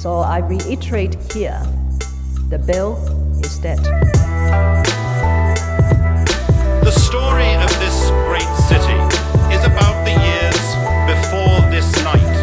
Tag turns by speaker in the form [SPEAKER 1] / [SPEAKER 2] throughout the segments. [SPEAKER 1] So I reiterate here the bill is dead.
[SPEAKER 2] The story of this great city is about the years before this night.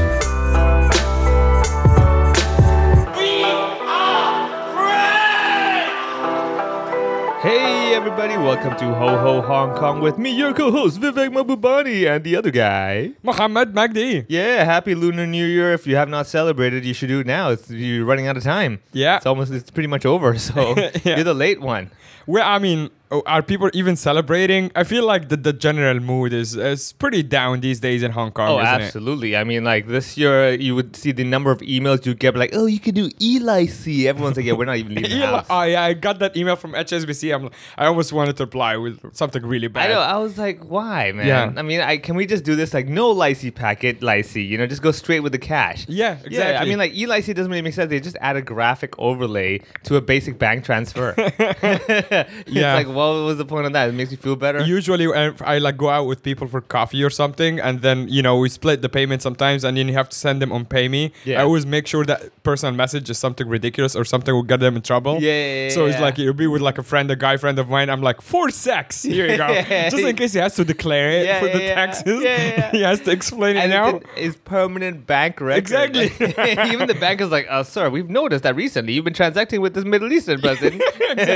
[SPEAKER 3] Hey everybody, welcome to Ho Ho Hong Kong with me, your co-host Vivek Mabubani and the other guy.
[SPEAKER 4] Muhammad Magdi.
[SPEAKER 3] Yeah, happy Lunar New Year. If you have not celebrated, you should do it now. It's, you're running out of time.
[SPEAKER 4] Yeah.
[SPEAKER 3] It's almost it's pretty much over, so
[SPEAKER 4] Yeah.
[SPEAKER 3] you're the late one.
[SPEAKER 4] Well, I mean, oh, are people even celebrating? I feel like the, the general mood is, is pretty down these days in Hong Kong.
[SPEAKER 3] Oh,
[SPEAKER 4] isn't It?
[SPEAKER 3] absolutely. I mean, like this year, you would see the number of emails you get like, "Oh, you can do Eli C." Everyone's like, "Yeah, we're not even leaving the
[SPEAKER 4] Eli-
[SPEAKER 3] house."
[SPEAKER 4] oh, yeah, I got that email from HSBC. I'm, I almost wanted to reply with something really
[SPEAKER 3] I
[SPEAKER 4] bad.
[SPEAKER 3] know. I was like, "Why, man?"
[SPEAKER 4] Yeah.
[SPEAKER 3] I mean, I can we just do this like no Lycee packet Lycee? You know, just go straight with the cash.
[SPEAKER 4] Yeah,
[SPEAKER 3] Yeah, I
[SPEAKER 4] exactly.
[SPEAKER 3] mean, like Lycee doesn't really make sense. They just add a graphic overlay to a basic bank transfer. it's
[SPEAKER 4] Yeah.
[SPEAKER 3] like, what was the point of that? It makes you feel better.
[SPEAKER 4] Usually, uh, I like go out with people for coffee or something, and then you know we split the payment sometimes, and then you have to send them on PayMe.
[SPEAKER 3] Yeah.
[SPEAKER 4] I always make sure that personal message is something ridiculous or something will get them in trouble.
[SPEAKER 3] Yeah, yeah, yeah,
[SPEAKER 4] So it's
[SPEAKER 3] yeah.
[SPEAKER 4] like it'll be with like a friend, a guy friend of mine. I'm like for sex. Here you go.
[SPEAKER 3] Yeah.
[SPEAKER 4] Just in case he has to declare it
[SPEAKER 3] Yeah,
[SPEAKER 4] for the
[SPEAKER 3] yeah, yeah.
[SPEAKER 4] taxes.
[SPEAKER 3] Yeah, yeah, yeah.
[SPEAKER 4] he has to explain it
[SPEAKER 3] and
[SPEAKER 4] now.
[SPEAKER 3] it's, it's permanent bank record.
[SPEAKER 4] Exactly.
[SPEAKER 3] Like, even the bank is like, oh, sir, we've noticed that recently you've been transacting with this Middle Eastern person.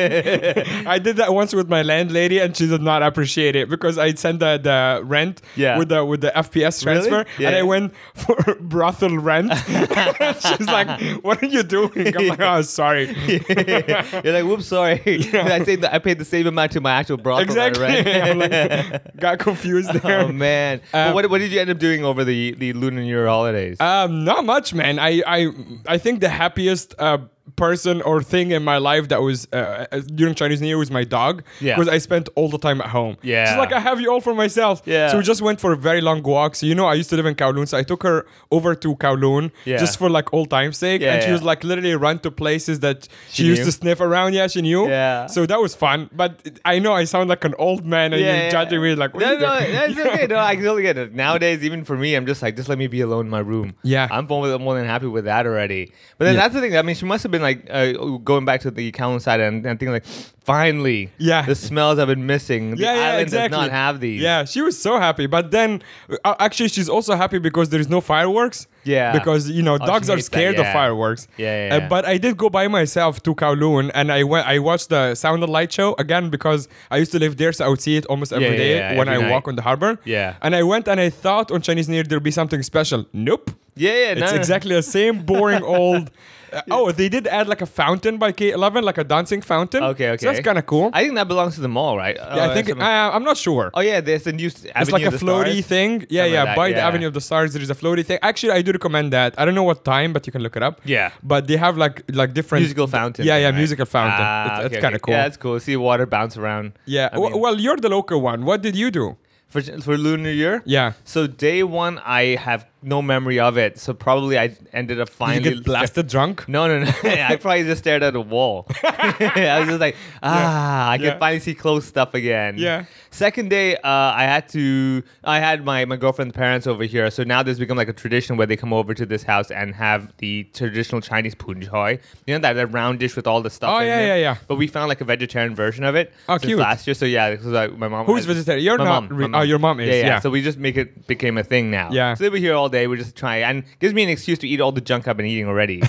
[SPEAKER 4] I did that once with my landlady, and she did not appreciate it because I sent the, the rent
[SPEAKER 3] Yeah.
[SPEAKER 4] with the with the FPS
[SPEAKER 3] Really?
[SPEAKER 4] transfer, and
[SPEAKER 3] Yeah.
[SPEAKER 4] I went for brothel rent. She's like, "What are you doing?" I'm like, "Oh, sorry."
[SPEAKER 3] You're like, whoops, sorry. I, say that I paid the same amount to my actual brothel.
[SPEAKER 4] exactly.
[SPEAKER 3] Right?
[SPEAKER 4] I'm like, got confused there.
[SPEAKER 3] Oh man! But
[SPEAKER 4] Um,
[SPEAKER 3] what, what did you end up doing over the the Lunar New Year holidays?
[SPEAKER 4] Um, not much, man. I I I think the happiest uh, person or thing in my life that was uh, uh, during Chinese New Year was my dog.
[SPEAKER 3] Yeah.
[SPEAKER 4] Because I spent all the time at home.
[SPEAKER 3] Yeah.
[SPEAKER 4] She's like, I have you all for myself.
[SPEAKER 3] Yeah.
[SPEAKER 4] So we just went for very long walks. You know, I used to live in Kowloon, so I took her over to Kowloon
[SPEAKER 3] Yeah.
[SPEAKER 4] just for like old time's sake.
[SPEAKER 3] Yeah,
[SPEAKER 4] and she
[SPEAKER 3] yeah.
[SPEAKER 4] was like literally run to places that she,
[SPEAKER 3] knew?
[SPEAKER 4] used to sniff around. Yeah, she knew.
[SPEAKER 3] Yeah.
[SPEAKER 4] So that was fun. But I know I sound like an old man and you're judging me like, what
[SPEAKER 3] no,
[SPEAKER 4] are you
[SPEAKER 3] no,
[SPEAKER 4] doing?
[SPEAKER 3] that's okay. No, I totally get it. Nowadays, even for me, I'm just like, just let me be alone in my room.
[SPEAKER 4] Yeah.
[SPEAKER 3] I'm more than, more than happy with that already. But then
[SPEAKER 4] Yeah.
[SPEAKER 3] that's the thing. I mean, she must have been like uh, going back to the Kowloon side and, and thinking like, finally,
[SPEAKER 4] Yeah.
[SPEAKER 3] the smells I've been missing. The
[SPEAKER 4] yeah, yeah,
[SPEAKER 3] island
[SPEAKER 4] exactly.
[SPEAKER 3] does not have these.
[SPEAKER 4] Yeah, she was so happy. But then, uh, actually, she's also happy because there is no fireworks.
[SPEAKER 3] Yeah. Oh,
[SPEAKER 4] Because you know
[SPEAKER 3] she
[SPEAKER 4] dogs are
[SPEAKER 3] hates that,
[SPEAKER 4] scared
[SPEAKER 3] yeah.
[SPEAKER 4] of fireworks.
[SPEAKER 3] Yeah, yeah,
[SPEAKER 4] Uh,
[SPEAKER 3] yeah.
[SPEAKER 4] but I did go by myself to Kowloon, and I went. I watched the Sound and Light show again because I used to live there, so I would see it almost every
[SPEAKER 3] yeah,
[SPEAKER 4] day
[SPEAKER 3] yeah,
[SPEAKER 4] when
[SPEAKER 3] every
[SPEAKER 4] I walk
[SPEAKER 3] night.
[SPEAKER 4] on the harbor.
[SPEAKER 3] Yeah.
[SPEAKER 4] And I went and I thought on Chinese New Year there'd be something special. Nope.
[SPEAKER 3] Yeah, yeah, no,
[SPEAKER 4] It's
[SPEAKER 3] no.
[SPEAKER 4] exactly the same boring old. Uh, oh, they did add like a fountain by K11, like a dancing fountain.
[SPEAKER 3] Okay, okay.
[SPEAKER 4] So that's kind of cool.
[SPEAKER 3] I think that belongs to the mall, right?
[SPEAKER 4] yeah,
[SPEAKER 3] Oh,
[SPEAKER 4] I think
[SPEAKER 3] that's-
[SPEAKER 4] I, I'm not sure.
[SPEAKER 3] oh yeah, there's a new. It's
[SPEAKER 4] It's like a floaty thing. Yeah,
[SPEAKER 3] Something
[SPEAKER 4] yeah.
[SPEAKER 3] like that,
[SPEAKER 4] by the
[SPEAKER 3] yeah.
[SPEAKER 4] Avenue of the Stars, there is a floaty thing. Actually, I do recommend that. I don't know what time, but you can look it up.
[SPEAKER 3] Yeah.
[SPEAKER 4] But they have like like different
[SPEAKER 3] Musical fountain.
[SPEAKER 4] Yeah, yeah,
[SPEAKER 3] right?
[SPEAKER 4] musical fountain.
[SPEAKER 3] Ah,
[SPEAKER 4] it's
[SPEAKER 3] okay,
[SPEAKER 4] kind of
[SPEAKER 3] okay.
[SPEAKER 4] cool.
[SPEAKER 3] Yeah,
[SPEAKER 4] Yeah.
[SPEAKER 3] it's cool. See water bounce around. I
[SPEAKER 4] W-
[SPEAKER 3] mean-
[SPEAKER 4] well, you're the local one. What did you do?
[SPEAKER 3] for for Lunar New Year.
[SPEAKER 4] Yeah.
[SPEAKER 3] So day one, I have no memory of it. So probably I ended up
[SPEAKER 4] Did
[SPEAKER 3] finally
[SPEAKER 4] you get blasted drunk?
[SPEAKER 3] No, no, no. I probably just stared at a wall. I was just like, ah, I can
[SPEAKER 4] Yeah.
[SPEAKER 3] finally see close stuff again.
[SPEAKER 4] Yeah.
[SPEAKER 3] Second day, uh, I had to. I had my my girlfriend's parents over here, so now there's become like a tradition where they come over to this house and have the traditional Chinese pun choy. You know that, that round dish with all the stuff.
[SPEAKER 4] Oh,
[SPEAKER 3] in
[SPEAKER 4] yeah,
[SPEAKER 3] it?
[SPEAKER 4] yeah, yeah.
[SPEAKER 3] But we found like a vegetarian version of it.
[SPEAKER 4] Oh,
[SPEAKER 3] since
[SPEAKER 4] cute.
[SPEAKER 3] Last year, so yeah, so like my mom.
[SPEAKER 4] Who's vegetarian? You're
[SPEAKER 3] my
[SPEAKER 4] not
[SPEAKER 3] Mom,
[SPEAKER 4] re-
[SPEAKER 3] my mom.
[SPEAKER 4] oh, your mom is,
[SPEAKER 3] Yeah,
[SPEAKER 4] yeah.
[SPEAKER 3] So we just make it became a thing now.
[SPEAKER 4] Yeah.
[SPEAKER 3] So they were here all day. We just try and gives me an excuse to eat all the junk I've been eating already.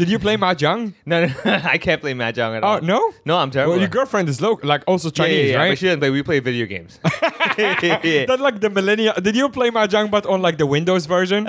[SPEAKER 4] Did you play mahjong?
[SPEAKER 3] No, no, I can't play mahjong at all.
[SPEAKER 4] Oh no.
[SPEAKER 3] no, I'm terrible.
[SPEAKER 4] Well, your girlfriend is local, like also
[SPEAKER 3] yeah, yeah,
[SPEAKER 4] Chinese,
[SPEAKER 3] yeah,
[SPEAKER 4] right?
[SPEAKER 3] But she doesn't play. We play video games. Oh,
[SPEAKER 4] That like the millennial. Did you play mahjong but on like the Windows version?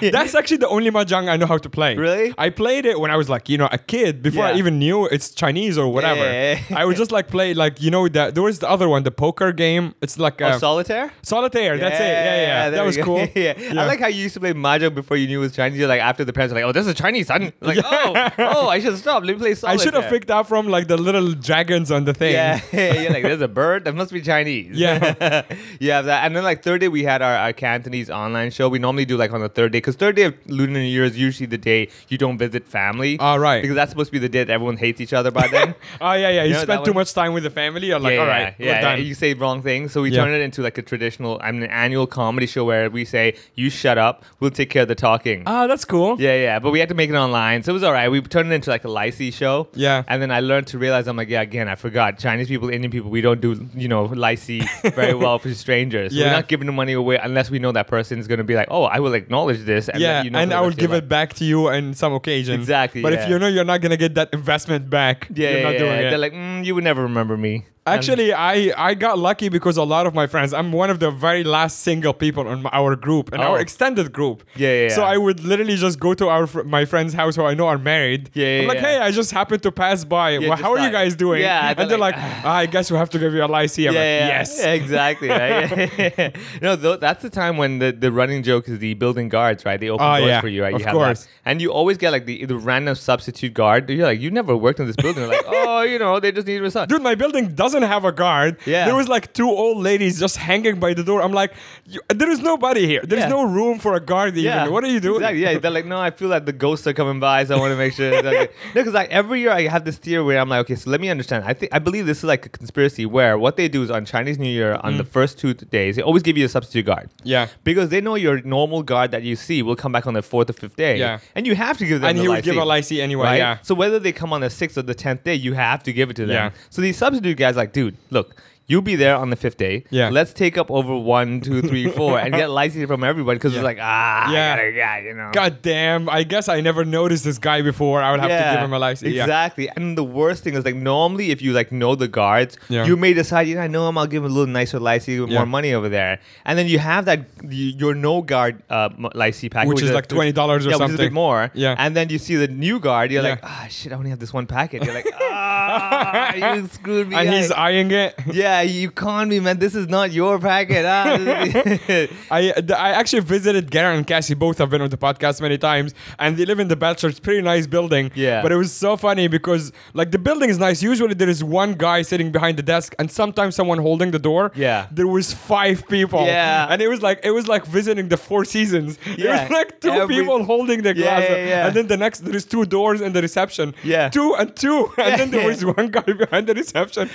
[SPEAKER 4] That's actually the only mahjong I know how to play.
[SPEAKER 3] Really?
[SPEAKER 4] I played it when I was like you know a kid before I
[SPEAKER 3] Yeah.
[SPEAKER 4] even knew it's Chinese or whatever.
[SPEAKER 3] Yeah.
[SPEAKER 4] I would just like play like you know that there was the other one the poker game. It's like
[SPEAKER 3] Oh,
[SPEAKER 4] a
[SPEAKER 3] solitaire.
[SPEAKER 4] solitaire. That's it. Yeah, yeah.
[SPEAKER 3] there
[SPEAKER 4] That
[SPEAKER 3] we
[SPEAKER 4] was
[SPEAKER 3] go.
[SPEAKER 4] cool.
[SPEAKER 3] yeah. I like how you used to play mahjong before you knew it was Chinese. You're like after the parents are like, "Oh, this is Chinese." son." like, "Oh, oh, I should stop. Let me play
[SPEAKER 4] I
[SPEAKER 3] solitaire."
[SPEAKER 4] should have picked out from like the little dragons on the thing.
[SPEAKER 3] Yeah, you're like, "There's a bird. That must be Chinese."
[SPEAKER 4] Yeah.
[SPEAKER 3] yeah, that. And then like third day, we had our, our Cantonese online show. We normally do like on the third third day because third day of Lunar New Year is usually the day you don't visit family.
[SPEAKER 4] Ah, right.
[SPEAKER 3] Because that's supposed to be the day that everyone hates each other by then.
[SPEAKER 4] Oh yeah, yeah. You
[SPEAKER 3] know that
[SPEAKER 4] spent too
[SPEAKER 3] one?
[SPEAKER 4] much time with the family. You're like,
[SPEAKER 3] yeah,
[SPEAKER 4] all
[SPEAKER 3] yeah,
[SPEAKER 4] right,
[SPEAKER 3] yeah,
[SPEAKER 4] we're
[SPEAKER 3] yeah,
[SPEAKER 4] done.
[SPEAKER 3] You say wrong thing, so we
[SPEAKER 4] Yeah.
[SPEAKER 3] turn it into like a traditional. I'm an annual comedy show where we say, "You shut up, we'll take care of the talking."
[SPEAKER 4] Ah, that's cool.
[SPEAKER 3] yeah, yeah, but we had to make it online, so it was all right. We turned it into like a Lycee show.
[SPEAKER 4] Yeah.
[SPEAKER 3] and then I learned to realize I'm like, yeah, again, I forgot Chinese people, Indian people, we don't do you know Lycee very well for strangers. So
[SPEAKER 4] Yeah.
[SPEAKER 3] we're not giving the money away unless we know that person is going to be like, oh, I will acknowledge this. And
[SPEAKER 4] yeah,
[SPEAKER 3] then, you know,
[SPEAKER 4] and
[SPEAKER 3] for the
[SPEAKER 4] I will
[SPEAKER 3] rest of your
[SPEAKER 4] give
[SPEAKER 3] life.
[SPEAKER 4] it back to you on some occasion.
[SPEAKER 3] Exactly,
[SPEAKER 4] But if
[SPEAKER 3] yeah.
[SPEAKER 4] you know you're not gonna get that investment back,
[SPEAKER 3] Yeah,
[SPEAKER 4] you're
[SPEAKER 3] yeah,
[SPEAKER 4] not
[SPEAKER 3] yeah.
[SPEAKER 4] doing it.
[SPEAKER 3] They're like, um, mm, you would never remember me. And-
[SPEAKER 4] Actually, I, I got lucky because a lot of my friends, I'm one of the very last single people in our group, in
[SPEAKER 3] Oh.
[SPEAKER 4] our extended group.
[SPEAKER 3] Yeah, yeah,
[SPEAKER 4] So
[SPEAKER 3] yeah.
[SPEAKER 4] I would literally just go to our fr- my friend's house who I know are married.
[SPEAKER 3] Yeah, yeah,
[SPEAKER 4] I'm like,
[SPEAKER 3] yeah.
[SPEAKER 4] hey, I just happened to pass by. well,
[SPEAKER 3] just
[SPEAKER 4] how are you
[SPEAKER 3] like-
[SPEAKER 4] guys doing?
[SPEAKER 3] Yeah,
[SPEAKER 4] and they're like, "Ah, I guess we have to give you a lycee. I'm like, yes.
[SPEAKER 3] yeah, exactly. Right? no, th- that's the time when the, the running joke is the building guards, right? They open
[SPEAKER 4] Oh,
[SPEAKER 3] doors
[SPEAKER 4] yeah.
[SPEAKER 3] for you, right? You
[SPEAKER 4] Of course.
[SPEAKER 3] That. And you always get like the, the random substitute guard. You're like, you never worked in this building. They're like, oh, you know, they just need a son.
[SPEAKER 4] Dude, my building doesn't have a guard.
[SPEAKER 3] Yeah.
[SPEAKER 4] There was like two old ladies just hanging by the door. I'm like, you, there is nobody here. There's
[SPEAKER 3] Yeah.
[SPEAKER 4] no room for a guard even. What are you doing?
[SPEAKER 3] Exactly. Yeah, they're like, no, I feel like the ghosts are coming by, so I want to make sure. It's okay. no, because like every year I have this theory where I'm like, okay, so let me understand. I think I believe this is like a conspiracy where what they do is on Chinese New Year on the first two days they always give you a substitute guard.
[SPEAKER 4] Mm. Yeah.
[SPEAKER 3] because they know your normal guard that you see will come back on the fourth or fifth day.
[SPEAKER 4] Yeah.
[SPEAKER 3] and you have to give them.
[SPEAKER 4] And
[SPEAKER 3] the
[SPEAKER 4] he would give
[SPEAKER 3] lycée,
[SPEAKER 4] a lycée anyway,
[SPEAKER 3] Right?
[SPEAKER 4] yeah.
[SPEAKER 3] So whether they come on the sixth or the tenth day, you have to give it to them.
[SPEAKER 4] Yeah.
[SPEAKER 3] So these substitute guys like, dude, look. You'll be there on the fifth day.
[SPEAKER 4] Yeah.
[SPEAKER 3] Let's take up over one, two, three, four, and get lycée from everybody because
[SPEAKER 4] Yeah.
[SPEAKER 3] it's like ah,
[SPEAKER 4] Yeah.
[SPEAKER 3] yeah, yeah, you know.
[SPEAKER 4] God damn, I guess I never noticed this guy before. I would have to give him a license. Yeah.
[SPEAKER 3] Exactly. And the worst thing is like normally if you like know the guards,
[SPEAKER 4] Yeah.
[SPEAKER 3] you may decide, you know, I know him, I'll give him a little nicer lycee with
[SPEAKER 4] Yeah.
[SPEAKER 3] more money over there. And then you have that y- your no guard uh, m- lycee package.
[SPEAKER 4] Which is like $20 or
[SPEAKER 3] yeah, Which is a
[SPEAKER 4] something.
[SPEAKER 3] bit more.
[SPEAKER 4] Yeah.
[SPEAKER 3] And then you see the new guard, you're
[SPEAKER 4] Yeah.
[SPEAKER 3] like, ah shit, I only have this one packet. You're like, ah you screwed me.
[SPEAKER 4] And
[SPEAKER 3] up."
[SPEAKER 4] he's eyeing it.
[SPEAKER 3] yeah, you conned me, man. This is not your packet. Ah, this is-
[SPEAKER 4] I th- I actually visited Garrett and Cassie. Both have been on the podcast many times, and they live in the bachelor. It's a pretty nice building.
[SPEAKER 3] Yeah.
[SPEAKER 4] But it was so funny because like the building is nice. Usually there is one guy sitting behind the desk, and sometimes someone holding the door.
[SPEAKER 3] Yeah.
[SPEAKER 4] There was five people.
[SPEAKER 3] Yeah.
[SPEAKER 4] And it was like it was like visiting the Four Seasons. There
[SPEAKER 3] Yeah.
[SPEAKER 4] was like two
[SPEAKER 3] Every-
[SPEAKER 4] people holding the
[SPEAKER 3] Yeah,
[SPEAKER 4] glass,
[SPEAKER 3] yeah, yeah.
[SPEAKER 4] and then the next there is two doors in the reception.
[SPEAKER 3] Yeah.
[SPEAKER 4] Two and two, and then there
[SPEAKER 3] yeah.
[SPEAKER 4] was one guy behind the reception.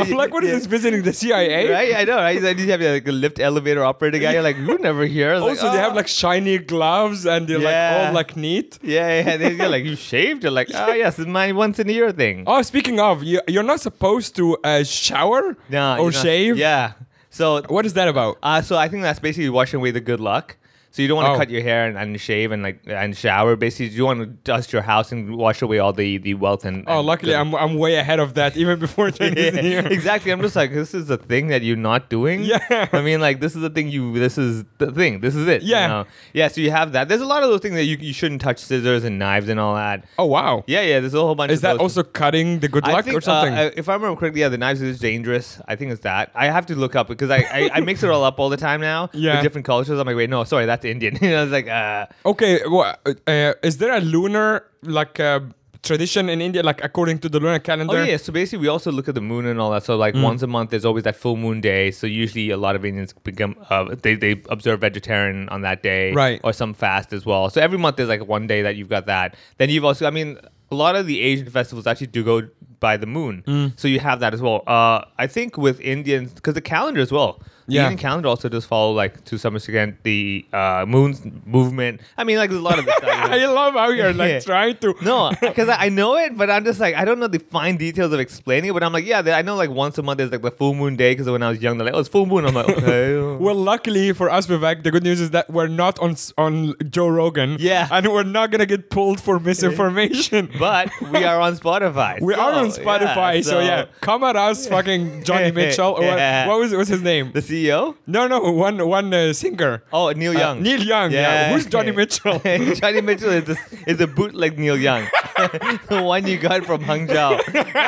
[SPEAKER 4] I'm like, what is
[SPEAKER 3] Yeah.
[SPEAKER 4] this visiting the CIA?
[SPEAKER 3] Right, I know. Right, you have like a lift elevator operator guy. You're like, you never hear. It's like,
[SPEAKER 4] Also, Oh, they have
[SPEAKER 3] "Ah."
[SPEAKER 4] like shiny gloves and they're like
[SPEAKER 3] Yeah.
[SPEAKER 4] all like neat.
[SPEAKER 3] Yeah, yeah. They, you're like, you shaved? You're like, oh, yes, it's my once in a year thing.
[SPEAKER 4] Oh, speaking of, you, you're not supposed to uh, shower
[SPEAKER 3] No,
[SPEAKER 4] or
[SPEAKER 3] you know,
[SPEAKER 4] shave.
[SPEAKER 3] Yeah. So,
[SPEAKER 4] What is that about?
[SPEAKER 3] uh, so I think that's basically washing away the good luck. So you don't want to
[SPEAKER 4] Oh.
[SPEAKER 3] cut your hair and, and shave and like and shower. Basically, you want to dust your house and wash away all the, the wealth and.
[SPEAKER 4] oh,
[SPEAKER 3] and
[SPEAKER 4] luckily
[SPEAKER 3] good-
[SPEAKER 4] I'm, I'm way ahead of that even before Chinese New Year.
[SPEAKER 3] Yeah, exactly. I'm just like, this is the thing that you're not doing.
[SPEAKER 4] Yeah.
[SPEAKER 3] I mean, like, this is the thing you. This is the thing. This is it. you
[SPEAKER 4] Yeah.
[SPEAKER 3] know? Yeah. So you have that. There's a lot of those things that you, you shouldn't touch scissors and knives and all that.
[SPEAKER 4] Oh wow.
[SPEAKER 3] Yeah, yeah. There's a whole bunch.
[SPEAKER 4] Is
[SPEAKER 3] of
[SPEAKER 4] that
[SPEAKER 3] those
[SPEAKER 4] also cutting the good
[SPEAKER 3] I
[SPEAKER 4] luck
[SPEAKER 3] think,
[SPEAKER 4] or something?
[SPEAKER 3] uh, I- if I remember correctly, yeah, the knives is dangerous. I think it's that. I have to look up because I, I, I mix it all up all the time now.
[SPEAKER 4] Yeah.
[SPEAKER 3] With different cultures. I'm like, wait, no, sorry, that's Indian. You know, I was like, uh,
[SPEAKER 4] okay. Well, uh, is there a lunar like uh, tradition in India, like according to the lunar calendar? Mm.
[SPEAKER 3] oh yeah. So basically, we also look at the moon and all that. So like once a month, there's always that full moon day. So usually, a lot of Indians become uh, they they observe vegetarian on that day,
[SPEAKER 4] Right.
[SPEAKER 3] Or some fast as well. So every month there's like one day that you've got that. Then you've also, I mean, a lot of the Asian festivals actually do go by the moon.
[SPEAKER 4] Mm.
[SPEAKER 3] So you have that as well. Uh, I think with Indians, because the calendar as well. The
[SPEAKER 4] Yeah.
[SPEAKER 3] Indian calendar also does follow, like, to some extent, the uh, moon's movement. I mean, like, there's a lot of this stuff.
[SPEAKER 4] I love how you're like
[SPEAKER 3] Yeah.
[SPEAKER 4] trying to.
[SPEAKER 3] No, because I I know it, but I'm just like I don't know the fine details of explaining it. But I'm like, yeah, I know like once a month there's like the full moon day because when I was young, they're like, oh, it's full moon. I'm like, okay.
[SPEAKER 4] Well, luckily for us, Vivek, the good news is that we're not on s- on Joe Rogan.
[SPEAKER 3] Yeah.
[SPEAKER 4] and we're not gonna get pulled for misinformation.
[SPEAKER 3] but we are on Spotify.
[SPEAKER 4] we are on
[SPEAKER 3] so,
[SPEAKER 4] Spotify, so, yeah, come at us, fucking Johnny Mitchell. Or what-
[SPEAKER 3] Yeah.
[SPEAKER 4] what, was what's his name?
[SPEAKER 3] The CEO?
[SPEAKER 4] No, no, one one uh, singer.
[SPEAKER 3] Oh, Neil
[SPEAKER 4] Uh,
[SPEAKER 3] Young.
[SPEAKER 4] Neil Young. Yeah. Who's Johnny
[SPEAKER 3] okay.
[SPEAKER 4] Mitchell?
[SPEAKER 3] Johnny Mitchell is a, is a bootleg Neil Young, the one you got from Hangzhou.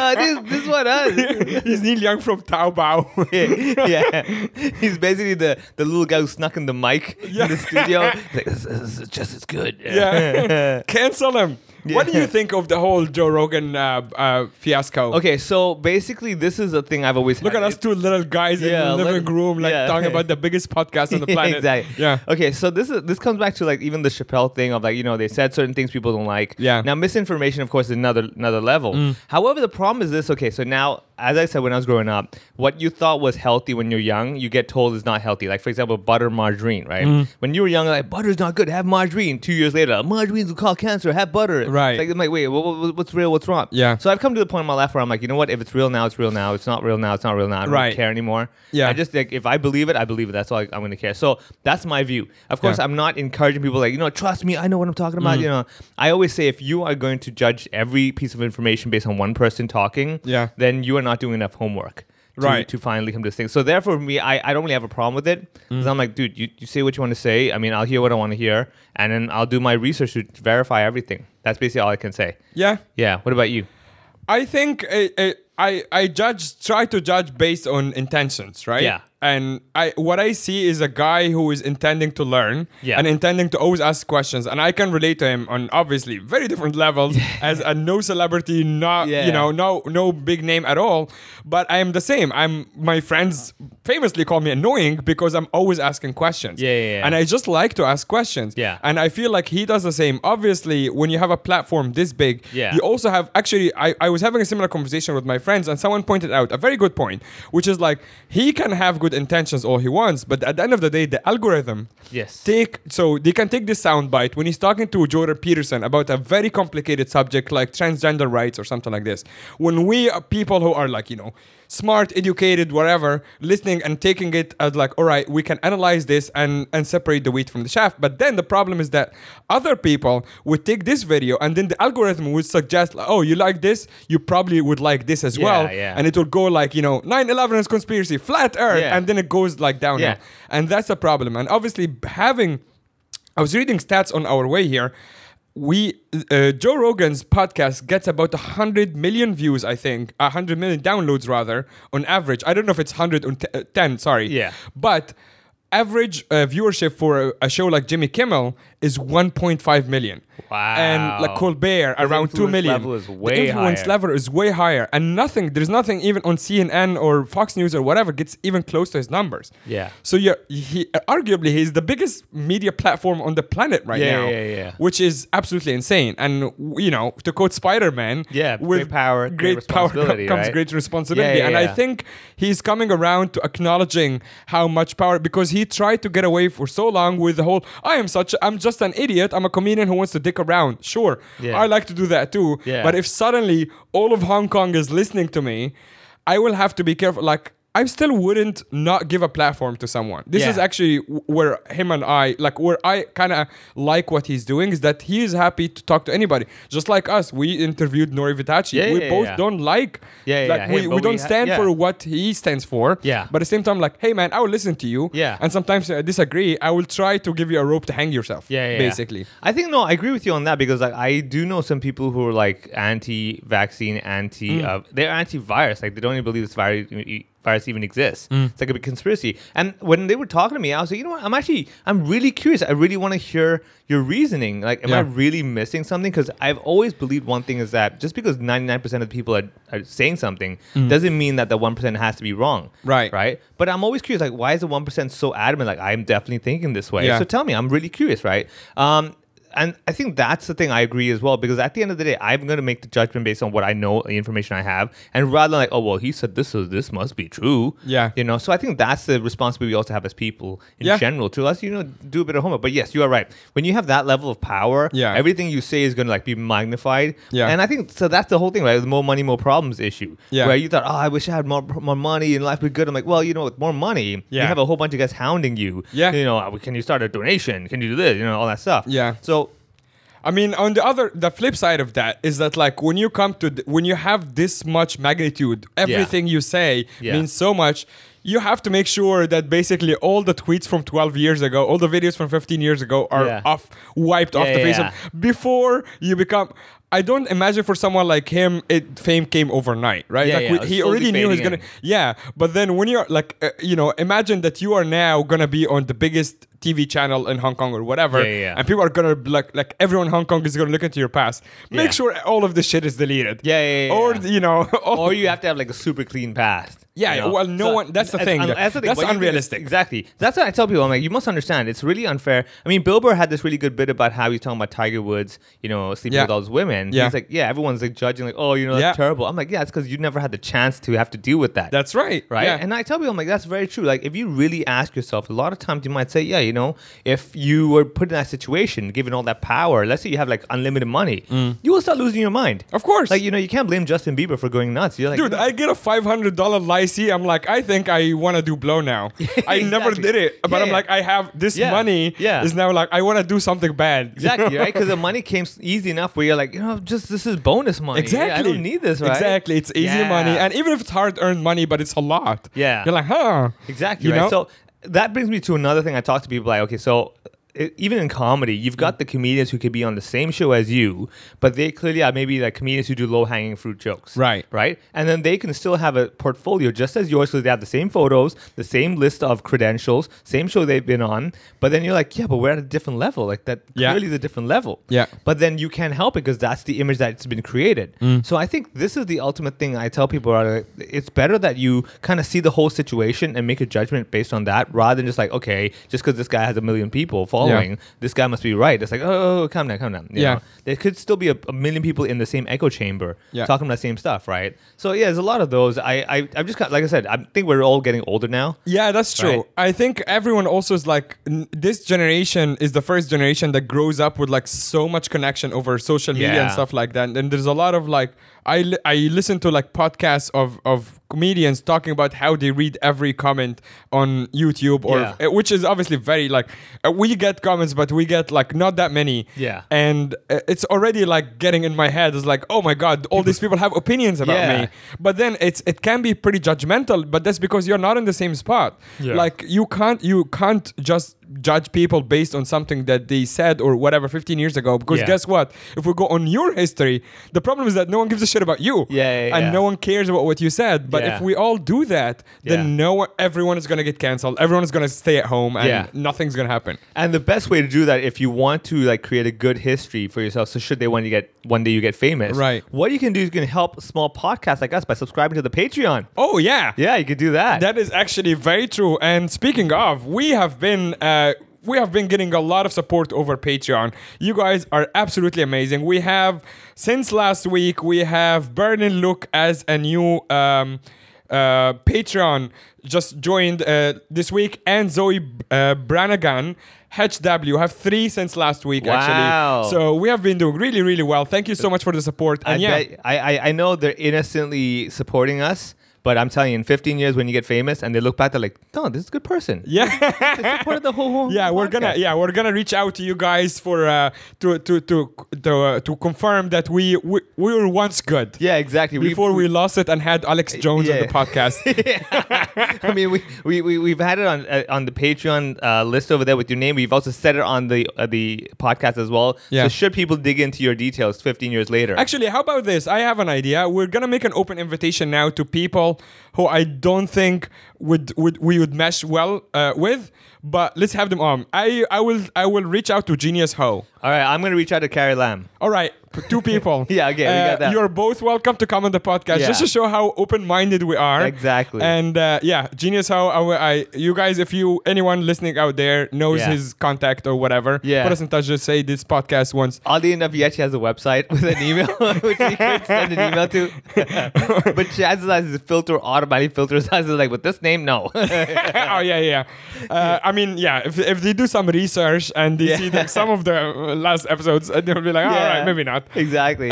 [SPEAKER 3] Uh, this this one us.
[SPEAKER 4] He's Neil Young from Taobao.
[SPEAKER 3] yeah, yeah. he's basically the, the little guy who snuck in the mic
[SPEAKER 4] Yeah.
[SPEAKER 3] in the studio. He's like, this, this is just as good.
[SPEAKER 4] yeah, cancel him. What do
[SPEAKER 3] Yeah.
[SPEAKER 4] you think of the whole Joe Rogan uh, uh, fiasco?
[SPEAKER 3] Okay, so basically, this is a thing I've always
[SPEAKER 4] Look
[SPEAKER 3] had.
[SPEAKER 4] at us two little guys
[SPEAKER 3] Yeah,
[SPEAKER 4] in the
[SPEAKER 3] look-
[SPEAKER 4] living room, like
[SPEAKER 3] yeah.
[SPEAKER 4] talking about the biggest podcast on the planet.
[SPEAKER 3] exactly.
[SPEAKER 4] Yeah.
[SPEAKER 3] Okay, so this is this comes back to like even the Chappelle thing of like you know they said certain things people don't like.
[SPEAKER 4] Yeah. Mm.
[SPEAKER 3] Now misinformation, of course, is another another level. However, the problem is this. Okay, so now as I said when I was growing up, what you thought was healthy when you're young, you get told is not healthy. Like for example, butter margarine, right?
[SPEAKER 4] Mm.
[SPEAKER 3] When you were young, like butter's not good. Have margarine. Two years later, margarine's will cause cancer. Have butter.
[SPEAKER 4] Right.
[SPEAKER 3] It's like I'm like wait, what, what- what's real? What's wrong?
[SPEAKER 4] Yeah.
[SPEAKER 3] So I've come to the point in my life where I'm like, you know what? If it's real now, it's real now. It's not real now. It's not real now. I don't
[SPEAKER 4] Right.
[SPEAKER 3] care anymore.
[SPEAKER 4] Yeah.
[SPEAKER 3] I just just, like if I believe it, I believe it. That's all I, am going to care. So that's my view. Of course,
[SPEAKER 4] Yeah. Mm-hmm.
[SPEAKER 3] I'm not encouraging people like you know, trust me, I know what I'm talking about. You know, I always say if you are going to judge every piece of information based on one person talking,
[SPEAKER 4] Yeah.
[SPEAKER 3] then you are not doing enough homework. To,
[SPEAKER 4] Right.
[SPEAKER 3] to finally come to this thing. So therefore, me, I, I don't really have a problem with it
[SPEAKER 4] Mm.
[SPEAKER 3] because I'm like, dude, you, you say what you want to say. I mean, I'll hear what I want to hear, and then I'll do my research to verify everything. That's basically all I can say.
[SPEAKER 4] Yeah.
[SPEAKER 3] Yeah. What about you?
[SPEAKER 4] I think uh, uh, I I judge try to judge based on intentions, right?
[SPEAKER 3] Yeah.
[SPEAKER 4] And I what I see is a guy who is intending to learn
[SPEAKER 3] Yeah.
[SPEAKER 4] and intending to always ask questions, and I can relate to him on obviously very different levels as a no celebrity, not
[SPEAKER 3] Yeah.
[SPEAKER 4] you know no no big name at all, but I am the same. I'm my friends famously call me annoying because I'm always asking questions.
[SPEAKER 3] Yeah, yeah, yeah.
[SPEAKER 4] And I just like to ask questions.
[SPEAKER 3] Yeah.
[SPEAKER 4] And I feel like he does the same. Obviously, when you have a platform this big,
[SPEAKER 3] Yeah.
[SPEAKER 4] you also have actually I, I was having a similar conversation with my friends and someone pointed out a very good point which is like he can have good intentions all he wants but at the end of the day the algorithm
[SPEAKER 3] Yes.
[SPEAKER 4] take so they can take this soundbite when he's talking to jordan peterson about a very complicated subject like transgender rights or something like this when we are people who are like you know smart educated whatever listening and taking it as like all right we can analyze this and and separate the wheat from the chaff but then the problem is that other people would take this video and then the algorithm would suggest like, oh you like this you probably would like this as
[SPEAKER 3] Yeah,
[SPEAKER 4] well
[SPEAKER 3] yeah.
[SPEAKER 4] and it would go like you know 9-11 is conspiracy flat earth
[SPEAKER 3] Yeah.
[SPEAKER 4] and then it goes like downhill
[SPEAKER 3] Yeah.
[SPEAKER 4] and that's a problem and obviously having i was reading stats on our way here we uh, joe rogan's podcast gets about 100 million views i think 100 million downloads rather on average i don't know if it's 100 or t- uh, 10 sorry
[SPEAKER 3] Yeah.
[SPEAKER 4] but average uh, viewership for a, a show like jimmy kimmel is 1.5 million
[SPEAKER 3] Wow.
[SPEAKER 4] and like colbert around 2
[SPEAKER 3] influence
[SPEAKER 4] million
[SPEAKER 3] level is
[SPEAKER 4] The
[SPEAKER 3] way
[SPEAKER 4] influence
[SPEAKER 3] higher.
[SPEAKER 4] level level is way higher, and nothing. There's nothing even on CNN or Fox News or whatever gets even close to his numbers.
[SPEAKER 3] Yeah.
[SPEAKER 4] So yeah, he arguably he's the biggest media platform on the planet right
[SPEAKER 3] Yeah,
[SPEAKER 4] now.
[SPEAKER 3] yeah, yeah.
[SPEAKER 4] Which is absolutely insane. And w- you know, to quote Spider Man,
[SPEAKER 3] Yeah, great power, great
[SPEAKER 4] great power
[SPEAKER 3] responsibility,
[SPEAKER 4] comes
[SPEAKER 3] right?
[SPEAKER 4] great responsibility.
[SPEAKER 3] Yeah,
[SPEAKER 4] and
[SPEAKER 3] yeah,
[SPEAKER 4] I
[SPEAKER 3] yeah.
[SPEAKER 4] think he's coming around to acknowledging how much power because he tried to get away for so long with the whole I am such I'm just an idiot. I'm a comedian who wants to dick around. Sure.
[SPEAKER 3] Yeah.
[SPEAKER 4] I like to do that too.
[SPEAKER 3] Yeah.
[SPEAKER 4] But if suddenly all of Hong Kong is listening to me, I will have to be careful. Like, I still wouldn't not give a platform to someone. This is
[SPEAKER 3] Yeah.
[SPEAKER 4] actually w- where him and I, like, where I kind of like what he's doing is that he is happy to talk to anybody. Just like us, we interviewed Nori Vitachi.
[SPEAKER 3] Yeah,
[SPEAKER 4] we
[SPEAKER 3] yeah,
[SPEAKER 4] both
[SPEAKER 3] yeah.
[SPEAKER 4] don't like,
[SPEAKER 3] Yeah, yeah,
[SPEAKER 4] like,
[SPEAKER 3] yeah.
[SPEAKER 4] we,
[SPEAKER 3] Him,
[SPEAKER 4] we
[SPEAKER 3] but
[SPEAKER 4] don't
[SPEAKER 3] we ha-
[SPEAKER 4] stand
[SPEAKER 3] yeah.
[SPEAKER 4] for what he stands for.
[SPEAKER 3] Yeah.
[SPEAKER 4] But at the same time, like, hey, man, I will listen to you.
[SPEAKER 3] Yeah.
[SPEAKER 4] And sometimes I disagree. I will try to give you a rope to hang yourself.
[SPEAKER 3] Yeah, yeah, yeah.
[SPEAKER 4] Basically.
[SPEAKER 3] I think no, I agree with you on that because like I do know some people who are like anti-vaccine, anti,
[SPEAKER 4] Mm.
[SPEAKER 3] uh, they're anti-virus. Like they don't even believe this virus e, virus even exists.
[SPEAKER 4] Mm.
[SPEAKER 3] It's like a big conspiracy. And when they were talking to me, I was like, you know what? I'm actually, I'm really curious. I really want to hear your reasoning. Like, am I
[SPEAKER 4] Yeah.
[SPEAKER 3] really missing something? Because I've always believed one thing is that just because 99% of the people are, are saying something doesn't mean that the 1% has to be wrong.
[SPEAKER 4] Mm. Right.
[SPEAKER 3] Right. But I'm always curious, like, why is the 1% so adamant? Like, I'm definitely thinking this way.
[SPEAKER 4] Yeah.
[SPEAKER 3] So tell me, I'm really curious, right? Um, and I think that's the thing I agree as well because at the end of the day, I'm going to make the judgment based on what I know, the information I have, and rather than like, oh well, he said this, so this must be true.
[SPEAKER 4] Yeah.
[SPEAKER 3] you know. So I think that's the responsibility we also have as people in
[SPEAKER 4] Yeah.
[SPEAKER 3] general to us, you know, do a bit of homework. But yes, you are right. When you have that level of power,
[SPEAKER 4] Yeah.
[SPEAKER 3] everything you say is going to like be magnified.
[SPEAKER 4] Yeah.
[SPEAKER 3] and I think so. That's the whole thing, right? The more money, more problems issue.
[SPEAKER 4] Yeah.
[SPEAKER 3] where you thought, oh, I wish I had more more money and life would be good. I'm like, well, you know, with more money,
[SPEAKER 4] Yeah.
[SPEAKER 3] you have a whole bunch of guys hounding you.
[SPEAKER 4] Yeah.
[SPEAKER 3] you know, uh, can you start a donation? Can you do this? You know, all that stuff.
[SPEAKER 4] Yeah.
[SPEAKER 3] So
[SPEAKER 4] I mean, on the other, the flip side of that is that like when you come to th- when you have this much magnitude, everything you say
[SPEAKER 3] Yeah.
[SPEAKER 4] means so much. You have to make sure that basically all the tweets from 12 years ago, all the videos from 15 years ago are
[SPEAKER 3] Yeah.
[SPEAKER 4] off, wiped off
[SPEAKER 3] Yeah,
[SPEAKER 4] the face
[SPEAKER 3] yeah,
[SPEAKER 4] of before you become. I don't imagine for someone like him, it fame came overnight, right?
[SPEAKER 3] Yeah,
[SPEAKER 4] like
[SPEAKER 3] yeah,
[SPEAKER 4] we-
[SPEAKER 3] it was
[SPEAKER 4] he
[SPEAKER 3] slowly
[SPEAKER 4] already knew he's
[SPEAKER 3] fading
[SPEAKER 4] gonna.
[SPEAKER 3] in.
[SPEAKER 4] Yeah, but then when you're like, uh, you know, imagine that you are now gonna be on the biggest TV channel in Hong Kong or whatever,
[SPEAKER 3] Yeah, yeah, yeah.
[SPEAKER 4] and people are gonna be like like everyone in Hong Kong is gonna look into your past. Make
[SPEAKER 3] Yeah.
[SPEAKER 4] sure all of this shit is deleted.
[SPEAKER 3] Yeah, yeah, yeah,
[SPEAKER 4] Or
[SPEAKER 3] yeah.
[SPEAKER 4] you know, all-
[SPEAKER 3] or you have to have like a super clean past.
[SPEAKER 4] Oh. Yeah,
[SPEAKER 3] you know?
[SPEAKER 4] well, no one- that's the thing,
[SPEAKER 3] un-
[SPEAKER 4] that- that's
[SPEAKER 3] what you do is-
[SPEAKER 4] unrealistic.
[SPEAKER 3] exactly. That's what I tell people. I'm like, you must understand. It's really unfair. I mean, Bill Burr had this really good bit about how he's talking about Tiger Woods, you know, sleeping
[SPEAKER 4] Yeah.
[SPEAKER 3] with all those women.
[SPEAKER 4] Yeah.
[SPEAKER 3] He's like, yeah, everyone's like judging, like, oh, you know, that's
[SPEAKER 4] Yeah.
[SPEAKER 3] terrible. I'm like, yeah, it's because you never had the chance to have to deal with that.
[SPEAKER 4] that's right,
[SPEAKER 3] Right.
[SPEAKER 4] Yeah.
[SPEAKER 3] And I tell people, I'm like, that's very true. Like, if you really ask yourself, a lot of times you might say, yeah, you know, if you were put in that situation, given all that power, let's say you have like unlimited money, you will start losing your mind.
[SPEAKER 4] Mm. Of course.
[SPEAKER 3] Like, you know, you can't blame Justin Bieber for going nuts. You're like,
[SPEAKER 4] Dude, I get a five hundred dollar lycee. I'm like, I think I want to do blow now. I never
[SPEAKER 3] Exactly.
[SPEAKER 4] did it, but
[SPEAKER 3] Yeah,
[SPEAKER 4] I'm
[SPEAKER 3] yeah.
[SPEAKER 4] like, I have this
[SPEAKER 3] Yeah,
[SPEAKER 4] money.
[SPEAKER 3] yeah.
[SPEAKER 4] is now like I want to do something bad.
[SPEAKER 3] Exactly, right? Because the money came s- easy enough where you're like, you know, just this is bonus money.
[SPEAKER 4] Exactly.
[SPEAKER 3] I don't need this, right?
[SPEAKER 4] Exactly. It's easy
[SPEAKER 3] Yeah.
[SPEAKER 4] money. And even if it's hard earned money, but it's a lot.
[SPEAKER 3] Yeah.
[SPEAKER 4] You're like, huh.
[SPEAKER 3] Exactly.
[SPEAKER 4] You
[SPEAKER 3] right.
[SPEAKER 4] know?
[SPEAKER 3] So that brings me to another thing I talk to people like, okay, so uh, even in comedy, you've
[SPEAKER 4] Mm.
[SPEAKER 3] got the comedians who could be on the same show as you, but they clearly are maybe like comedians who do low hanging fruit jokes.
[SPEAKER 4] Right.
[SPEAKER 3] Right. And then they can still have a portfolio just as yours, so they have the same photos, the same list of credentials, same show they've been on. But then you're like, yeah, but we're at a different level. Like that
[SPEAKER 4] Yeah.
[SPEAKER 3] clearly is a different level.
[SPEAKER 4] Yeah.
[SPEAKER 3] But then you can't help it because that's the image that's been created.
[SPEAKER 4] Mm.
[SPEAKER 3] So I think this is the ultimate thing I tell people are like, it's better that you kind of see the whole situation and make a judgment based on that rather than just like, okay, just because this guy has a million people following, this guy must be right. It's like, oh, calm down, calm down. you
[SPEAKER 4] Yeah.
[SPEAKER 3] know? There could still be a, a million people in the same echo chamber
[SPEAKER 4] Yeah.
[SPEAKER 3] talking about the same stuff, right? So yeah, there's a lot of those. I, I, I've just got, like I said, I think we're all getting older now.
[SPEAKER 4] Yeah, that's true.
[SPEAKER 3] Right.
[SPEAKER 4] I think everyone also is like, n- this generation is the first generation that grows up with like so much connection over social media and
[SPEAKER 3] Yeah.
[SPEAKER 4] stuff like that. And, then there's a lot of like, I, li- I listen to like podcasts of, of comedians talking about how they read every comment on YouTube or,
[SPEAKER 3] Yeah.
[SPEAKER 4] uh, which is obviously very like, uh, we get comments, but we get like not that many.
[SPEAKER 3] Yeah.
[SPEAKER 4] And uh, it's already like getting in my head is like, oh my God, all these people have opinions about
[SPEAKER 3] Yeah.
[SPEAKER 4] me but then it's it can be pretty judgmental but that's because you're not in the same spot
[SPEAKER 3] Yeah.
[SPEAKER 4] like you can't you can't just judge people based on something that they said or whatever 15 years ago because
[SPEAKER 3] Yeah.
[SPEAKER 4] guess what if we go on your history the problem is that no one gives a shit about you
[SPEAKER 3] Yeah, yeah,
[SPEAKER 4] and
[SPEAKER 3] yeah.
[SPEAKER 4] no one cares about what you said but
[SPEAKER 3] Yeah.
[SPEAKER 4] if we all do that then
[SPEAKER 3] Yeah.
[SPEAKER 4] no one everyone is gonna get canceled everyone is gonna stay at home and
[SPEAKER 3] Yeah.
[SPEAKER 4] nothing's gonna happen
[SPEAKER 3] And the best way to do that, if you want to like create a good history for yourself, so should they want to get one day you get famous,
[SPEAKER 4] Right.
[SPEAKER 3] What you can do is you can help small podcasts like us by subscribing to the Patreon.
[SPEAKER 4] oh yeah
[SPEAKER 3] Yeah, you could do that.
[SPEAKER 4] That is actually very true. And speaking of, we have been. Uh, we have been getting a lot of support over Patreon. You guys are absolutely amazing. We have, since last week, we have Burning Look as a new um, uh, Patreon just joined uh, this week, and Zoe uh, Branagan, HW, have three since last week,
[SPEAKER 3] Wow.
[SPEAKER 4] actually. So we have been doing really, really well. Thank you so much for the support.
[SPEAKER 3] I,
[SPEAKER 4] And yeah.
[SPEAKER 3] bet- I, I I know they're innocently supporting us, but I'm telling you, in 15 years when you get famous and they look back, they're like, no, this is a good person.
[SPEAKER 4] yeah.
[SPEAKER 3] They supported the whole. whole
[SPEAKER 4] yeah we're gonna
[SPEAKER 3] podcast.
[SPEAKER 4] yeah we're gonna reach out to you guys for uh to to to to, uh, to confirm that we, we we were once good
[SPEAKER 3] Yeah, exactly. We- Eh,
[SPEAKER 4] before we lost it and had alex jones on
[SPEAKER 3] yeah.
[SPEAKER 4] the podcast
[SPEAKER 3] I mean, we, we, we, we've had it on uh, on the Patreon uh, list over there with your name. We've also set it on the uh, the podcast as well.
[SPEAKER 4] Yeah.
[SPEAKER 3] So should people dig into your details 15 years later?
[SPEAKER 4] actually how about this i have an idea we're gonna make an open invitation now to people who i don't think would would we would mesh well uh, with but let's have them on i i will i will reach out to genius ho
[SPEAKER 3] All right, I'm going to reach out to Carrie Lam.
[SPEAKER 4] All right, p- two people. Uh,
[SPEAKER 3] Yeah, okay, we got that.
[SPEAKER 4] You're both welcome to come on the podcast
[SPEAKER 3] Yeah.
[SPEAKER 4] just to show how open-minded we are.
[SPEAKER 3] Exactly.
[SPEAKER 4] And uh, yeah, genius. How I, I, you guys, if you anyone listening out there knows
[SPEAKER 3] Yeah.
[SPEAKER 4] his contact or whatever,
[SPEAKER 3] Yeah.
[SPEAKER 4] put us in touch. Just say this podcast once.
[SPEAKER 3] Oddly enough, he actually has a website with an email, which he could send an email to. but chances are his filter automatically filters us. It's like, with this name, no.
[SPEAKER 4] oh yeah, yeah. Uh, I mean, yeah. If, if they do some research and they see that some of the uh, last episodes, uh, they'll be like, all right,
[SPEAKER 3] Yeah.
[SPEAKER 4] maybe not.
[SPEAKER 3] exactly.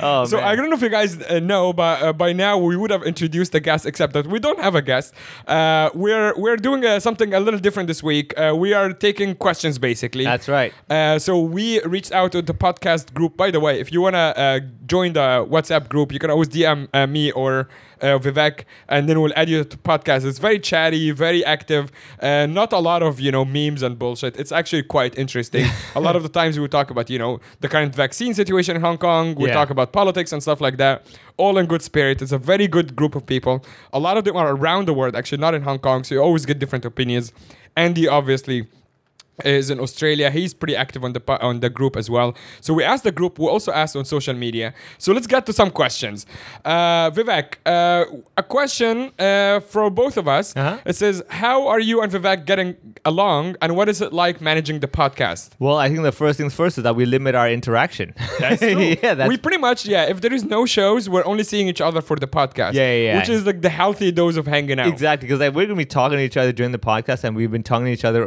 [SPEAKER 3] Oh,
[SPEAKER 4] so
[SPEAKER 3] man.
[SPEAKER 4] I don't know if you guys uh, know, but uh, by now we would have introduced a guest, except that we don't have a guest. Uh, we're we're doing uh, something a little different this week. Uh, we are taking questions basically.
[SPEAKER 3] That's right.
[SPEAKER 4] Uh, so we reached out to the podcast group. By the way, if you wanna uh, join the WhatsApp group, you can always DM uh, me or uh, Vivek, and then we'll add you to podcast. It's very chatty, very active, uh, not a lot of you know memes and bullshit. It's actually quite interesting. a lot of the times we talk about you know the current vaccine situation in Hong Kong. We
[SPEAKER 3] Yeah.
[SPEAKER 4] talk about politics and stuff like that. All in good spirit. It's a very good group of people. A lot of them are around the world, actually, not in Hong Kong. So you always get different opinions. Andy, obviously is in Australia. He's pretty active on the pa- on the group as well. So we asked the group. We also asked on social media. So let's get to some questions. Uh, Vivek, uh, a question uh, for both of us.
[SPEAKER 3] Uh-huh.
[SPEAKER 4] It says, "How are you and Vivek getting along, and what is it like managing the podcast?"
[SPEAKER 3] Well, I think the first things first is that we limit our interaction. That's yeah, that's
[SPEAKER 4] we pretty much yeah. If there is no shows, we're only seeing each other for the podcast.
[SPEAKER 3] Yeah, yeah, yeah.
[SPEAKER 4] Which is like the healthy dose of hanging out.
[SPEAKER 3] Exactly, because like we're gonna be talking to each other during the podcast, and we've been talking to each other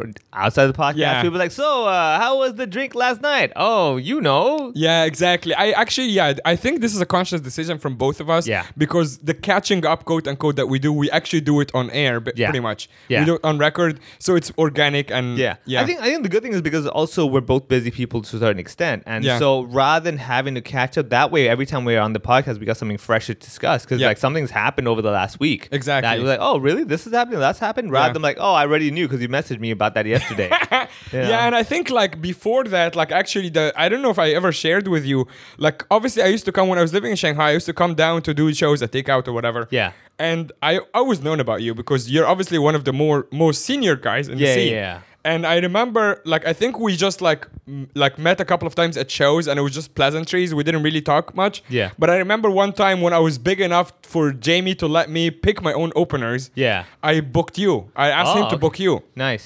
[SPEAKER 3] outside the podcast.
[SPEAKER 4] Yeah.
[SPEAKER 3] We'll be like, "So, uh, how was the drink last night?" Oh, you know,
[SPEAKER 4] Yeah, exactly. I actually, yeah, I think this is a conscious decision from both of us.
[SPEAKER 3] Yeah.
[SPEAKER 4] Because the catching up, quote unquote, that we do, we actually do it on air, but
[SPEAKER 3] Yeah.
[SPEAKER 4] pretty much.
[SPEAKER 3] Yeah.
[SPEAKER 4] We do it on record, so it's organic and
[SPEAKER 3] yeah,
[SPEAKER 4] yeah.
[SPEAKER 3] I think I think the good thing is because also we're both busy people to a certain extent, and
[SPEAKER 4] Yeah.
[SPEAKER 3] so rather than having to catch up that way, every time we're on the podcast, we got something fresh to discuss because
[SPEAKER 4] Yeah.
[SPEAKER 3] like something's happened over the last week.
[SPEAKER 4] Exactly.
[SPEAKER 3] That you're like, "Oh, really? This is happening? That's happened?" Rather
[SPEAKER 4] Yeah.
[SPEAKER 3] than like, "Oh, I already knew because you messaged me about that yesterday." yeah.
[SPEAKER 4] Yeah. and I think like before that, like actually, the I don't know if I ever shared with you. Like, obviously, I used to come when I was living in Shanghai. I used to come down to do shows at takeout or whatever.
[SPEAKER 3] Yeah.
[SPEAKER 4] and I always known about you because you're obviously one of the more most senior guys in
[SPEAKER 3] Yeah,
[SPEAKER 4] the scene.
[SPEAKER 3] yeah.
[SPEAKER 4] And I remember, like, I think we just like m- like met a couple of times at shows, and it was just pleasantries. We didn't really talk much.
[SPEAKER 3] Yeah.
[SPEAKER 4] But I remember one time when I was big enough for Jamie to let me pick my own openers.
[SPEAKER 3] Yeah.
[SPEAKER 4] I booked you. I asked
[SPEAKER 3] Oh,
[SPEAKER 4] him to
[SPEAKER 3] okay.
[SPEAKER 4] book you
[SPEAKER 3] nice.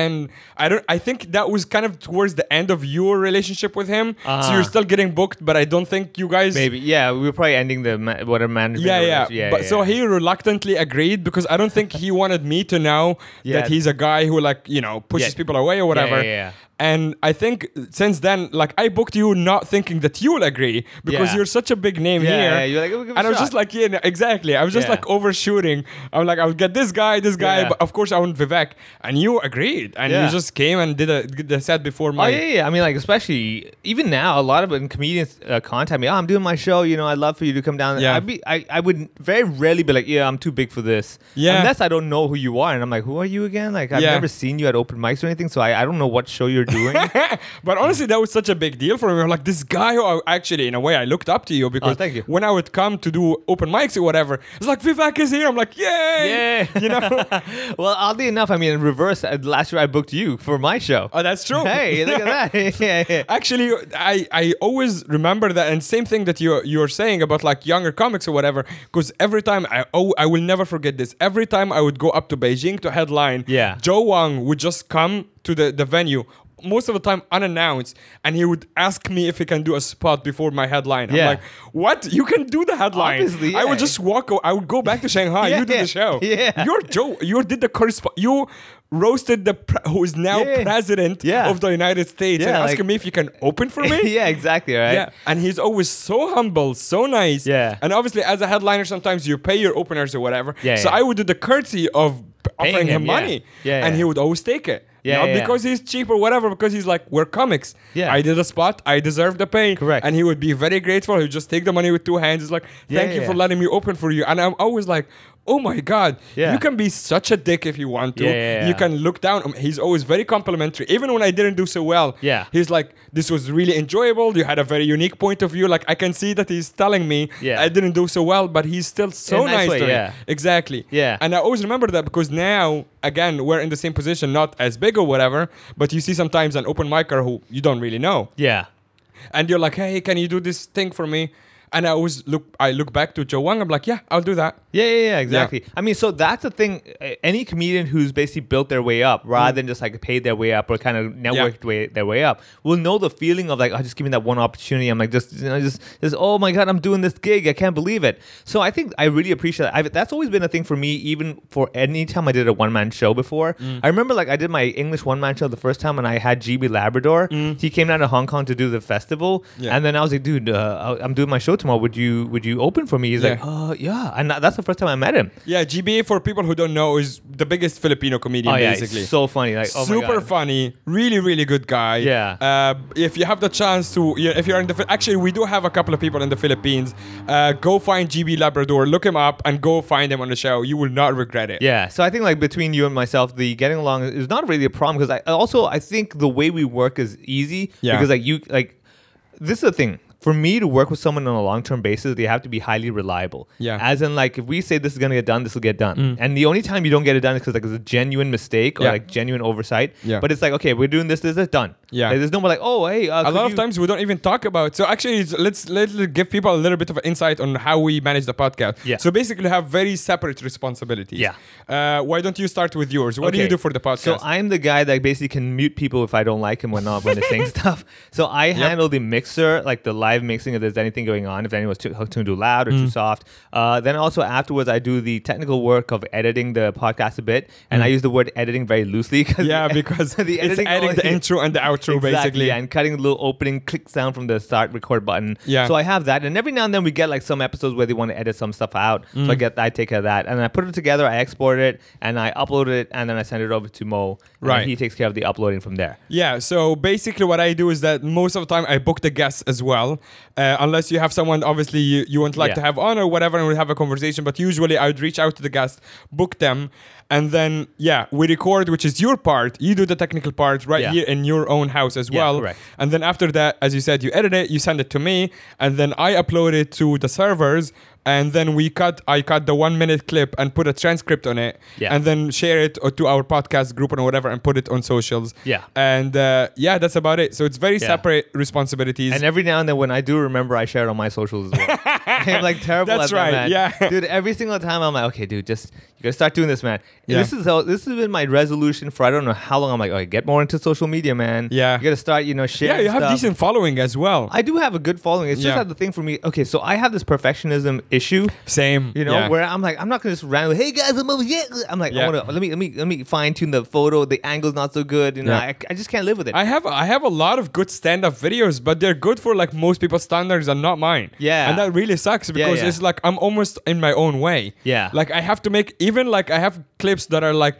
[SPEAKER 4] and I don't. I think that was kind of towards the end of your relationship with him. So
[SPEAKER 3] Uh-huh.
[SPEAKER 4] you're still getting booked, but I don't think you guys.
[SPEAKER 3] Maybe yeah, we are probably ending the ma- what a management.
[SPEAKER 4] Yeah, yeah.
[SPEAKER 3] or whatever. yeah.
[SPEAKER 4] but
[SPEAKER 3] yeah,
[SPEAKER 4] so
[SPEAKER 3] yeah.
[SPEAKER 4] he reluctantly agreed because I don't think he wanted me to know
[SPEAKER 3] Yeah.
[SPEAKER 4] that he's a guy who like you know pushes
[SPEAKER 3] Yeah.
[SPEAKER 4] people away or whatever.
[SPEAKER 3] yeah, yeah.
[SPEAKER 4] And I think since then, like I booked you not thinking that you will agree because
[SPEAKER 3] Yeah.
[SPEAKER 4] you're such a big name
[SPEAKER 3] Yeah,
[SPEAKER 4] here.
[SPEAKER 3] yeah, you're like, "We'll give it a
[SPEAKER 4] and I was just
[SPEAKER 3] shot."
[SPEAKER 4] like, yeah, no, exactly. I was just
[SPEAKER 3] Yeah.
[SPEAKER 4] like overshooting. I'm like, I'll get this guy, this guy,
[SPEAKER 3] Yeah.
[SPEAKER 4] but of course I want Vivek, and you agreed, and
[SPEAKER 3] Yeah.
[SPEAKER 4] you just came and did a did the set before
[SPEAKER 3] Oh
[SPEAKER 4] my.
[SPEAKER 3] yeah, yeah, yeah. I mean, like especially even now, a lot of when comedians uh, contact me. Oh, I'm doing my show. You know, I'd love for you to come down.
[SPEAKER 4] Yeah.
[SPEAKER 3] I'd be, I, I would very rarely be like, yeah, I'm too big for this.
[SPEAKER 4] Yeah.
[SPEAKER 3] Unless I don't know who you are, and I'm like, who are you again? Like I've
[SPEAKER 4] Yeah.
[SPEAKER 3] never seen you at open mics or anything, so I, I don't know what show you're doing.
[SPEAKER 4] but honestly, that was such a big deal for me. I'm Like this guy who I, actually, in a way, I looked up to you because
[SPEAKER 3] Oh, thank you.
[SPEAKER 4] when I would come to do open mics or whatever, it's like Vivek is here. I'm like, yay!
[SPEAKER 3] Yay.
[SPEAKER 4] You know?
[SPEAKER 3] well, oddly enough, I mean, in reverse, uh, last year I booked you for my show.
[SPEAKER 4] oh, that's true.
[SPEAKER 3] hey, look at that. yeah, yeah.
[SPEAKER 4] Actually, I, I always remember that, and same thing that you you were saying about like younger comics or whatever. Because every time I oh I will never forget this. Every time I would go up to Beijing to headline,
[SPEAKER 3] Yeah.
[SPEAKER 4] Joe Wang would just come to the the venue most of the time unannounced, and he would ask me if he can do a spot before my headline. I'm
[SPEAKER 3] Yeah.
[SPEAKER 4] like, what? You can do the headline?
[SPEAKER 3] Obviously,
[SPEAKER 4] I would
[SPEAKER 3] yeah.
[SPEAKER 4] just walk. o- I would go back to Shanghai.
[SPEAKER 3] Yeah,
[SPEAKER 4] you did the show.
[SPEAKER 3] yeah.
[SPEAKER 4] you're Joe. You did the correspond. You. Roasted the pre- who is now
[SPEAKER 3] Yeah.
[SPEAKER 4] president
[SPEAKER 3] Yeah.
[SPEAKER 4] of the United States and
[SPEAKER 3] Yeah,
[SPEAKER 4] asking
[SPEAKER 3] like-
[SPEAKER 4] me if you can open for me.
[SPEAKER 3] yeah, exactly. Right.
[SPEAKER 4] Yeah, and he's always so humble, so nice.
[SPEAKER 3] Yeah.
[SPEAKER 4] and obviously as a headliner, sometimes you pay your openers or whatever.
[SPEAKER 3] Yeah,
[SPEAKER 4] So
[SPEAKER 3] yeah.
[SPEAKER 4] I would do the courtesy of p-
[SPEAKER 3] Paying
[SPEAKER 4] offering him,
[SPEAKER 3] him, yeah.
[SPEAKER 4] money.
[SPEAKER 3] Yeah,
[SPEAKER 4] and
[SPEAKER 3] yeah.
[SPEAKER 4] he would always take it.
[SPEAKER 3] Yeah,
[SPEAKER 4] Not
[SPEAKER 3] yeah, yeah.
[SPEAKER 4] because he's cheap or whatever. Because he's like, we're comics.
[SPEAKER 3] Yeah.
[SPEAKER 4] I did a spot. I deserve the pay.
[SPEAKER 3] Correct.
[SPEAKER 4] And he would be very grateful. He would just take the money with two hands. He's like,
[SPEAKER 3] Yeah,
[SPEAKER 4] thank you
[SPEAKER 3] yeah,
[SPEAKER 4] for
[SPEAKER 3] yeah.
[SPEAKER 4] letting me open for you. And I'm always like. Oh my God!
[SPEAKER 3] Yeah.
[SPEAKER 4] You can be such a dick if you want to.
[SPEAKER 3] Yeah, yeah,
[SPEAKER 4] You
[SPEAKER 3] yeah.
[SPEAKER 4] can look down. on- He's always very complimentary. Even when I didn't do so well,
[SPEAKER 3] Yeah.
[SPEAKER 4] he's like, "This was really enjoyable. You had a very unique point of view. Like I can see that he's telling me
[SPEAKER 3] Yeah.
[SPEAKER 4] I didn't do so well, but he's still so
[SPEAKER 3] In a nice
[SPEAKER 4] nice,
[SPEAKER 3] way,
[SPEAKER 4] to me."
[SPEAKER 3] yeah.
[SPEAKER 4] Exactly.
[SPEAKER 3] Yeah.
[SPEAKER 4] And I always remember that because now, again, we're in the same position, not as big or whatever, but you see sometimes an open micer who you don't really know,
[SPEAKER 3] Yeah.
[SPEAKER 4] and you're like, "Hey, can you do this thing for me?" And I always look, I look back to Joe Wang. I'm like, "Yeah, I'll do that."
[SPEAKER 3] Yeah, yeah, yeah, exactly. I mean, so that's the thing. uh, Any comedian who's basically built their way up, rather than just like paid their way up or kind of networked way, their way up, will know the feeling of like, oh, just give me that one opportunity. I'm like, just, you know, just, just, oh my god, I'm doing this gig. I can't believe it. So I think I really appreciate that. I've, that's always been a thing for me, even for any time I did a one man show before. I remember like I did my English one man show the first time, and I had GB Labrador. He came down to Hong Kong to do the festival,
[SPEAKER 4] Yeah.
[SPEAKER 3] and then I was like, dude, uh, I- I'm doing my show tomorrow. Would you, would you open for me? He's like,
[SPEAKER 4] Yeah.
[SPEAKER 3] uh, yeah, and that- that's the first time I met him.
[SPEAKER 4] Yeah, GBA for people who don't know is the biggest Filipino comedian,
[SPEAKER 3] Oh yeah,
[SPEAKER 4] basically.
[SPEAKER 3] it's so funny, like oh my
[SPEAKER 4] super
[SPEAKER 3] God.
[SPEAKER 4] funny, really, really good guy.
[SPEAKER 3] Yeah.
[SPEAKER 4] Uh, if you have the chance to, yeah, if you're in the, Phil- actually, we do have a couple of people in the Philippines. Uh, go find GB Labrador, look him up, and go find him on the show. You will not regret it.
[SPEAKER 3] Yeah, so I think like between you and myself, the getting along is not really a problem because I also I think the way we work is easy
[SPEAKER 4] Yeah.
[SPEAKER 3] because like you like this is the thing. for me to work with someone on a long term basis, they have to be highly reliable.
[SPEAKER 4] Yeah. Mm.
[SPEAKER 3] As in, like, if we say this is gonna get done, this will get done. And the only time you don't get it done is because like it's a genuine mistake or
[SPEAKER 4] Yeah.
[SPEAKER 3] like genuine oversight.
[SPEAKER 4] Yeah.
[SPEAKER 3] But it's like, okay, we're doing this, this, this, done.
[SPEAKER 4] Yeah.
[SPEAKER 3] Like, there's no more like, oh, hey, uh,
[SPEAKER 4] a
[SPEAKER 3] could
[SPEAKER 4] lot of
[SPEAKER 3] you-
[SPEAKER 4] times we don't even talk about. So actually, it's- let's let's give people a little bit of insight on how we manage the podcast.
[SPEAKER 3] Yeah.
[SPEAKER 4] So basically, have very separate responsibilities.
[SPEAKER 3] Yeah.
[SPEAKER 4] Uh, why don't you start with yours? What do you
[SPEAKER 3] Okay.
[SPEAKER 4] do for the
[SPEAKER 3] So
[SPEAKER 4] podcast?
[SPEAKER 3] I'm the guy that basically can mute people if I don't like him when not when they're saying stuff. So I handle the mixer, like the live mixing if there's anything going on, if anyone's too, tuned too loud or too
[SPEAKER 4] Mm.
[SPEAKER 3] soft. Uh, then also afterwards, I do the technical work of editing the podcast a bit, and I use the word editing very loosely. Cause
[SPEAKER 4] Mm. yeah, because it's adding the
[SPEAKER 3] only-
[SPEAKER 4] intro and the outro
[SPEAKER 3] Exactly,
[SPEAKER 4] basically.
[SPEAKER 3] and cutting a little opening click sound from the start record button.
[SPEAKER 4] Yeah.
[SPEAKER 3] So I have that, and every now and then we get like some episodes where they want to edit some stuff out. So
[SPEAKER 4] Mm.
[SPEAKER 3] I get I take care of that, and I put it together, I export it, and I upload it, and then I send it over to Mo. and
[SPEAKER 4] Right.
[SPEAKER 3] He takes care of the uploading from there.
[SPEAKER 4] Yeah, so basically what I do is that most of the time I book the guests as well, uh, unless you have someone obviously you, you would like
[SPEAKER 3] Yeah.
[SPEAKER 4] to have on or whatever, and we have a conversation. But usually I would reach out to the guest, book them, and then yeah, we record, which is your part. You do the technical part right
[SPEAKER 3] Yeah.
[SPEAKER 4] here in your own house as
[SPEAKER 3] Yeah,
[SPEAKER 4] well.
[SPEAKER 3] correct.
[SPEAKER 4] And then after that, as you said, you edit it, you send it to me, and then I upload it to the servers. And then we cut. I cut the one minute clip and put a transcript on it,
[SPEAKER 3] Yeah.
[SPEAKER 4] and then share it or to our podcast group or whatever, and put it on socials.
[SPEAKER 3] Yeah.
[SPEAKER 4] And uh, yeah, that's about it. So it's very
[SPEAKER 3] Yeah.
[SPEAKER 4] separate responsibilities.
[SPEAKER 3] And every now and then, when I do remember, I share it on my socials as well. I'm like terrible
[SPEAKER 4] That's
[SPEAKER 3] at
[SPEAKER 4] right,
[SPEAKER 3] that, man.
[SPEAKER 4] yeah.
[SPEAKER 3] dude. Every single time, I'm like, okay, dude, just you gotta start doing this, man. And
[SPEAKER 4] Yeah.
[SPEAKER 3] This is how this has been my resolution for I don't know how long. I'm like, okay, get more into social media, man.
[SPEAKER 4] Yeah.
[SPEAKER 3] you gotta start, you know, sharing.
[SPEAKER 4] yeah, you have
[SPEAKER 3] stuff.
[SPEAKER 4] decent following as well.
[SPEAKER 3] I do have a good following. It's just
[SPEAKER 4] Yeah.
[SPEAKER 3] that the thing for me. Okay, so I have this perfectionism issue.
[SPEAKER 4] Same.
[SPEAKER 3] You know,
[SPEAKER 4] yeah.
[SPEAKER 3] where I'm like, I'm not gonna just randomly, hey guys, I'm over here. I'm like,
[SPEAKER 4] Yeah.
[SPEAKER 3] I wanna let me let me let me fine tune the photo. The angle's not so good. You know,
[SPEAKER 4] Yeah.
[SPEAKER 3] I, I just can't live with it.
[SPEAKER 4] I have I have a lot of good stand up videos, but they're good for like most people's standards and not mine.
[SPEAKER 3] Yeah.
[SPEAKER 4] and that really sucks because
[SPEAKER 3] yeah.
[SPEAKER 4] it's like I'm almost in my own way.
[SPEAKER 3] Yeah.
[SPEAKER 4] like I have to make even like I have clips that are like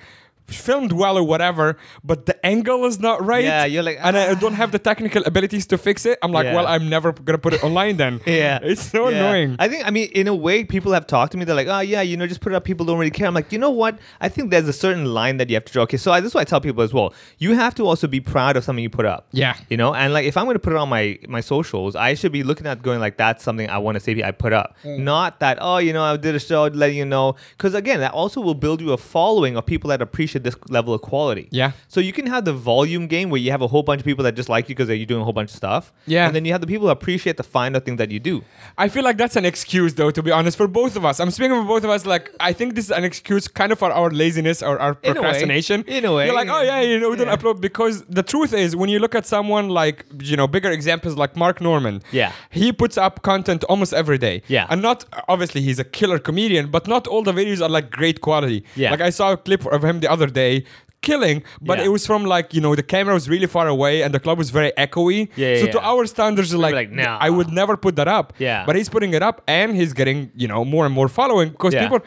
[SPEAKER 4] filmed well or whatever, but the angle is not right.
[SPEAKER 3] Yeah, you're like,
[SPEAKER 4] and I
[SPEAKER 3] "Ah."
[SPEAKER 4] don't have the technical abilities to fix it. I'm like,
[SPEAKER 3] Yeah.
[SPEAKER 4] well, I'm never gonna put it online then.
[SPEAKER 3] yeah,
[SPEAKER 4] it's so
[SPEAKER 3] Yeah.
[SPEAKER 4] annoying.
[SPEAKER 3] I think I mean, in a way, people have talked to me. They're like, oh yeah, you know, just put it up. People don't really care. I'm like, you know what? I think there's a certain line that you have to draw. Okay, so I, this is what I tell people as well. You have to also be proud of something you put up.
[SPEAKER 4] Yeah.
[SPEAKER 3] you know, and like if I'm gonna put it on my my socials, I should be looking at going like that's something I want to say I put up,
[SPEAKER 4] Mm.
[SPEAKER 3] not that oh you know I did a show letting you know. Because again, that also will build you a following of people that appreciate this level of quality.
[SPEAKER 4] Yeah.
[SPEAKER 3] So you can have the volume game where you have a whole bunch of people that just like you because you're doing a whole bunch of stuff.
[SPEAKER 4] Yeah.
[SPEAKER 3] And then you have the people who appreciate the finer thing that you do.
[SPEAKER 4] I feel like that's an excuse, though, to be honest, for both of us. I'm speaking for both of us. Like, I think this is an excuse kind of for our laziness or our
[SPEAKER 3] In a way.
[SPEAKER 4] procrastination.
[SPEAKER 3] In a way,
[SPEAKER 4] You're like, oh, yeah,
[SPEAKER 3] yeah.
[SPEAKER 4] you know, we
[SPEAKER 3] Yeah.
[SPEAKER 4] don't upload because the truth is, when you look at someone like, you know, bigger examples like Mark Norman,
[SPEAKER 3] Yeah.
[SPEAKER 4] he puts up content almost every day.
[SPEAKER 3] Yeah.
[SPEAKER 4] And not, obviously, he's a killer comedian, but not all the videos are like great quality.
[SPEAKER 3] Yeah.
[SPEAKER 4] Like, I saw a clip of him the other day. Killing, but
[SPEAKER 3] Yeah.
[SPEAKER 4] it was from like you know the camera was really far away and the club was very echoey.
[SPEAKER 3] Yeah, yeah,
[SPEAKER 4] So to
[SPEAKER 3] yeah.
[SPEAKER 4] our standards, like,
[SPEAKER 3] like, nah.
[SPEAKER 4] I would never put that up.
[SPEAKER 3] Yeah.
[SPEAKER 4] But he's putting it up and he's getting, you know, more and more following because
[SPEAKER 3] Yeah.
[SPEAKER 4] people,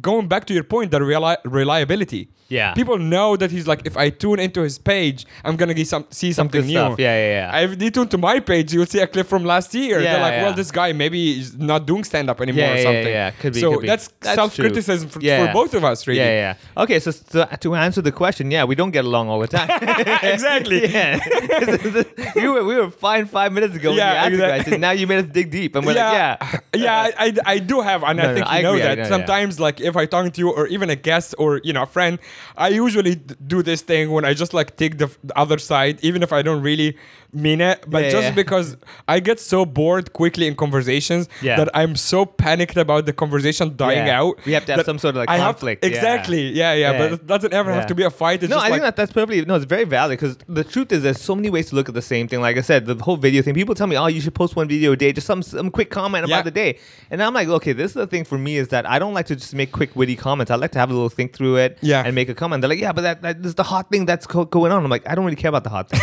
[SPEAKER 4] going back to your point, the reli- reliability.
[SPEAKER 3] Yeah.
[SPEAKER 4] People know that he's like, if I tune into his page, I'm going to get some, see something
[SPEAKER 3] good
[SPEAKER 4] new.
[SPEAKER 3] stuff. Yeah, yeah, yeah.
[SPEAKER 4] If they tune to my page, you'll see a clip from last year.
[SPEAKER 3] Yeah,
[SPEAKER 4] They're like, well,
[SPEAKER 3] yeah.
[SPEAKER 4] this guy maybe is not doing stand up anymore
[SPEAKER 3] Yeah,
[SPEAKER 4] or
[SPEAKER 3] yeah,
[SPEAKER 4] something.
[SPEAKER 3] yeah, yeah. Could be,
[SPEAKER 4] so
[SPEAKER 3] could be.
[SPEAKER 4] that's,
[SPEAKER 3] That's
[SPEAKER 4] self
[SPEAKER 3] true.
[SPEAKER 4] criticism for,
[SPEAKER 3] Yeah.
[SPEAKER 4] for both of us, really.
[SPEAKER 3] Yeah, yeah. Okay, so s- to, to answer the question, yeah, we don't get along all the time.
[SPEAKER 4] Exactly.
[SPEAKER 3] yeah. you were, we were fine five minutes ago
[SPEAKER 4] Yeah,
[SPEAKER 3] when you asked the
[SPEAKER 4] exactly.
[SPEAKER 3] question. Now you made us dig deep. And we're like, yeah.
[SPEAKER 4] yeah, I, I- I do have, and
[SPEAKER 3] No,
[SPEAKER 4] I
[SPEAKER 3] no,
[SPEAKER 4] think
[SPEAKER 3] I
[SPEAKER 4] you know
[SPEAKER 3] agree, I
[SPEAKER 4] that.
[SPEAKER 3] know, yeah.
[SPEAKER 4] Sometimes, like if I talk to you, or even a guest, or you know, a friend, I usually d- do this thing when I just like take the, f- the other side, even if I don't really mean it, but
[SPEAKER 3] Yeah,
[SPEAKER 4] just
[SPEAKER 3] yeah.
[SPEAKER 4] because I get so bored quickly in conversations
[SPEAKER 3] Yeah.
[SPEAKER 4] that I'm so panicked about the conversation dying
[SPEAKER 3] Yeah.
[SPEAKER 4] out.
[SPEAKER 3] We have to have
[SPEAKER 4] that
[SPEAKER 3] some sort of, like,
[SPEAKER 4] I have-
[SPEAKER 3] conflict, yeah.
[SPEAKER 4] exactly. Yeah, yeah,
[SPEAKER 3] Yeah.
[SPEAKER 4] But it doesn't ever have
[SPEAKER 3] Yeah.
[SPEAKER 4] to be a fight. It's
[SPEAKER 3] no,
[SPEAKER 4] just
[SPEAKER 3] I
[SPEAKER 4] like,
[SPEAKER 3] think that that's perfectly no. It's very valid because the truth is, there's so many ways to look at the same thing. Like I said, the whole video thing. People tell me, oh, you should post one video a day, just some some quick comment
[SPEAKER 4] Yeah.
[SPEAKER 3] about the day. And I'm like, okay, this is the thing for me is that I don't like to just make quick witty comments. I like to have a little think through it
[SPEAKER 4] Yeah.
[SPEAKER 3] and make a comment. They're like, yeah, but that, that this is the hot thing that's co- going on. I'm like, I don't really care about the hot thing.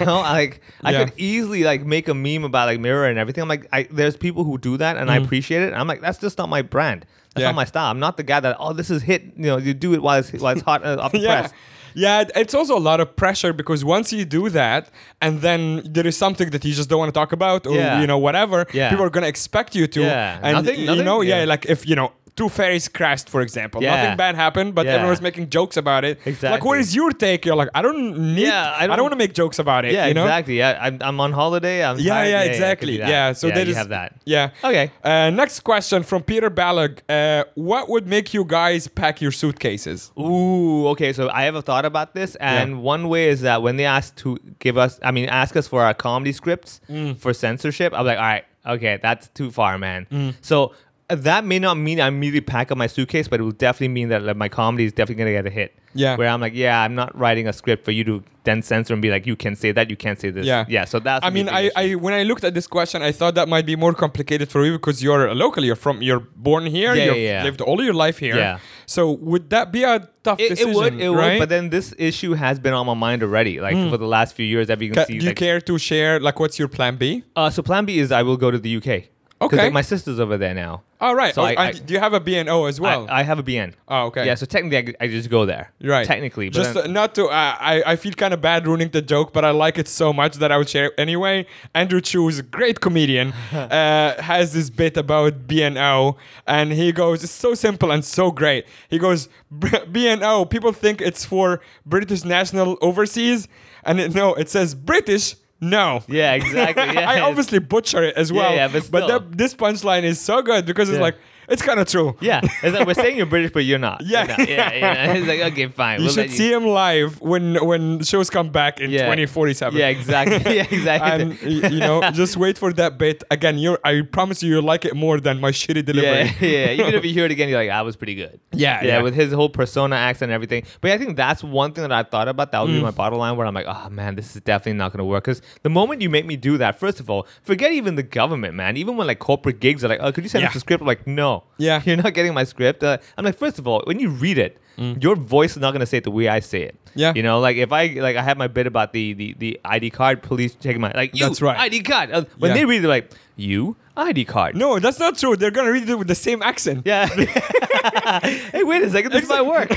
[SPEAKER 3] you know, I, like I
[SPEAKER 4] Yeah.
[SPEAKER 3] could easily like make a meme about like mirror and everything. I'm like, I, there's people who do that, and I appreciate it. And I'm like, that's just not my brand. That's
[SPEAKER 4] Mm-hmm. Yeah.
[SPEAKER 3] not my style. I'm not the guy that oh, this is hit. You know, you do it while it's while it's hot uh, off the
[SPEAKER 4] yeah.
[SPEAKER 3] press.
[SPEAKER 4] Yeah, it- it's also a lot of pressure because once you do that, and then there is something that you just don't want to talk about, or
[SPEAKER 3] Yeah.
[SPEAKER 4] you know whatever,
[SPEAKER 3] Yeah.
[SPEAKER 4] people are gonna expect you to.
[SPEAKER 3] Yeah.
[SPEAKER 4] and
[SPEAKER 3] Nothing-
[SPEAKER 4] you
[SPEAKER 3] nothing-
[SPEAKER 4] know, yeah.
[SPEAKER 3] yeah.
[SPEAKER 4] like if you know two ferries crashed, for example.
[SPEAKER 3] Yeah.
[SPEAKER 4] Nothing bad happened, but
[SPEAKER 3] Yeah.
[SPEAKER 4] everyone was making jokes about it. Like,
[SPEAKER 3] Exactly.
[SPEAKER 4] what is your take? You're like, I don't need.
[SPEAKER 3] Yeah,
[SPEAKER 4] I
[SPEAKER 3] I
[SPEAKER 4] don't,
[SPEAKER 3] don't-
[SPEAKER 4] want to make jokes about it.
[SPEAKER 3] Yeah,
[SPEAKER 4] you know?
[SPEAKER 3] exactly. Yeah, I'm, I'm on holiday. I'm
[SPEAKER 4] Yeah,
[SPEAKER 3] tired.
[SPEAKER 4] yeah,
[SPEAKER 3] it could
[SPEAKER 4] exactly.
[SPEAKER 3] be
[SPEAKER 4] Yeah,
[SPEAKER 3] that.
[SPEAKER 4] so
[SPEAKER 3] yeah,
[SPEAKER 4] that
[SPEAKER 3] you
[SPEAKER 4] is-
[SPEAKER 3] have that.
[SPEAKER 4] Yeah.
[SPEAKER 3] Okay.
[SPEAKER 4] Uh, next question from Peter Balag. Uh, what would make you guys pack your suitcases?
[SPEAKER 3] Ooh, okay. So I have a thought about this, and one way is that when they ask to give us, I mean, ask us for our comedy scripts for censorship, I'm like, all right, okay, that's too far, man. So uh, that may not mean I immediately pack up my suitcase, but it will definitely mean that like, my comedy is definitely gonna get a hit.
[SPEAKER 4] Yeah.
[SPEAKER 3] where I'm like, yeah, I'm not writing a script for you to then censor and be like, you can say that, you can't say this.
[SPEAKER 4] Yeah.
[SPEAKER 3] yeah. So that's.
[SPEAKER 4] I
[SPEAKER 3] gonna be
[SPEAKER 4] mean,
[SPEAKER 3] a
[SPEAKER 4] I,
[SPEAKER 3] big issue.
[SPEAKER 4] I when I looked at this question, I thought that might be more complicated for you because you're local. You're from. You're born here.
[SPEAKER 3] Yeah,
[SPEAKER 4] you've
[SPEAKER 3] yeah, yeah.
[SPEAKER 4] lived all your life here.
[SPEAKER 3] Yeah.
[SPEAKER 4] So would that be a tough
[SPEAKER 3] It, it
[SPEAKER 4] decision?
[SPEAKER 3] would,
[SPEAKER 4] right?
[SPEAKER 3] it
[SPEAKER 4] Hmm.
[SPEAKER 3] would, but then this issue has been on my mind already, like for the last few years. That you
[SPEAKER 4] Ca-
[SPEAKER 3] can see,
[SPEAKER 4] do you
[SPEAKER 3] like,
[SPEAKER 4] care to share? Like, what's your plan B?
[SPEAKER 3] Uh, so plan B is I will go to the UK. 'Cause,
[SPEAKER 4] Okay.
[SPEAKER 3] like, my sister's over there now.
[SPEAKER 4] All right.
[SPEAKER 3] So
[SPEAKER 4] oh,
[SPEAKER 3] I-
[SPEAKER 4] and
[SPEAKER 3] I-
[SPEAKER 4] do you have a BNO as well?
[SPEAKER 3] I, I have a BN.
[SPEAKER 4] Oh, okay.
[SPEAKER 3] Yeah, so technically I, I just go there.
[SPEAKER 4] right.
[SPEAKER 3] Technically. But
[SPEAKER 4] just
[SPEAKER 3] then-
[SPEAKER 4] uh, not to. Uh, I I feel kind of bad ruining the joke, but I like it so much that I would share it anyway. Andrew Chu is a great comedian. uh, has this bit about BNO, and he goes, "It's so simple and so great." He goes, "B- "BNO. People think it's for British national overseas, and it, no, it says British." No.
[SPEAKER 3] yeah, exactly. Yeah,
[SPEAKER 4] I obviously butcher it as well.
[SPEAKER 3] yeah, but still.
[SPEAKER 4] that, this punchline is so good because it's
[SPEAKER 3] Yeah.
[SPEAKER 4] like it's kind of true.
[SPEAKER 3] Yeah, it's like we're saying you're British, but you're not.
[SPEAKER 4] Yeah.
[SPEAKER 3] You're not. yeah, yeah. It's like okay, fine.
[SPEAKER 4] You
[SPEAKER 3] we'll let
[SPEAKER 4] should see him live when when shows come back in
[SPEAKER 3] Yeah.
[SPEAKER 4] 2047.
[SPEAKER 3] Yeah, exactly. Yeah, exactly.
[SPEAKER 4] And y- you know, just wait for that bit. Again, you I promise you, you'll like it more than my shitty delivery.
[SPEAKER 3] yeah, yeah. Even if you hear it again, you're like, "I was pretty good."
[SPEAKER 4] Yeah,
[SPEAKER 3] yeah,
[SPEAKER 4] yeah.
[SPEAKER 3] With his whole persona, accent, and everything. But I think that's one thing that I thought about. That would
[SPEAKER 4] Mm.
[SPEAKER 3] be my bottom line, where I'm like, "Oh man, this is definitely not gonna work." Because the moment you make me do that, first of all, forget even the government, man. Even when like corporate gigs are like, "Oh, could you send
[SPEAKER 4] Yeah.
[SPEAKER 3] us a script?" I'm like, "No,
[SPEAKER 4] Yeah.
[SPEAKER 3] you're not getting my script." Uh, I'm like, first of all, when you read it, your voice is not gonna say it the way I say it.
[SPEAKER 4] Mm. Yeah.
[SPEAKER 3] you know, like if I like I had my bit about the the, the ID card police taking my like you
[SPEAKER 4] That's right.
[SPEAKER 3] ID card. Uh, when
[SPEAKER 4] Yeah.
[SPEAKER 3] they read, it, they're like, "You ID card."
[SPEAKER 4] No, that's not true. They're gonna read it with the same accent.
[SPEAKER 3] Yeah. hey, wait a second. This might work.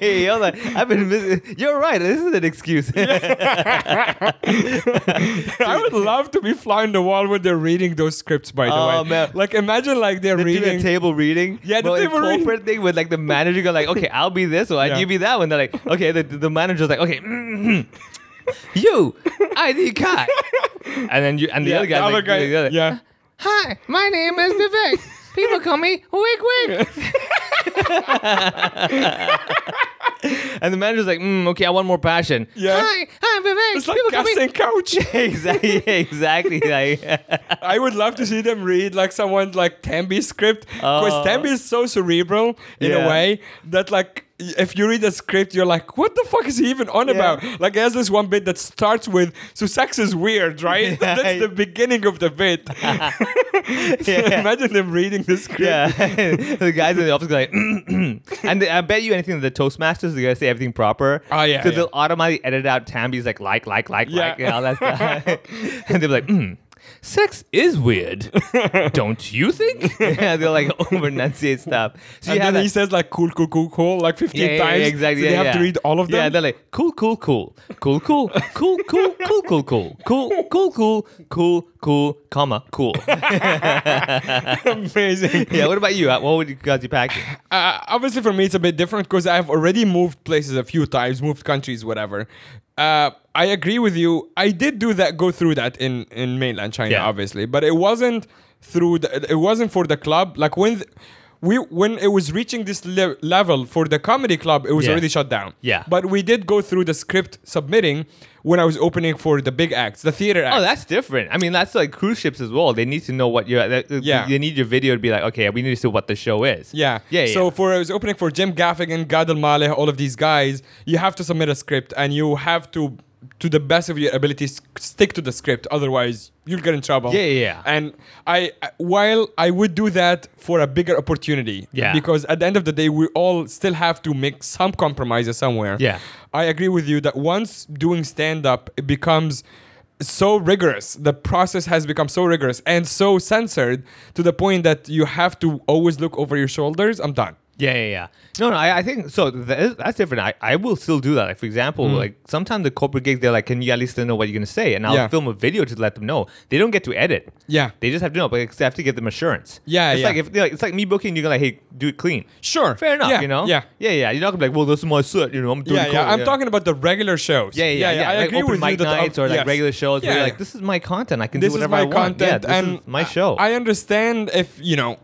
[SPEAKER 3] hey, hold on. I've been missing. You're right. This is an excuse.
[SPEAKER 4] I would love to be flying the wall when they're reading those scripts. By the way,
[SPEAKER 3] Oh, man.
[SPEAKER 4] like imagine like they're
[SPEAKER 3] Doing
[SPEAKER 4] reading.
[SPEAKER 3] a table reading.
[SPEAKER 4] Yeah, the
[SPEAKER 3] well, in
[SPEAKER 4] table reading.
[SPEAKER 3] corporate thing with like the manager go like, okay, I'll be this one,
[SPEAKER 4] Yeah.
[SPEAKER 3] you be that one. They're like, okay, the, the manager's like, okay, mm-hmm. you, ID card. And then you and the
[SPEAKER 4] yeah,
[SPEAKER 3] other guy's like, the other-
[SPEAKER 4] yeah.
[SPEAKER 3] Hi, my name is Vivek. People call me Wig Wig. and the manager's like, mm, okay, I want more passion.
[SPEAKER 4] Yeah.
[SPEAKER 3] Hi, hi, Vivek.
[SPEAKER 4] It's like casting couch.
[SPEAKER 3] exactly, yeah, exactly. Like,
[SPEAKER 4] I would love to see them read like someone like Tambi's script because
[SPEAKER 3] Oh.
[SPEAKER 4] Tambi is so cerebral in a
[SPEAKER 3] Yeah.
[SPEAKER 4] way that like y- if you read the script you're like what the fuck is he even on about like there's this one bit that starts with so sex is weird right that's the beginning of the bit So
[SPEAKER 3] Yeah.
[SPEAKER 4] imagine them reading the script
[SPEAKER 3] yeah. the guys in the office go like, and they, I bet you anything that the Toastmasters they're gonna say everything proper.
[SPEAKER 4] Oh, yeah,
[SPEAKER 3] So
[SPEAKER 4] yeah.
[SPEAKER 3] they'll automatically edit out Tambi's like like like like
[SPEAKER 4] Yeah.
[SPEAKER 3] like and all that stuff, and they'll be like. Mm. Sex is weird, don't you think? yeah, they'll like over enunciate stuff. So
[SPEAKER 4] and
[SPEAKER 3] you
[SPEAKER 4] then
[SPEAKER 3] have that-
[SPEAKER 4] he says like cool cool cool cool like 15 times
[SPEAKER 3] exactly.
[SPEAKER 4] so
[SPEAKER 3] yeah,
[SPEAKER 4] they have to
[SPEAKER 3] yeah.
[SPEAKER 4] read all of them
[SPEAKER 3] Yeah, they're like cool, cool, cool, cool, cool, cool, cool, cool, cool, cool, cool, cool, cool, cool, cool, comma, cool.
[SPEAKER 4] amazing
[SPEAKER 3] yeah. What about you? Uh, What would you guys be packing?
[SPEAKER 4] uh, obviously for me it's a bit different because I've already moved places a few times, moved countries, whatever. Uh, I agree with you. I did do that, go through that in in mainland China,
[SPEAKER 3] Yeah.
[SPEAKER 4] obviously, but it wasn't through. The, it wasn't for the club. Like when. th- we, when it was reaching this le- level for the comedy club, it was
[SPEAKER 3] Yeah.
[SPEAKER 4] already shut down.
[SPEAKER 3] Yeah.
[SPEAKER 4] But we did go through the script submitting when I was opening for the big acts, the theater acts.
[SPEAKER 3] Oh, that's different. I mean, that's like cruise ships as well. They need to know what you're. They,
[SPEAKER 4] Yeah.
[SPEAKER 3] They need your video to be like, okay, we need to see what the show is.
[SPEAKER 4] Yeah.
[SPEAKER 3] Yeah.
[SPEAKER 4] So
[SPEAKER 3] yeah.
[SPEAKER 4] for I was opening for Jim Gaffigan, Gadel Maleh, all of these guys, you have to submit a script and you have to to the best of your abilities stick to the script otherwise you'll get in trouble.
[SPEAKER 3] Yeah, yeah, yeah.
[SPEAKER 4] And I while I would do that for a bigger opportunity
[SPEAKER 3] Yeah.
[SPEAKER 4] because at the end of the day we all still have to make some compromises somewhere.
[SPEAKER 3] Yeah.
[SPEAKER 4] I agree with you that once doing stand up, it becomes so rigorous. The process has become so rigorous and so censored to the point that you have to always look over your shoulders. I'm done.
[SPEAKER 3] Yeah, yeah, yeah. No, no, I, I think so. That is, that's different. I, I will still do that. Like, for example,
[SPEAKER 4] Mm.
[SPEAKER 3] like sometimes the corporate gigs, they're like, can you at least know what you're going to say? And I'll
[SPEAKER 4] Yeah.
[SPEAKER 3] film a video to let them know. They don't get to edit.
[SPEAKER 4] Yeah.
[SPEAKER 3] They just have to know, but they have to give them assurance.
[SPEAKER 4] Yeah,
[SPEAKER 3] It's
[SPEAKER 4] yeah.
[SPEAKER 3] like if they're like, it's like me booking, you're going to, like, hey, do it clean.
[SPEAKER 4] Sure.
[SPEAKER 3] Fair enough,
[SPEAKER 4] Yeah,
[SPEAKER 3] you know?
[SPEAKER 4] yeah.
[SPEAKER 3] Yeah, yeah. You're not going to be like, well, this is my set, you know, I'm doing
[SPEAKER 4] Yeah, yeah.
[SPEAKER 3] cool,
[SPEAKER 4] I'm talking about the regular shows.
[SPEAKER 3] Yeah, yeah, yeah.
[SPEAKER 4] I
[SPEAKER 3] like
[SPEAKER 4] agree
[SPEAKER 3] open
[SPEAKER 4] with
[SPEAKER 3] mic
[SPEAKER 4] you that the-
[SPEAKER 3] nights or like
[SPEAKER 4] yes.
[SPEAKER 3] regular shows
[SPEAKER 4] Yeah,
[SPEAKER 3] where you're
[SPEAKER 4] yeah.
[SPEAKER 3] like, this is my content. I can
[SPEAKER 4] this
[SPEAKER 3] do
[SPEAKER 4] is
[SPEAKER 3] whatever
[SPEAKER 4] my
[SPEAKER 3] I want. Yeah,
[SPEAKER 4] content
[SPEAKER 3] this
[SPEAKER 4] and
[SPEAKER 3] is my show.
[SPEAKER 4] I understand if you know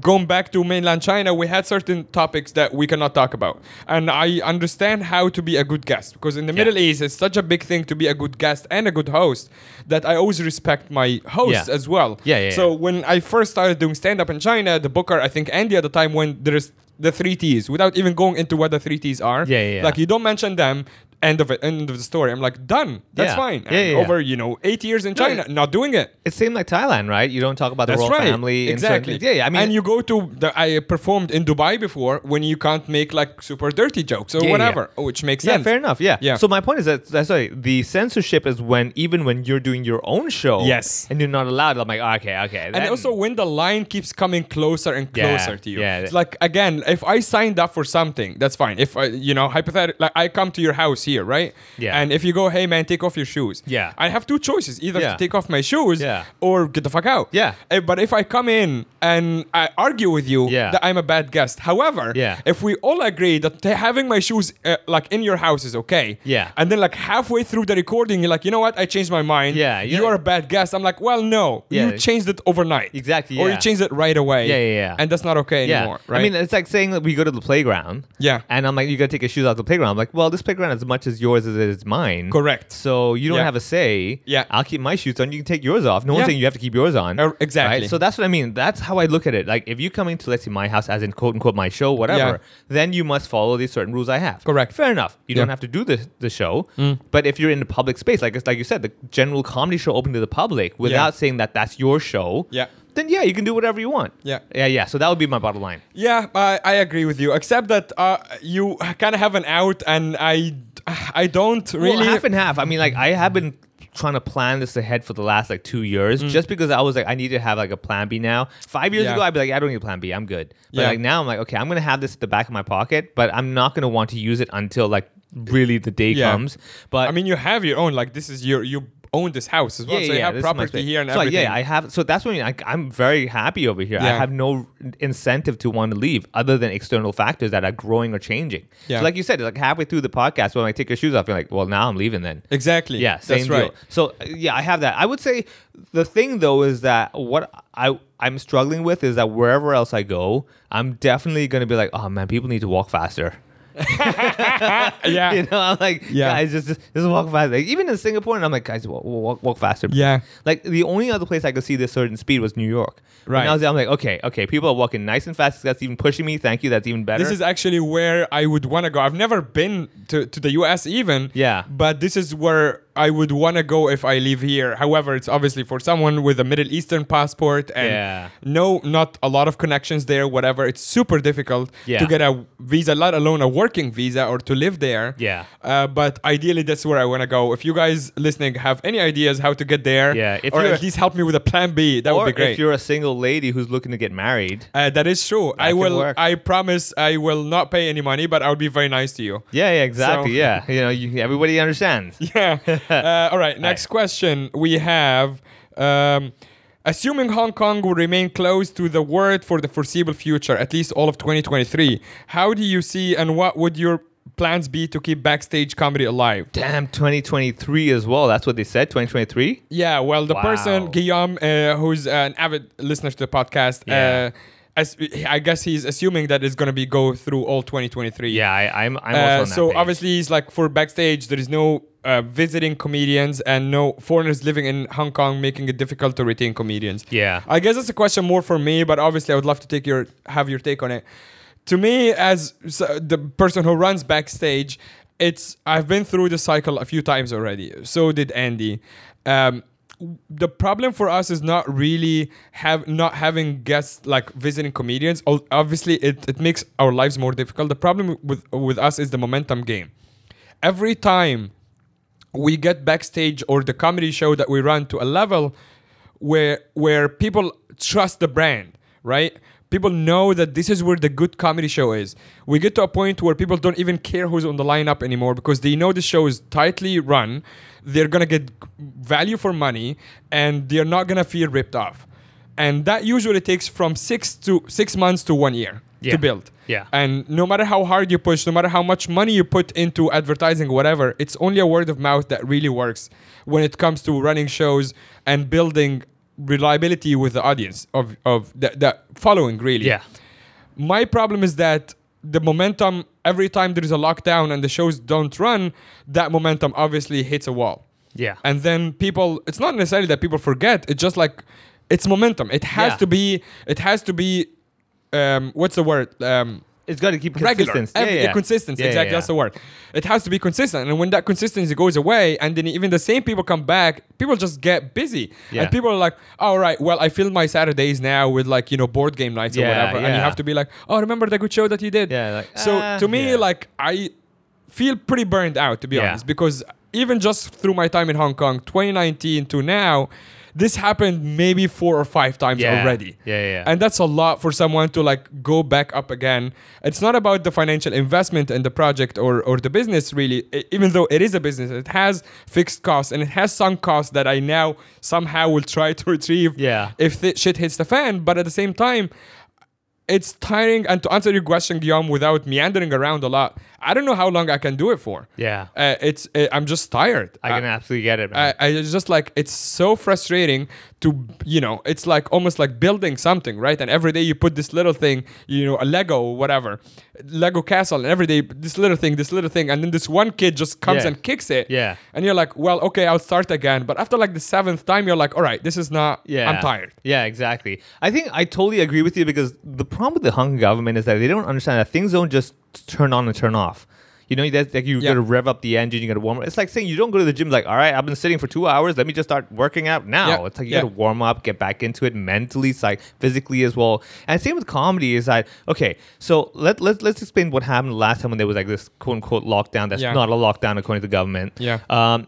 [SPEAKER 4] going back to mainland China, we had certain topics that we cannot talk about. And I understand how to be a good guest because in the Middle East it's such a big thing to be a good guest and a good host that I always respect my hosts
[SPEAKER 3] Yeah.
[SPEAKER 4] as well.
[SPEAKER 3] Yeah, yeah,
[SPEAKER 4] So
[SPEAKER 3] yeah.
[SPEAKER 4] when I first started doing stand up in China, the booker, I think Andy at the time when there's the three T's without even going into what the three T's are.
[SPEAKER 3] Yeah, yeah, yeah.
[SPEAKER 4] Like you don't mention them. End of it. End of the story. I'm like done. That's
[SPEAKER 3] Yeah.
[SPEAKER 4] fine.
[SPEAKER 3] Yeah,
[SPEAKER 4] And
[SPEAKER 3] yeah, yeah.
[SPEAKER 4] Over you know eight years in
[SPEAKER 3] No,
[SPEAKER 4] China, not doing it.
[SPEAKER 3] it's same like Thailand, right? You don't talk about the
[SPEAKER 4] That's
[SPEAKER 3] royal
[SPEAKER 4] right.
[SPEAKER 3] family. and certain
[SPEAKER 4] exactly.
[SPEAKER 3] things. yeah, yeah. I mean,
[SPEAKER 4] and you go to the, I performed in Dubai before when you can't make like super dirty jokes or
[SPEAKER 3] Yeah, yeah,
[SPEAKER 4] whatever, which makes
[SPEAKER 3] Yeah,
[SPEAKER 4] sense.
[SPEAKER 3] fair enough. Yeah.
[SPEAKER 4] Yeah.
[SPEAKER 3] So my point is that that's why the censorship is when even when you're doing your own show,
[SPEAKER 4] Yes.
[SPEAKER 3] and you're not allowed. I'm like, okay, okay.
[SPEAKER 4] And also when the line keeps coming closer and
[SPEAKER 3] Yeah,
[SPEAKER 4] closer to you.
[SPEAKER 3] yeah.
[SPEAKER 4] It's like again, if I signed up for something, that's fine. If I, you know, hypothetically, like I come to your house here, right?
[SPEAKER 3] Yeah.
[SPEAKER 4] And if you go, hey man, take off your shoes.
[SPEAKER 3] Yeah.
[SPEAKER 4] I have two choices: either
[SPEAKER 3] Yeah.
[SPEAKER 4] to take off my shoes,
[SPEAKER 3] Yeah.
[SPEAKER 4] or get the fuck out.
[SPEAKER 3] Yeah.
[SPEAKER 4] Eh, But if I come in and I argue with you,
[SPEAKER 3] Yeah.
[SPEAKER 4] that I'm a bad guest. However,
[SPEAKER 3] Yeah.
[SPEAKER 4] if we all agree that ta- having my shoes uh, like in your house is okay,
[SPEAKER 3] Yeah.
[SPEAKER 4] and then like halfway through the recording, you're like, you know what? I changed my mind.
[SPEAKER 3] Yeah,
[SPEAKER 4] you
[SPEAKER 3] you're-
[SPEAKER 4] are a bad guest. I'm like, well, no,
[SPEAKER 3] Yeah.
[SPEAKER 4] you changed it overnight.
[SPEAKER 3] Exactly,
[SPEAKER 4] Or you
[SPEAKER 3] yeah.
[SPEAKER 4] changed it right away.
[SPEAKER 3] Yeah, yeah, yeah.
[SPEAKER 4] And that's not okay
[SPEAKER 3] yeah.
[SPEAKER 4] anymore, right?
[SPEAKER 3] I mean, it's like saying that we go to the playground.
[SPEAKER 4] Yeah.
[SPEAKER 3] And I'm like, you gotta take your shoes off the playground. I'm like, well, this playground as much as yours as it is mine.
[SPEAKER 4] Correct.
[SPEAKER 3] So you don't
[SPEAKER 4] Yeah.
[SPEAKER 3] have a say.
[SPEAKER 4] Yeah.
[SPEAKER 3] I'll keep my shoes on. You can take yours off. No one's
[SPEAKER 4] Yeah.
[SPEAKER 3] saying you have to keep yours on.
[SPEAKER 4] Er, exactly.
[SPEAKER 3] So that's what I mean. That's how I look at it. Like if you come into let's say my house as in quote unquote my show, whatever, then you must follow these certain rules I have.
[SPEAKER 4] Correct.
[SPEAKER 3] Fair enough. You don't
[SPEAKER 4] Yeah. Mm.
[SPEAKER 3] have to do the the show. But if you're in the public space, like it's like you said, the general comedy show open to the public without saying that that's your show.
[SPEAKER 4] Yeah.
[SPEAKER 3] Then yeah, you can do whatever you want.
[SPEAKER 4] Yeah.
[SPEAKER 3] Yeah, yeah. So that would be my bottom line.
[SPEAKER 4] yeah, I, I agree with you. Except that uh, you kind of have an out, and I, I don't really.
[SPEAKER 3] Well, half and half. I mean, like I have been trying to plan this ahead for the last like two years, just because I was like, I need to have like a plan B now. Five years
[SPEAKER 4] Mm. Yeah.
[SPEAKER 3] ago, I'd be like, I don't need a plan B. I'm good. But
[SPEAKER 4] Yeah.
[SPEAKER 3] like now, I'm like, okay, I'm gonna have this at the back of my pocket, but I'm not gonna want to use it until like really the day
[SPEAKER 4] Yeah.
[SPEAKER 3] comes. But
[SPEAKER 4] I mean, you have your own. Like this is your you own this house as well, so you have
[SPEAKER 3] this is my
[SPEAKER 4] property
[SPEAKER 3] space.
[SPEAKER 4] here and
[SPEAKER 3] so, like,
[SPEAKER 4] everything.
[SPEAKER 3] Yeah, I have. So that's when I, I'm very happy over here. I
[SPEAKER 4] Yeah.
[SPEAKER 3] have no incentive to want to leave other than external factors that are growing or changing.
[SPEAKER 4] Yeah.
[SPEAKER 3] So like you said, like halfway through the podcast, when I take your shoes off, you're like, well, now I'm leaving then.
[SPEAKER 4] Exactly.
[SPEAKER 3] Yeah,
[SPEAKER 4] That's
[SPEAKER 3] same deal.
[SPEAKER 4] right.
[SPEAKER 3] So uh, yeah, I have that. I would say the thing though is that what I I'm struggling with is that wherever else I go, I'm definitely gonna be like, oh man, people need to walk faster.
[SPEAKER 4] yeah.
[SPEAKER 3] You know, I'm like,
[SPEAKER 4] Yeah.
[SPEAKER 3] guys, just, just just walk faster. Like, even in Singapore, and I'm like, guys, walk walk, walk faster. please."
[SPEAKER 4] Yeah.
[SPEAKER 3] Like the only other place I could see this certain speed was New York. When
[SPEAKER 4] Right.
[SPEAKER 3] I was there, I'm like, okay, okay, people are walking nice and fast. That's even pushing me. Thank you. That's even better.
[SPEAKER 4] This is actually where I would want to go. I've never been to, to the US even.
[SPEAKER 3] Yeah.
[SPEAKER 4] But this is where I would want to go if I leave here. However, it's obviously for someone with a Middle Eastern passport and
[SPEAKER 3] Yeah.
[SPEAKER 4] no, not a lot of connections there, whatever. It's super difficult
[SPEAKER 3] Yeah.
[SPEAKER 4] to get a visa, let alone a working visa or to live there.
[SPEAKER 3] Yeah.
[SPEAKER 4] Uh, but ideally, that's where I want to go. If you guys listening have any ideas how to get there,
[SPEAKER 3] Yeah, if
[SPEAKER 4] or
[SPEAKER 3] you're-
[SPEAKER 4] at least help me with a plan B, that would
[SPEAKER 3] or
[SPEAKER 4] be great.
[SPEAKER 3] if you're a single lady who's looking to get married,
[SPEAKER 4] Uh, that is true. I
[SPEAKER 3] can
[SPEAKER 4] will.
[SPEAKER 3] work.
[SPEAKER 4] I promise. I will not pay any money, but I'll be very nice to you.
[SPEAKER 3] yeah, yeah, exactly,
[SPEAKER 4] So-
[SPEAKER 3] yeah. You know, you, everybody understands.
[SPEAKER 4] Yeah. uh, all right. Next question. We have. Um, Assuming Hong Kong will remain closed to the world for the foreseeable future, at least all of 2023, how do you see and what would your plans be to keep backstage comedy alive?
[SPEAKER 3] Damn, 2023 as well. That's what they said. 2023.
[SPEAKER 4] Yeah, well, the person
[SPEAKER 3] Wow.
[SPEAKER 4] Guillaume, uh, who's an avid listener to the podcast,
[SPEAKER 3] Yeah.
[SPEAKER 4] uh, as, I guess he's assuming that it's going to be go through all 2023.
[SPEAKER 3] Yeah, I, I'm. I'm
[SPEAKER 4] Uh,
[SPEAKER 3] also on that
[SPEAKER 4] so
[SPEAKER 3] page.
[SPEAKER 4] obviously he's like for backstage there is no uh, visiting comedians and no foreigners living in hong kong making it difficult to retain comedians
[SPEAKER 3] Yeah.
[SPEAKER 4] i guess it's a question more for me but obviously i would love to take your have your take on it to me as s- the person who runs backstage it's i've been through the cycle a few times already so did andy um, the problem for us is not really have not having guests like visiting comedians Al- obviously it, it makes our lives more difficult the problem with with us is the momentum game every time we get backstage or the comedy show that we run to a level where where people trust the brand right People know that this is where the good comedy show is. We get to a point where people don't even care who's on the lineup anymore because they know the show is tightly run. They're gonna get value for money, and they're not gonna feel ripped off. And that usually takes from six to six months to one year
[SPEAKER 3] Yeah.
[SPEAKER 4] to build.
[SPEAKER 3] Yeah.
[SPEAKER 4] And no matter how hard you push, no matter how much money you put into advertising, whatever, it's only a word of mouth that really works when it comes to running shows and building reliability with the audience of, of the, the following, really.
[SPEAKER 3] Yeah.
[SPEAKER 4] My problem is that the momentum, every time there is a lockdown and the shows don't run, that momentum obviously hits a wall.
[SPEAKER 3] Yeah.
[SPEAKER 4] And then people, it's not necessarily that people forget, it's just like, it's momentum. It has
[SPEAKER 3] Yeah.
[SPEAKER 4] to be, it has to be, um, what's the word? Um,
[SPEAKER 3] it's got to keep
[SPEAKER 4] regular.
[SPEAKER 3] consistency.
[SPEAKER 4] Every-
[SPEAKER 3] yeah, yeah.
[SPEAKER 4] Consistency,
[SPEAKER 3] Yeah, yeah,
[SPEAKER 4] exactly.
[SPEAKER 3] yeah.
[SPEAKER 4] That's the word. It has to be consistent. And when that consistency goes away, and then even the same people come back, people just get busy.
[SPEAKER 3] Yeah.
[SPEAKER 4] And people are like, all right, well, I fill my Saturdays now with like, you know, board game nights or
[SPEAKER 3] Yeah,
[SPEAKER 4] whatever. And you
[SPEAKER 3] yeah.
[SPEAKER 4] have to be like, oh, remember the good show that you did?
[SPEAKER 3] Yeah, like,
[SPEAKER 4] so
[SPEAKER 3] ah,
[SPEAKER 4] to me,
[SPEAKER 3] yeah.
[SPEAKER 4] like, I feel pretty burned out, to be
[SPEAKER 3] Yeah.
[SPEAKER 4] honest, because even just through my time in Hong Kong, 2019 to now, this happened maybe four or five times
[SPEAKER 3] Yeah.
[SPEAKER 4] already.
[SPEAKER 3] Yeah, yeah, yeah.
[SPEAKER 4] And that's a lot for someone to like go back up again. It's not about the financial investment in the project or or the business really, e- even though it is a business. It has fixed costs and it has sunk costs that I now somehow will try to retrieve
[SPEAKER 3] Yeah.
[SPEAKER 4] if the shit hits the fan, but at the same time it's tiring and to answer your question Guillaume without meandering around a lot. I don't know how long I can do it for.
[SPEAKER 3] Yeah.
[SPEAKER 4] Uh, it's uh, I'm just tired. Uh,
[SPEAKER 3] I can absolutely get it. Man.
[SPEAKER 4] I, I it's just like it's so frustrating to you know it's like almost like building something right and every day you put this little thing you know a lego or whatever lego castle and every day this little thing this little thing and then this one kid just comes
[SPEAKER 3] Yeah.
[SPEAKER 4] and kicks it
[SPEAKER 3] Yeah.
[SPEAKER 4] and you're like well okay i'll start again but after like the seventh time you're like all right this is not
[SPEAKER 3] Yeah.
[SPEAKER 4] i'm tired
[SPEAKER 3] Yeah, exactly. I think I totally agree with you because the problem with the Hong Kong government is that they don't understand that things don't just turn on and turn off. You know, that's like you
[SPEAKER 4] Yeah.
[SPEAKER 3] gotta rev up the engine, you gotta warm up. It's like saying you don't go to the gym like, all right, I've been sitting for two hours, let me just start working out now.
[SPEAKER 4] Yeah.
[SPEAKER 3] It's like you
[SPEAKER 4] Yeah.
[SPEAKER 3] gotta warm up, get back into it mentally, psych physically as well. And same with comedy is that okay, so let let let's explain what happened last time when there was like this quote unquote lockdown that's
[SPEAKER 4] Yeah.
[SPEAKER 3] not a lockdown according to the government.
[SPEAKER 4] Yeah.
[SPEAKER 3] Um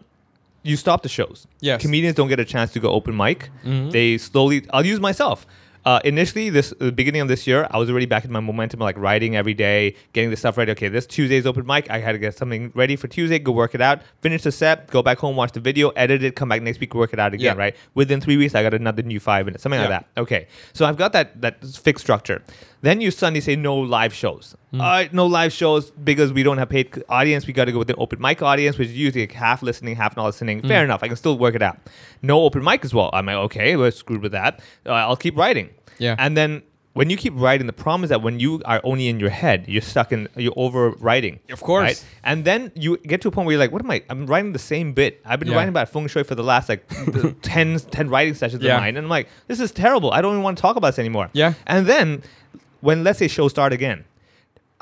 [SPEAKER 3] you stop the shows.
[SPEAKER 4] Yes.
[SPEAKER 3] Comedians don't get a chance to go open mic.
[SPEAKER 4] Mm-hmm.
[SPEAKER 3] They slowly. I'll use myself. Uh, initially, this the beginning of this year, I was already back in my momentum, like writing every day, getting the stuff ready. Okay, this Tuesday's open mic. I had to get something ready for Tuesday. Go work it out. Finish the set. Go back home, watch the video, edit it. Come back next week, work it out again.
[SPEAKER 4] Yeah.
[SPEAKER 3] Right. Within three weeks, I got another new five minutes, something
[SPEAKER 4] Yeah.
[SPEAKER 3] like that. Okay. So I've got that that fixed structure. Then you suddenly say no live shows.
[SPEAKER 4] Hmm.
[SPEAKER 3] All right, no live shows because we don't have paid c- audience. We got to go with an open mic audience, which is usually like half listening, half not
[SPEAKER 4] Hmm.
[SPEAKER 3] listening. Fair enough. I can still work it out. No open mic as well. I'm like, okay, we're screwed with that. Uh, I'll keep writing.
[SPEAKER 4] Yeah.
[SPEAKER 3] And then when you keep writing, the problem is that when you are only in your head, you're stuck in, you're overwriting.
[SPEAKER 4] Of course.
[SPEAKER 3] And then you get to a point where you're like, what am I? I'm writing the same bit. I've been
[SPEAKER 4] Yeah.
[SPEAKER 3] writing about feng shui for the last like 10, 10 writing sessions
[SPEAKER 4] Yeah.
[SPEAKER 3] of mine. And I'm like, this is terrible. I don't even want to talk about this anymore.
[SPEAKER 4] Yeah.
[SPEAKER 3] And then when let's say shows start again,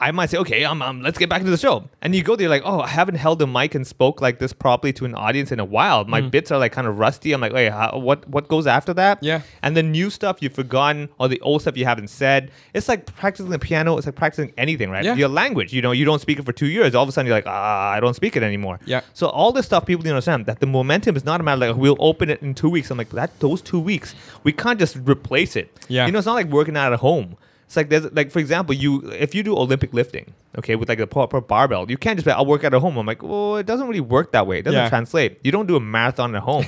[SPEAKER 3] I might say, okay, um, um, let's get back to the show. And you go there, like, oh, I haven't held the mic and spoke like this properly to an audience in a while. My
[SPEAKER 4] Mm.
[SPEAKER 3] bits are like kind of rusty. I'm like, wait, how, what, what goes after that?
[SPEAKER 4] Yeah.
[SPEAKER 3] And the new stuff you've forgotten or the old stuff you haven't said. It's like practicing the piano. It's like practicing anything, right?
[SPEAKER 4] Yeah.
[SPEAKER 3] Your language, you know, you don't speak it for two years. All of a sudden you're like, ah, I don't speak it anymore.
[SPEAKER 4] Yeah.
[SPEAKER 3] So all this stuff people need to understand that the momentum is not a matter like we'll open it in two weeks. I'm like, that those two weeks, we can't just replace it.
[SPEAKER 4] Yeah.
[SPEAKER 3] You know, it's not like working out at home. It's like there's like for example, you if you do Olympic lifting, okay, with like a proper barbell, you can't just be like, I'll work out at home. I'm like, well, it doesn't really work that way. It doesn't
[SPEAKER 4] Yeah.
[SPEAKER 3] translate. You don't do a marathon at home,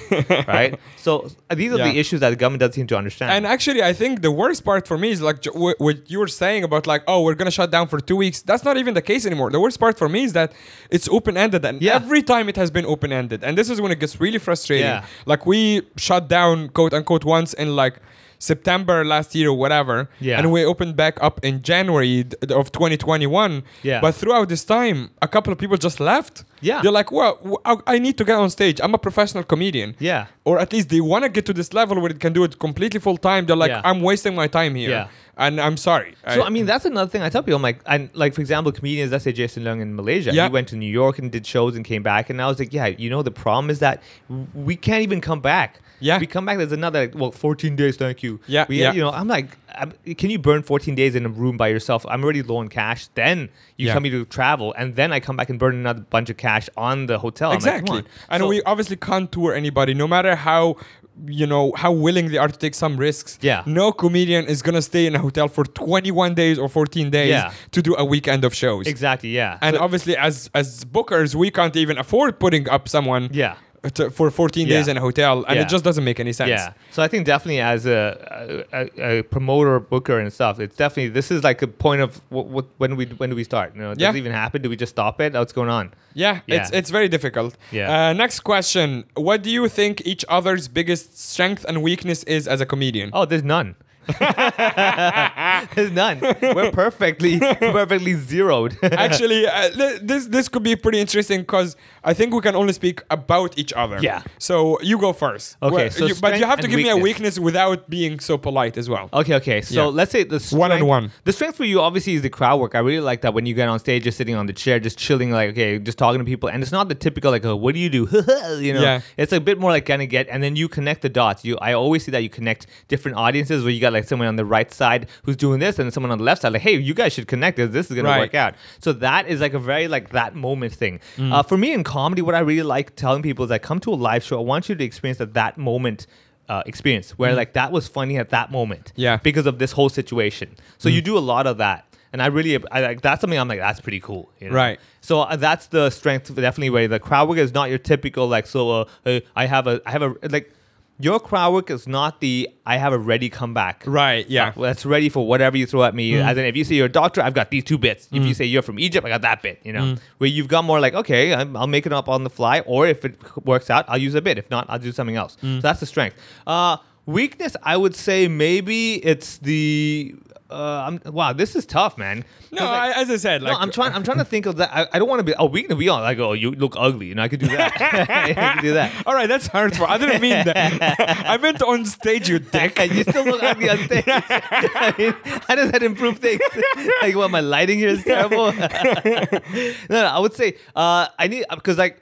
[SPEAKER 3] right? So these are
[SPEAKER 4] Yeah.
[SPEAKER 3] the issues that the government doesn't seem to understand.
[SPEAKER 4] And actually, I think the worst part for me is like ju- wh- what you were saying about like, oh, we're gonna shut down for two weeks. That's not even the case anymore. The worst part for me is that it's open ended, and
[SPEAKER 3] Yeah.
[SPEAKER 4] every time it has been open ended, and this is when it gets really frustrating.
[SPEAKER 3] Yeah.
[SPEAKER 4] Like we shut down quote unquote once in like September last year or whatever,
[SPEAKER 3] Yeah.
[SPEAKER 4] and we opened back up in January d- of 2021.
[SPEAKER 3] Yeah.
[SPEAKER 4] But throughout this time, a couple of people just left.
[SPEAKER 3] Yeah.
[SPEAKER 4] They're like, well, w- I I need to get on stage. I'm a professional comedian
[SPEAKER 3] Yeah.
[SPEAKER 4] or at least they want to get to this level where it can do it completely full time. They're like,
[SPEAKER 3] Yeah.
[SPEAKER 4] I'm wasting my time here,
[SPEAKER 3] Yeah.
[SPEAKER 4] and I'm sorry.
[SPEAKER 3] So I mean, that's another thing I tell people. I'm like, and like for example, comedians. Let's say Jason Leung in Malaysia.
[SPEAKER 4] Yeah.
[SPEAKER 3] He went to New York and did shows and came back. And I was like, yeah, you know, the problem is that w- we can't even come back.
[SPEAKER 4] Yeah.
[SPEAKER 3] we come back. There's another like, well, 14 days. Thank you.
[SPEAKER 4] Yeah,
[SPEAKER 3] we,
[SPEAKER 4] yeah.
[SPEAKER 3] You know, I'm like, I'm, can you burn 14 days in a room by yourself? I'm already low on cash. Then you
[SPEAKER 4] Yeah.
[SPEAKER 3] tell me to travel, and then I come back and burn another bunch of cash on the hotel. I'm like, come
[SPEAKER 4] exactly
[SPEAKER 3] on.
[SPEAKER 4] and
[SPEAKER 3] So-
[SPEAKER 4] we obviously can't tour anybody no matter how you know how willing they are to take some risks
[SPEAKER 3] Yeah.
[SPEAKER 4] no comedian is gonna stay in a hotel for 21 days or 14 days
[SPEAKER 3] Yeah.
[SPEAKER 4] to do a weekend of shows
[SPEAKER 3] exactly, yeah.
[SPEAKER 4] and
[SPEAKER 3] So-
[SPEAKER 4] obviously as as bookers we can't even afford putting up someone
[SPEAKER 3] Yeah.
[SPEAKER 4] to, for 14 days
[SPEAKER 3] Yeah.
[SPEAKER 4] in a hotel and
[SPEAKER 3] Yeah.
[SPEAKER 4] it just doesn't make any sense
[SPEAKER 3] Yeah. So I think definitely as a, a, a promoter, booker, and stuff, it's definitely this is like a point of what, what when we when do we start? You know, does
[SPEAKER 4] Yeah.
[SPEAKER 3] it even happen? Do we just stop it? What's going on?
[SPEAKER 4] Yeah,
[SPEAKER 3] Yeah.
[SPEAKER 4] it's it's very difficult.
[SPEAKER 3] Yeah.
[SPEAKER 4] Uh, next question: What do you think each other's biggest strength and weakness is as a comedian?
[SPEAKER 3] Oh, there's none. there's none. We're perfectly perfectly zeroed.
[SPEAKER 4] Actually, uh, th- this this could be pretty interesting because I think we can only speak about each other.
[SPEAKER 3] Yeah.
[SPEAKER 4] So you go first.
[SPEAKER 3] Okay,
[SPEAKER 4] Well,
[SPEAKER 3] so
[SPEAKER 4] you- but you
[SPEAKER 3] strength
[SPEAKER 4] have to
[SPEAKER 3] and
[SPEAKER 4] give me a
[SPEAKER 3] weakness. Oh,
[SPEAKER 4] weakness without being so polite as well.
[SPEAKER 3] Okay, okay. So
[SPEAKER 4] Yeah.
[SPEAKER 3] let's say the strength,
[SPEAKER 4] One and one.
[SPEAKER 3] The strength for you obviously is the crowd work. I really like that when you get on stage, just sitting on the chair, just chilling, like okay, just talking to people, and it's not the typical like, oh, what do you do? you know,
[SPEAKER 4] Yeah.
[SPEAKER 3] it's a bit more like kind of get, and then you connect the dots. You, I always see that you connect different audiences where you got like someone on the right side who's doing this, and then someone on the left side, like, hey, you guys should connect. This this is gonna
[SPEAKER 4] Right.
[SPEAKER 3] work out. So that is like a very like that moment thing.
[SPEAKER 4] Mm.
[SPEAKER 3] Uh, for me in comedy, what I really like telling people is I come to a live show. I want you to experience that that moment. Uh, experience where like that was funny at that moment
[SPEAKER 4] Mm. Yeah. Mm.
[SPEAKER 3] because of this whole situation. So you do a lot of that, and I really, I like that's something I'm like that's pretty cool, you know?
[SPEAKER 4] Right.
[SPEAKER 3] So uh, that's the strength definitely where the crowd work is not your typical like so uh, uh, I have a I have a like your crowd work is not the I have a ready comeback.
[SPEAKER 4] Right, yeah.
[SPEAKER 3] Uh, that's ready for whatever you throw at me.
[SPEAKER 4] Mm.
[SPEAKER 3] As in, if you say you're a doctor, I've got these two bits. If you say you're from Egypt, I got that bit. You know,
[SPEAKER 4] Mm.
[SPEAKER 3] where you've got more like, okay, I'm, I'll make it up on the fly, or if it works out, I'll use a bit. If not, I'll do something else.
[SPEAKER 4] Mm.
[SPEAKER 3] So that's the strength. Uh, weakness, I would say maybe it's the. Uh, I'm, wow, this is tough, man. 'Cause,
[SPEAKER 4] No,
[SPEAKER 3] like,
[SPEAKER 4] I, as I said, like
[SPEAKER 3] no, I'm trying. I'm trying to think of that. I, I don't want to be. Oh, we can be on. Like, oh, you look ugly. You know, I could do that. I could do that.
[SPEAKER 4] All right, that's hurtful. I didn't mean that. I meant on stage, you dick.
[SPEAKER 3] And you still look ugly on stage. I mean, how does that improve things? like, what? My lighting here is terrible. no, no, I would say uh, I need because like.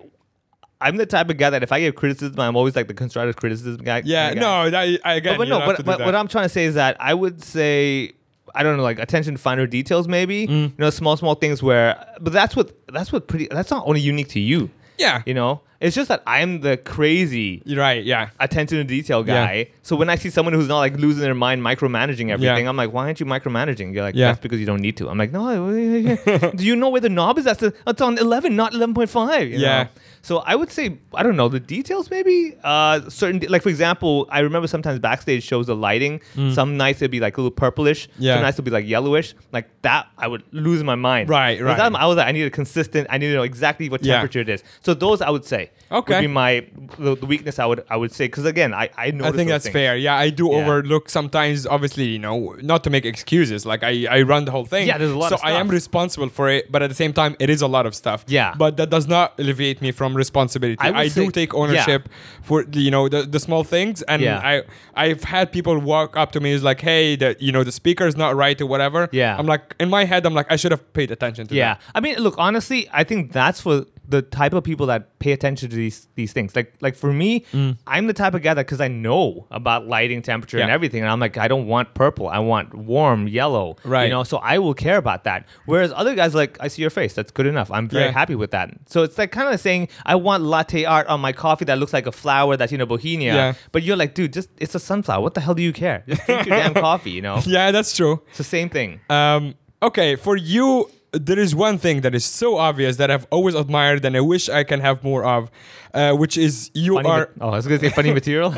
[SPEAKER 3] I'm the type of guy that if I give criticism, I'm always like the constructive criticism guy.
[SPEAKER 4] Yeah,
[SPEAKER 3] guy.
[SPEAKER 4] no, that, I again.
[SPEAKER 3] but, but
[SPEAKER 4] you
[SPEAKER 3] no,
[SPEAKER 4] don't have to do
[SPEAKER 3] but, but
[SPEAKER 4] that.
[SPEAKER 3] what I'm trying to say is that I would say I don't know, like attention to finer details, maybe
[SPEAKER 4] Mm.
[SPEAKER 3] you know, small small things where. But that's what that's what pretty. That's not only unique to you.
[SPEAKER 4] Yeah.
[SPEAKER 3] you know, it's just that I'm the crazy
[SPEAKER 4] You're right. Yeah.
[SPEAKER 3] attention to detail
[SPEAKER 4] Yeah.
[SPEAKER 3] guy. So when I see someone who's not like losing their mind micromanaging everything,
[SPEAKER 4] Yeah.
[SPEAKER 3] I'm like, why aren't you micromanaging? You're like,
[SPEAKER 4] Yeah.
[SPEAKER 3] that's because you don't need to. I'm like, no, I- I- I- do you know where the knob is? That's the, it's on 11, not 11.5. you
[SPEAKER 4] Yeah.
[SPEAKER 3] know? So I would say, I don't know, the details maybe? Uh, certain, like for example, I remember sometimes backstage shows the lighting. Some nights it'd be like a little purplish.
[SPEAKER 4] Mm. Yeah.
[SPEAKER 3] Some nights it'd be like yellowish. Like that, I would lose my mind.
[SPEAKER 4] Right,
[SPEAKER 3] With
[SPEAKER 4] right.
[SPEAKER 3] That, I was like, I need a consistent, I need to know exactly what
[SPEAKER 4] Yeah.
[SPEAKER 3] temperature it is. So those I would say
[SPEAKER 4] Okay.
[SPEAKER 3] would be my the, the weakness I would I would say because again I I know
[SPEAKER 4] I think that's fair. Yeah, I do
[SPEAKER 3] Yeah.
[SPEAKER 4] overlook sometimes. Obviously, you know, not to make excuses. Like I, I run the whole thing.
[SPEAKER 3] Yeah, there's a lot
[SPEAKER 4] So
[SPEAKER 3] of
[SPEAKER 4] I am
[SPEAKER 3] stuff.
[SPEAKER 4] responsible for it, but at the same time, it is a lot of stuff.
[SPEAKER 3] Yeah.
[SPEAKER 4] But that does not alleviate me from responsibility.
[SPEAKER 3] I
[SPEAKER 4] I,
[SPEAKER 3] would
[SPEAKER 4] do
[SPEAKER 3] say-
[SPEAKER 4] take ownership for the, you know the, the small things, and
[SPEAKER 3] Yeah.
[SPEAKER 4] I I've had people walk up to me is like, hey, the you know the speaker is not right or whatever.
[SPEAKER 3] Yeah.
[SPEAKER 4] I'm like in my head, I'm like I should have paid attention to
[SPEAKER 3] Yeah,
[SPEAKER 4] that.
[SPEAKER 3] I mean, look, honestly, I think that's for the type of people that pay attention to these these things. Like like for me, I'm the type of guy that because I know about lighting, temperature, and
[SPEAKER 4] Mm. Yeah.
[SPEAKER 3] everything, and I'm like, I don't want purple, I want warm yellow,
[SPEAKER 4] Right.
[SPEAKER 3] You know, so I will care about that. Whereas other guys, like, I see your face, that's good enough. I'm very
[SPEAKER 4] Yeah.
[SPEAKER 3] happy with that. So it's like kind of saying I want latte art on my coffee that looks like a flower that's you know bohemia,
[SPEAKER 4] Yeah.
[SPEAKER 3] but you're like, dude, just it's a sunflower. What the hell do you care? Just drink your damn coffee, you know.
[SPEAKER 4] Yeah, that's true.
[SPEAKER 3] It's the same thing.
[SPEAKER 4] Um, okay, for you, there is one thing that is so obvious that I've always admired and I wish I can have more of, uh, which is you
[SPEAKER 3] Funny
[SPEAKER 4] are.
[SPEAKER 3] ma- oh, I was gonna say funny material.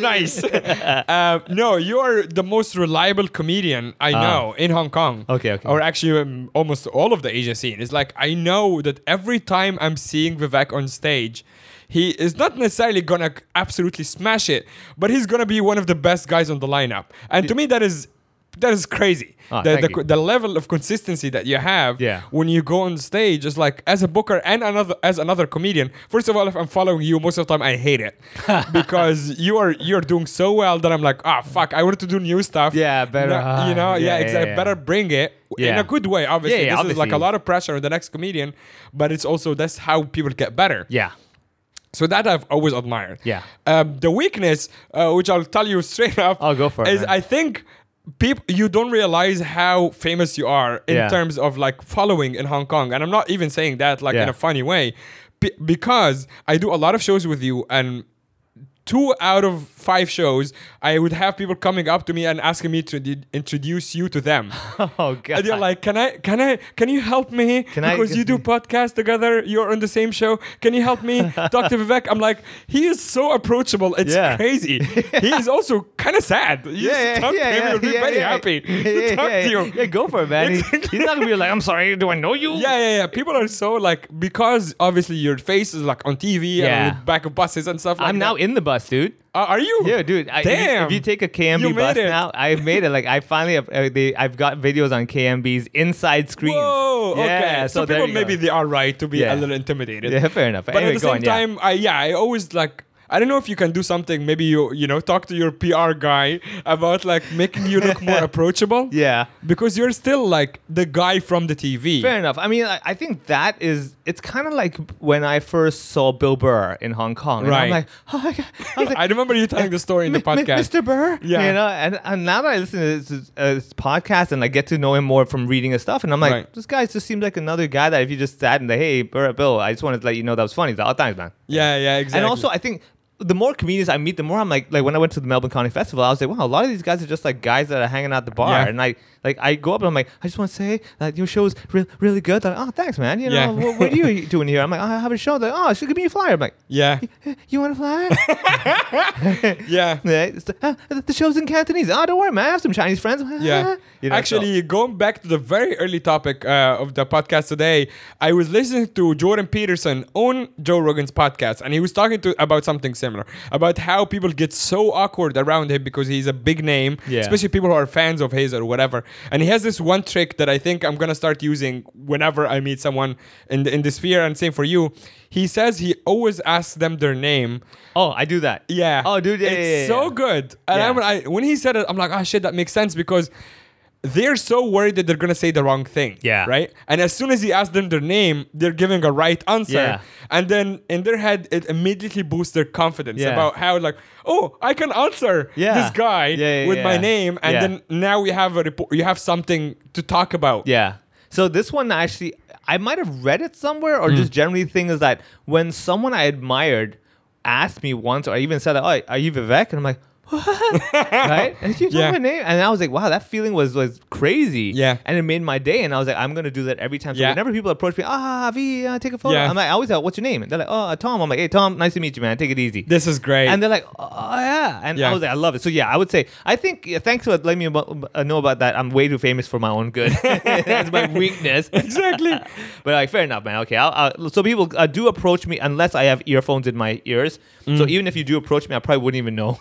[SPEAKER 3] nice.
[SPEAKER 4] Uh, no, you are the most reliable comedian I know in Hong Kong.
[SPEAKER 3] Ah. Okay, okay.
[SPEAKER 4] Or actually, um, almost all of the Asia scene. It's like I know that every time I'm seeing Vivek on stage, he is not necessarily gonna absolutely smash it, but he's gonna be one of the best guys on the lineup. And to me, that is that is crazy.
[SPEAKER 3] Ah,
[SPEAKER 4] the,
[SPEAKER 3] thank
[SPEAKER 4] the,
[SPEAKER 3] you.
[SPEAKER 4] co- the level of consistency that you have
[SPEAKER 3] Yeah.
[SPEAKER 4] when you go on stage is like as a booker and another as another comedian first of all if i'm following you most of the time i hate it because you are you're doing so well that i'm like ah fuck i wanted to do new stuff
[SPEAKER 3] Yeah, better,
[SPEAKER 4] No, you know
[SPEAKER 3] ah,
[SPEAKER 4] yeah,
[SPEAKER 3] yeah,
[SPEAKER 4] exactly
[SPEAKER 3] yeah, yeah.
[SPEAKER 4] better bring it in
[SPEAKER 3] Yeah.
[SPEAKER 4] a good way obviously
[SPEAKER 3] Yeah, yeah,
[SPEAKER 4] this is like a
[SPEAKER 3] obviously.
[SPEAKER 4] lot of pressure on the next comedian but it's also that's how people get better
[SPEAKER 3] yeah.
[SPEAKER 4] So that I've always admired.
[SPEAKER 3] Yeah.
[SPEAKER 4] Um, the weakness, uh, which I'll tell you straight up,
[SPEAKER 3] I'll go for it,
[SPEAKER 4] is
[SPEAKER 3] man.
[SPEAKER 4] I think people you don't realize how famous you are in
[SPEAKER 3] Yeah.
[SPEAKER 4] terms of like following in Hong Kong, and I'm not even saying that like in
[SPEAKER 3] Yeah.
[SPEAKER 4] a funny way, be- because I do a lot of shows with you and. Two out of five shows, I would have people coming up to me and asking me to d- introduce you to them.
[SPEAKER 3] Oh god.
[SPEAKER 4] And you're like, can I, can I, can you help me?
[SPEAKER 3] Can I-
[SPEAKER 4] because you do podcast together. You're on the same show. Can you help me talk to Vivek? I'm like, he is so approachable. It's
[SPEAKER 3] Yeah.
[SPEAKER 4] crazy. he is also kind of sad. You just talk to him, you'll be very happy to
[SPEAKER 3] yeah,
[SPEAKER 4] talk
[SPEAKER 3] yeah,
[SPEAKER 4] to you.
[SPEAKER 3] Yeah, go for it, man. He's, he's not gonna be like, I'm sorry, do I know you?
[SPEAKER 4] Yeah, yeah, yeah. People are so like because obviously your face is like on TV
[SPEAKER 3] Yeah.
[SPEAKER 4] and on the back of buses and stuff. Like
[SPEAKER 3] I'm now
[SPEAKER 4] that.
[SPEAKER 3] in the bus, dude.
[SPEAKER 4] Uh, are you?
[SPEAKER 3] Yeah, dude. I, if you-
[SPEAKER 4] Damn.
[SPEAKER 3] If you, take a KMB
[SPEAKER 4] You made
[SPEAKER 3] bus
[SPEAKER 4] it.
[SPEAKER 3] now, I've made it. Like I finally, have, uh, they, I've got videos on KMB's inside screens.
[SPEAKER 4] Whoa.
[SPEAKER 3] Yeah,
[SPEAKER 4] okay. So,
[SPEAKER 3] there
[SPEAKER 4] people
[SPEAKER 3] you go.
[SPEAKER 4] maybe they are right to be
[SPEAKER 3] Yeah.
[SPEAKER 4] a little intimidated.
[SPEAKER 3] Yeah, fair enough.
[SPEAKER 4] But
[SPEAKER 3] Anyway,
[SPEAKER 4] at the
[SPEAKER 3] go
[SPEAKER 4] same
[SPEAKER 3] on, yeah.
[SPEAKER 4] time, I yeah, I always like. I don't know if you can do something. Maybe you you know talk to your PR guy about like making you look more approachable.
[SPEAKER 3] Yeah.
[SPEAKER 4] Because you're still like the guy from the TV.
[SPEAKER 3] Fair enough. I mean, I, I think that is. It's kind of like when I first saw Bill Burr in Hong Kong. And
[SPEAKER 4] Right.
[SPEAKER 3] I'm like, oh my god. I was like,
[SPEAKER 4] I remember you telling the story in the
[SPEAKER 3] M-
[SPEAKER 4] podcast.
[SPEAKER 3] Mr. Burr.
[SPEAKER 4] Yeah.
[SPEAKER 3] You know, and, and now that I listen to his, his, uh, his podcast and I get to know him more from reading his stuff, and I'm like,
[SPEAKER 4] Right.
[SPEAKER 3] this guy just seems like another guy that if you just sat and like, hey, Burr, Bill, I just wanted to let you know that was funny. He's like, oh, thanks, man.
[SPEAKER 4] Yeah, yeah, exactly.
[SPEAKER 3] And also, I think the more comedians I meet, the more I'm like, like when I went to the Melbourne County Festival, I was like, wow, a lot of these guys are just like guys that are hanging out at the bar,
[SPEAKER 4] Yeah.
[SPEAKER 3] and I like I go up and I'm like, I just want to say that your show is re- really good. They're Like, oh, thanks, man. You know,
[SPEAKER 4] Yeah.
[SPEAKER 3] what, what are you doing here? I'm like, oh, I have a show. They're Like, oh, should give me a flyer. I'm like,
[SPEAKER 4] yeah,
[SPEAKER 3] "Eh, you want a flyer?
[SPEAKER 4] yeah.
[SPEAKER 3] Yeah, it's the, uh, the show's in Cantonese. Oh, don't worry, man. I have some Chinese friends.
[SPEAKER 4] Yeah.
[SPEAKER 3] You know,
[SPEAKER 4] Actually, going back to the very early topic uh, of the podcast today, I was listening to Jordan Peterson on Joe Rogan's podcast, and he was talking to about something similar about how people get so awkward around him because he's a big name,
[SPEAKER 3] Yeah.
[SPEAKER 4] especially people who are fans of his or whatever. And he has this one trick that I think I'm gonna start using whenever I meet someone in the, in the sphere, and same for you. He says he always asks them their name.
[SPEAKER 3] so- oh, I do that.
[SPEAKER 4] Yeah.
[SPEAKER 3] Oh, dude, yeah,
[SPEAKER 4] it's
[SPEAKER 3] yeah, yeah,
[SPEAKER 4] so
[SPEAKER 3] yeah.
[SPEAKER 4] good. And
[SPEAKER 3] Yeah.
[SPEAKER 4] I'm, I, when he said it, I'm like, oh shit, that makes sense because they're so worried that they're gonna say the wrong thing.
[SPEAKER 3] Yeah.
[SPEAKER 4] Right. And as soon as he asks them their name, they're giving a right answer.
[SPEAKER 3] Yeah.
[SPEAKER 4] And then in their head, it immediately boosts their confidence
[SPEAKER 3] Yeah.
[SPEAKER 4] about how like, oh, I can answer
[SPEAKER 3] Yeah.
[SPEAKER 4] this guy
[SPEAKER 3] Yeah, yeah,
[SPEAKER 4] with my
[SPEAKER 3] yeah.
[SPEAKER 4] name, and
[SPEAKER 3] Yeah.
[SPEAKER 4] then now we have a report. You have something to talk about.
[SPEAKER 3] Yeah. So this one actually, I might have read it somewhere,
[SPEAKER 4] Hmm.
[SPEAKER 3] or just generally thing is that when someone I admired asked me once, or I even said, like, "Oh, are you Vivek?" and I'm like. What? right? And you know
[SPEAKER 4] Yeah.
[SPEAKER 3] my name, and I was like, "Wow, that feeling was was crazy."
[SPEAKER 4] Yeah.
[SPEAKER 3] and it made my day. And I was like, "I'm gonna do that every time." So
[SPEAKER 4] Yeah.
[SPEAKER 3] whenever people approach me, ah, V, uh, take a photo.
[SPEAKER 4] Yeah.
[SPEAKER 3] I'm like, I always like, "What's your name?" And they're like, "Oh, uh, Tom." I'm like, "Hey, Tom, nice to meet you, man. Take it easy."
[SPEAKER 4] This is great.
[SPEAKER 3] and they're like, oh yeah, and
[SPEAKER 4] Yeah.
[SPEAKER 3] I was like, I love it. So yeah, I would say, I think yeah, thanks for letting me abo- uh, know about that. I'm way too famous for my own good. That's my weakness.
[SPEAKER 4] exactly.
[SPEAKER 3] But like, fair enough, man. Okay, I'll, i so people uh, do approach me unless I have earphones in my ears. So even if you do approach me, I probably wouldn't even know.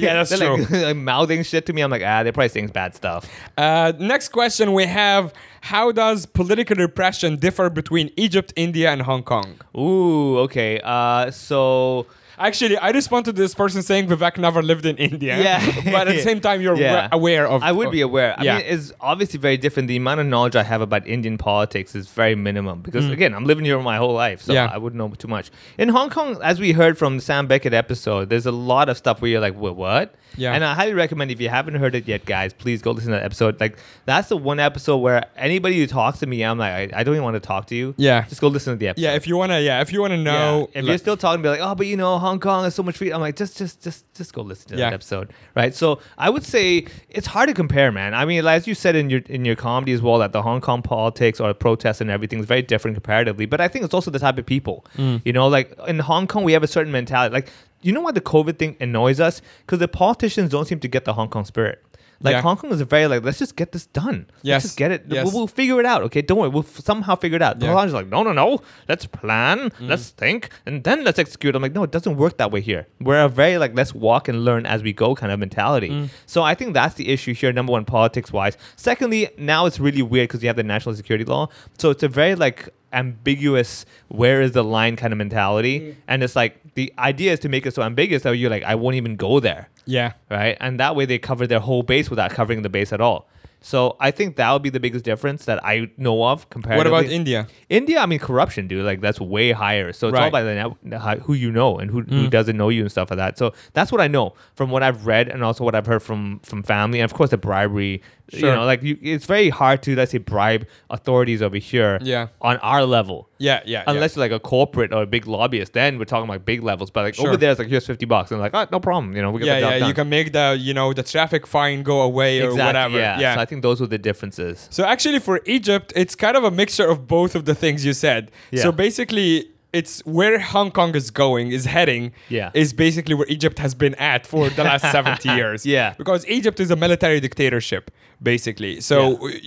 [SPEAKER 4] Yeah, Mm. that's
[SPEAKER 3] they're like, like mouthing shit to me. I'm like, ah, they're probably saying bad stuff.
[SPEAKER 4] Uh, next question we have How does political repression differ between Egypt, India, and Hong Kong?
[SPEAKER 3] Ooh, okay. Uh, so
[SPEAKER 4] Actually, I responded to this person saying Vivek never lived in India.
[SPEAKER 3] Yeah.
[SPEAKER 4] but at the same time, you're
[SPEAKER 3] Yeah.
[SPEAKER 4] wa- aware of.
[SPEAKER 3] I would
[SPEAKER 4] of-
[SPEAKER 3] be aware. I
[SPEAKER 4] yeah.
[SPEAKER 3] mean, it's obviously very different. The amount of knowledge I have about Indian politics is very minimum because, again, I'm living here my whole life, so
[SPEAKER 4] Mm. Yeah.
[SPEAKER 3] I wouldn't know too much. In Hong Kong, as we heard from the Sam Beckett episode, there's a lot of stuff where you're like, "Wha- what?
[SPEAKER 4] Yeah.
[SPEAKER 3] And I highly recommend if you haven't heard it yet, guys, please go listen to that episode. Like, that's the one episode where anybody who talks to me, I'm like, I, I don't even want to talk to you.
[SPEAKER 4] Yeah.
[SPEAKER 3] Just go listen to the episode.
[SPEAKER 4] yeah, if you wanna, yeah, if you wanna know,
[SPEAKER 3] Yeah. If
[SPEAKER 4] like-
[SPEAKER 3] you're still talking, be like, oh, but you know, Hong Kong is so much free. I'm like, just, just, just, just go listen to
[SPEAKER 4] Yeah.
[SPEAKER 3] that episode, right? So I would say it's hard to compare, man. I mean, like, as you said in your in your comedy as well, that the Hong Kong politics or protests and everything is very different comparatively. But I think it's also the type of people,
[SPEAKER 4] Mm.
[SPEAKER 3] you know, like in Hong Kong we have a certain mentality. Like, you know why the COVID thing annoys us? Because the politicians don't seem to get the Hong Kong spirit. Like
[SPEAKER 4] Yeah.
[SPEAKER 3] Hong Kong is very like, let's just get this done.
[SPEAKER 4] Yes.
[SPEAKER 3] Let's just get it.
[SPEAKER 4] Yes.
[SPEAKER 3] We'll, we'll figure it out. Okay, don't worry. We'll f- somehow figure it out. The
[SPEAKER 4] Yeah.
[SPEAKER 3] Hollanders are like, no, no, no. Let's plan. Let's think, and then let's execute. I'm like, no, it doesn't work that way here. We're a very like, let's walk and learn as we go kind of mentality. So I think that's the issue here. Number one, politics wise. Secondly, now it's really weird because you have the national security law. So it's a very like ambiguous where is the line kind of mentality and it's like the idea is to make it so ambiguous that you're like i won't even go there
[SPEAKER 4] yeah,
[SPEAKER 3] right? And that way they cover their whole base without covering the base at all. So I think that would be the biggest difference that I know of compared.
[SPEAKER 4] What about India?
[SPEAKER 3] India, I mean, corruption, dude. Like that's way higher. So it's all
[SPEAKER 4] Right. Mm.
[SPEAKER 3] by the net, how- who you know and who, who doesn't know you and stuff like that. So that's what I know from what I've read and also what I've heard from from family and of course the bribery. You
[SPEAKER 4] Sure.
[SPEAKER 3] know, like you, it's very hard to let's say bribe authorities over here.
[SPEAKER 4] Yeah.
[SPEAKER 3] On our level.
[SPEAKER 4] Yeah, yeah, yeah.
[SPEAKER 3] Unless you're like a corporate or a big lobbyist, then we're talking like big levels. But like
[SPEAKER 4] Sure.
[SPEAKER 3] over there, it's like here's fifty bucks, and like oh, no problem. You know, we get
[SPEAKER 4] Yeah,
[SPEAKER 3] the job
[SPEAKER 4] yeah.
[SPEAKER 3] done.
[SPEAKER 4] You can make the you know the traffic fine go away or
[SPEAKER 3] exactly.
[SPEAKER 4] whatever.
[SPEAKER 3] Yeah.
[SPEAKER 4] yeah.
[SPEAKER 3] So I think those were the differences.
[SPEAKER 4] So actually, for Egypt, it's kind of a mixture of both of the things you said.
[SPEAKER 3] Yeah.
[SPEAKER 4] So basically, it's where Hong Kong is going, is heading.
[SPEAKER 3] Yeah.
[SPEAKER 4] Is basically where Egypt has been at for the last seventy years.
[SPEAKER 3] Yeah.
[SPEAKER 4] Because Egypt is a military dictatorship, basically. So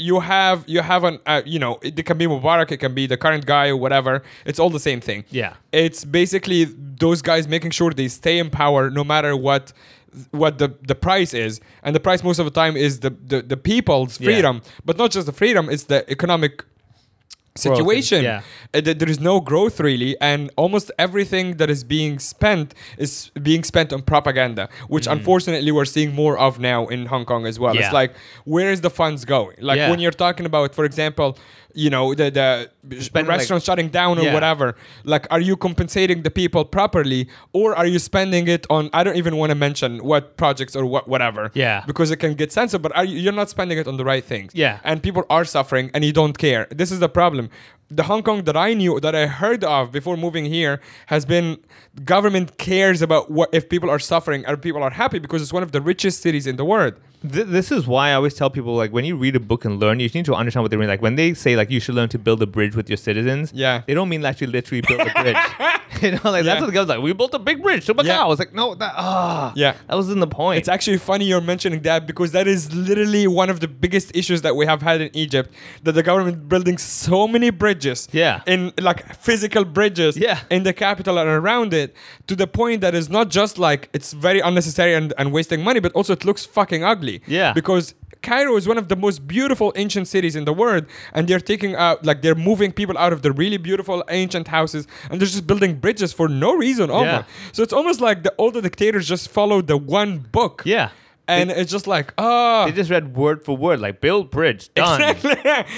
[SPEAKER 4] you have you have an uh, you know it can be Mubarak, it can be the current guy or whatever. It's all the same thing.
[SPEAKER 3] Yeah.
[SPEAKER 4] It's basically those guys making sure they stay in power no matter what what the, the price is and the price most of the time is the, the, the people's
[SPEAKER 3] Yeah.
[SPEAKER 4] freedom but not just the freedom it's the economic situation
[SPEAKER 3] yeah.
[SPEAKER 4] Uh, th- there is no growth really and almost everything that is being spent is being spent on propaganda which unfortunately we're seeing more of now in hong kong as well
[SPEAKER 3] Mm. Yeah.
[SPEAKER 4] it's like where is the funds going like
[SPEAKER 3] Yeah.
[SPEAKER 4] when you're talking about for example you know the, the
[SPEAKER 3] Spending, like-
[SPEAKER 4] restaurants shutting down or
[SPEAKER 3] Yeah.
[SPEAKER 4] whatever like are you compensating the people properly or are you spending it on i don't even want to mention what projects or what whatever
[SPEAKER 3] Yeah.
[SPEAKER 4] because it can get censored but are you, you're not spending it on the right things
[SPEAKER 3] Yeah.
[SPEAKER 4] and people are suffering and you don't care this is the problem the hong kong that i knew that i heard of before moving here has been government cares about what if people are suffering or people are happy because it's one of the richest cities in the world
[SPEAKER 3] Th- this is why I always tell people like when you read a book and learn, you need to understand what they mean. Like when they say like you should learn to build a bridge with your citizens,
[SPEAKER 4] Yeah.
[SPEAKER 3] they don't mean actually literally build a bridge. you know, like
[SPEAKER 4] Yeah.
[SPEAKER 3] that's what the guy was like. We built a big bridge to Macau.
[SPEAKER 4] Yeah.
[SPEAKER 3] I was like, no, that ah,
[SPEAKER 4] Yeah.
[SPEAKER 3] that wasn't the point.
[SPEAKER 4] It's actually funny you're mentioning that because that is literally one of the biggest issues that we have had in Egypt. That the government building so many bridges,
[SPEAKER 3] Yeah.
[SPEAKER 4] in like physical bridges,
[SPEAKER 3] Yeah.
[SPEAKER 4] in the capital and around it, to the point that it's not just like it's very unnecessary and, and wasting money, but also it looks fucking ugly,
[SPEAKER 3] Yeah.
[SPEAKER 4] because. Cairo is one of the most beautiful ancient cities in the world, and they're taking out like they're moving people out of the really beautiful ancient houses, and they're just building bridges for no reason. Oh
[SPEAKER 3] Yeah.
[SPEAKER 4] my! So it's almost like the older dictators just followed the one book,
[SPEAKER 3] yeah,
[SPEAKER 4] and it's just like, ah,
[SPEAKER 3] they just read word for word like build bridge done. It's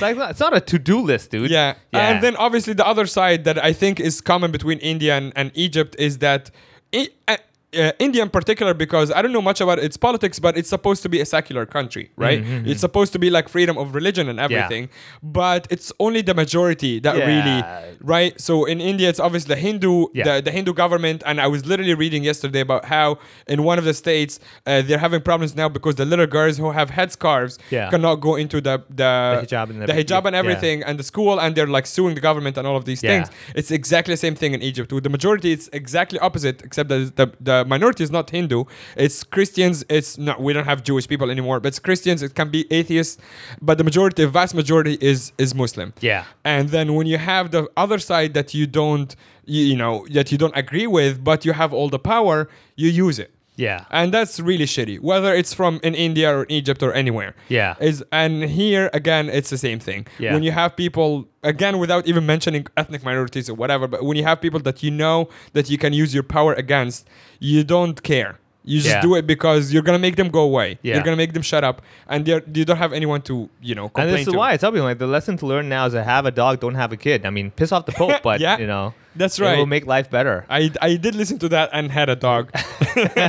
[SPEAKER 3] like it's not a to do list, dude.
[SPEAKER 4] yeah.
[SPEAKER 3] yeah,
[SPEAKER 4] And then obviously the other side that I think is common between India and, and Egypt is that I, uh, uh, India in particular, because I don't know much about its politics, but it's supposed to be a secular country,
[SPEAKER 3] Mm-hmm,
[SPEAKER 4] right? It's supposed to be like freedom of religion and everything, but it's only the majority that
[SPEAKER 3] Yeah.
[SPEAKER 4] really, right? So in India, it's obviously the Hindu,
[SPEAKER 3] Yeah.
[SPEAKER 4] the, the Hindu government, and I was literally reading yesterday about how in one of the states uh, they're having problems now because the little girls who have headscarves
[SPEAKER 3] Yeah.
[SPEAKER 4] cannot go into the the,
[SPEAKER 3] The hijab and
[SPEAKER 4] the
[SPEAKER 3] everything.
[SPEAKER 4] hijab and
[SPEAKER 3] Yeah.
[SPEAKER 4] everything and the school and they're like suing the government and all of these
[SPEAKER 3] Yeah.
[SPEAKER 4] things it's exactly the same thing in egypt with the majority it's exactly opposite except that the, the minority is not hindu it's christians it's not we don't have jewish people anymore but it's christians it can be atheists but the majority vast majority is is muslim
[SPEAKER 3] Yeah.
[SPEAKER 4] and then when you have the other side that you don't you, you know that you don't agree with but you have all the power you use it
[SPEAKER 3] yeah,
[SPEAKER 4] and that's really shitty whether it's from in india or egypt or anywhere
[SPEAKER 3] Yeah.
[SPEAKER 4] is and here again it's the same thing
[SPEAKER 3] Yeah.
[SPEAKER 4] when you have people again without even mentioning ethnic minorities or whatever but when you have people that you know that you can use your power against you don't care you just
[SPEAKER 3] Yeah.
[SPEAKER 4] do it because you're gonna make them go away
[SPEAKER 3] Yeah.
[SPEAKER 4] you're gonna make them shut up and they're, you don't have anyone to you know complain
[SPEAKER 3] and this is
[SPEAKER 4] to.
[SPEAKER 3] why I tell people like the lesson to learn now is to have a dog, don't have a kid. I mean, piss off the pope, but
[SPEAKER 4] Yeah.
[SPEAKER 3] you know
[SPEAKER 4] That's
[SPEAKER 3] It
[SPEAKER 4] right.
[SPEAKER 3] will make life better.
[SPEAKER 4] I, I did listen to that and had a dog.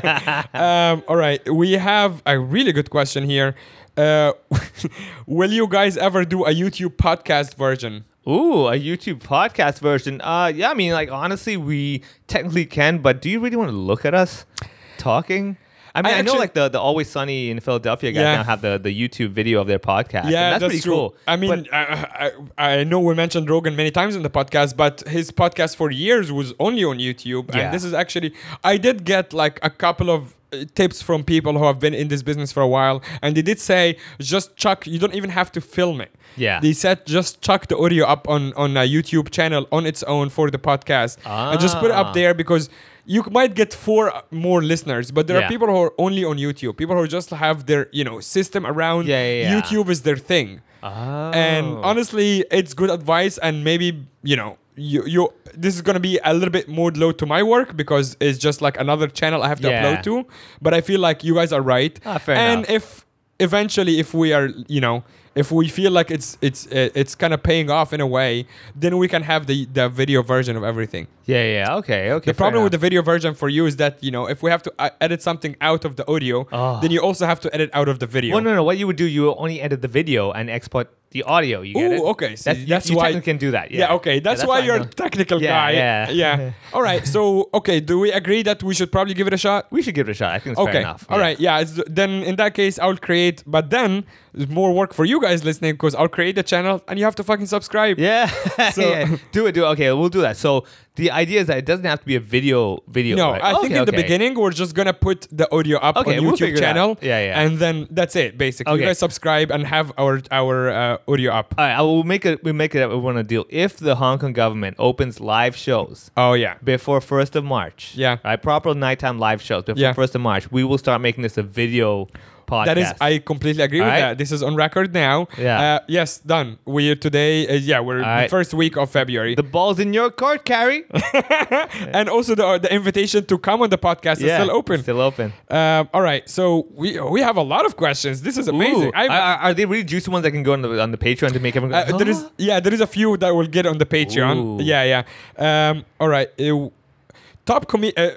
[SPEAKER 4] um, all right, we have a really good question here. Uh, will you guys ever do a YouTube podcast version?
[SPEAKER 3] Ooh, a YouTube podcast version. Uh, yeah, I mean, like honestly, we technically can, but do you really want to look at us talking? I mean, I,
[SPEAKER 4] I
[SPEAKER 3] know
[SPEAKER 4] actually-
[SPEAKER 3] like the, the Always Sunny in Philadelphia guys
[SPEAKER 4] Yeah.
[SPEAKER 3] now have the, the YouTube video of their podcast. and that's, pretty
[SPEAKER 4] true.
[SPEAKER 3] cool.
[SPEAKER 4] I mean,
[SPEAKER 3] But-
[SPEAKER 4] I, I, I know we mentioned Rogan many times in the podcast, but his podcast for years was only on YouTube.
[SPEAKER 3] Yeah.
[SPEAKER 4] And this is actually, I did get like a couple of uh, tips from people who have been in this business for a while, and they did say, just chuck, you don't even have to film it.
[SPEAKER 3] Yeah.
[SPEAKER 4] They said just chuck the audio up on, on a YouTube channel on its own for the podcast. And just put it
[SPEAKER 3] Ah.
[SPEAKER 4] up there because you c- might get four uh, more listeners, but there
[SPEAKER 3] Yeah.
[SPEAKER 4] are people who are only on YouTube, people who just have their, you know, system around
[SPEAKER 3] Yeah, yeah, yeah.
[SPEAKER 4] YouTube is their thing. And
[SPEAKER 3] Oh.
[SPEAKER 4] honestly, it's good advice. And maybe you know, you you this is gonna be a little bit more load to my work because it's just like another channel I have to
[SPEAKER 3] Yeah.
[SPEAKER 4] upload to. But I feel like you guys are right.
[SPEAKER 3] Ah, fair
[SPEAKER 4] and
[SPEAKER 3] enough.
[SPEAKER 4] if eventually if we are you know if we feel like it's it's uh, it's kind of paying off in a way then we can have the the video version of everything
[SPEAKER 3] Yeah, yeah. Okay, okay.
[SPEAKER 4] the problem with the video version for you is that you know if we have to uh, edit something out of the audio
[SPEAKER 3] Ah.
[SPEAKER 4] then you also have to edit out of the video
[SPEAKER 3] Well, no, no. What you would do, you would only edit the video and export the audio. You get
[SPEAKER 4] Ooh,
[SPEAKER 3] it?
[SPEAKER 4] okay. See,
[SPEAKER 3] that's, you-
[SPEAKER 4] that's
[SPEAKER 3] you,
[SPEAKER 4] why-
[SPEAKER 3] technically can do that. Yeah.
[SPEAKER 4] Yeah, okay.
[SPEAKER 3] Yeah,
[SPEAKER 4] That's, why
[SPEAKER 3] I
[SPEAKER 4] you're
[SPEAKER 3] know.
[SPEAKER 4] a technical
[SPEAKER 3] Yeah,
[SPEAKER 4] guy.
[SPEAKER 3] yeah.
[SPEAKER 4] yeah. All right. So, okay, do we agree that we should probably give it a shot?
[SPEAKER 3] We should give it a shot. I think it's
[SPEAKER 4] Okay.
[SPEAKER 3] fair enough.
[SPEAKER 4] All right. Yeah. it's- then in that case, I'll create. But then it's more work for you guys listening because I'll create a channel and you have to fucking subscribe.
[SPEAKER 3] Yeah.
[SPEAKER 4] So-
[SPEAKER 3] yeah. Do it. Do it. Okay, we'll do that. So the idea is that it doesn't have to be a video. Video.
[SPEAKER 4] No,
[SPEAKER 3] right?
[SPEAKER 4] I think
[SPEAKER 3] Okay,
[SPEAKER 4] in the
[SPEAKER 3] okay.
[SPEAKER 4] beginning we're just gonna put the audio up
[SPEAKER 3] Okay,
[SPEAKER 4] on
[SPEAKER 3] we'll
[SPEAKER 4] YouTube
[SPEAKER 3] figure it out.
[SPEAKER 4] channel.
[SPEAKER 3] Yeah, yeah.
[SPEAKER 4] And then that's it. Basically,
[SPEAKER 3] Okay.
[SPEAKER 4] you guys subscribe and have our our uh, audio up.
[SPEAKER 3] All right, I will make it. We make it. We want to deal if the Hong Kong government opens live shows
[SPEAKER 4] oh yeah.
[SPEAKER 3] before first of March.
[SPEAKER 4] Yeah.
[SPEAKER 3] right. Proper nighttime live shows before
[SPEAKER 4] Yeah.
[SPEAKER 3] first of March. We will start making this a video podcast.
[SPEAKER 4] That is, I completely agree with
[SPEAKER 3] Alright.
[SPEAKER 4] that. This is on record now.
[SPEAKER 3] Yeah.
[SPEAKER 4] Uh, yes, done. We're today. Uh, yeah, we're the
[SPEAKER 3] Alright.
[SPEAKER 4] first week of February.
[SPEAKER 3] the ball's in your court, Carrie.
[SPEAKER 4] and also the the invitation to come on the podcast is still open.
[SPEAKER 3] Still open.
[SPEAKER 4] Um, all right, so we we have a lot of questions. This is amazing.
[SPEAKER 3] Ooh,
[SPEAKER 4] I'm-
[SPEAKER 3] are, are- are they really juicy ones that can go on the on the Patreon to make everyone? Go,
[SPEAKER 4] uh, there is
[SPEAKER 3] "Huh?"
[SPEAKER 4] yeah, there is a few that will get on the Patreon.
[SPEAKER 3] Ooh.
[SPEAKER 4] Yeah, yeah. Um, all right, uh, top com- uh,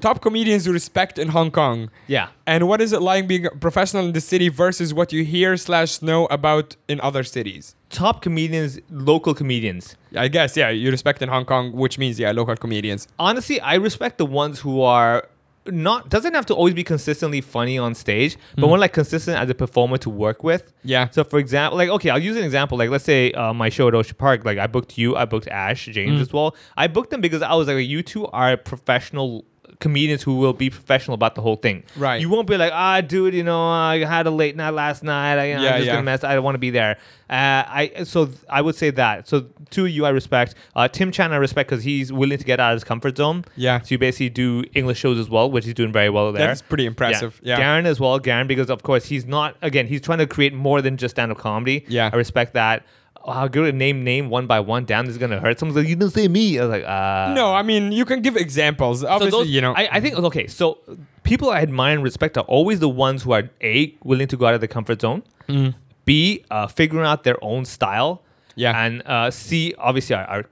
[SPEAKER 4] top comedians you respect in Hong Kong.
[SPEAKER 3] Yeah.
[SPEAKER 4] And what is it like being a professional in the city versus what you hear slash know about in other cities?
[SPEAKER 3] top comedians, local comedians.
[SPEAKER 4] I guess yeah, you respect in Hong Kong, which means yeah, local comedians.
[SPEAKER 3] honestly, I respect the ones who are not doesn't have to always be consistently funny on stage, but more like consistent as a performer to work with.
[SPEAKER 4] Hmm. Yeah.
[SPEAKER 3] So for example, like okay, I'll use an example. Like let's say uh, my show at Ocean Park. Like I booked you, I booked Ash, James
[SPEAKER 4] Hmm.
[SPEAKER 3] as well. I booked them because I was like, you two are professional comedians who will be professional about the whole thing.
[SPEAKER 4] Right.
[SPEAKER 3] You won't be like, ah, dude, you know, I had a late night last night. I, you know,
[SPEAKER 4] Yeah,
[SPEAKER 3] I'm just
[SPEAKER 4] yeah.
[SPEAKER 3] gonna mess. I don't want to be there. Uh, I so th- I would say that. So two you I respect. Uh, Tim Chan I respect because he's willing to get out of his comfort zone.
[SPEAKER 4] Yeah.
[SPEAKER 3] So you basically do English shows as well, which he's doing very well there.
[SPEAKER 4] That is pretty impressive. Yeah.
[SPEAKER 3] Garen as well. Garen because of course he's not again he's trying to create more than just stand up comedy.
[SPEAKER 4] Yeah.
[SPEAKER 3] I respect that. Oh, I'll go to name name one by one. Damn, this is gonna hurt. Someone's like, you didn't say me. I was like, uh.
[SPEAKER 4] No, I mean you can give examples.
[SPEAKER 3] So
[SPEAKER 4] Obviously,
[SPEAKER 3] those,
[SPEAKER 4] you know.
[SPEAKER 3] I, I think okay. So people I admire and respect are always the ones who are a willing to go out of their comfort zone,
[SPEAKER 4] Mm.
[SPEAKER 3] b uh, figuring out their own style,
[SPEAKER 4] Yeah.
[SPEAKER 3] and uh, c obviously are, are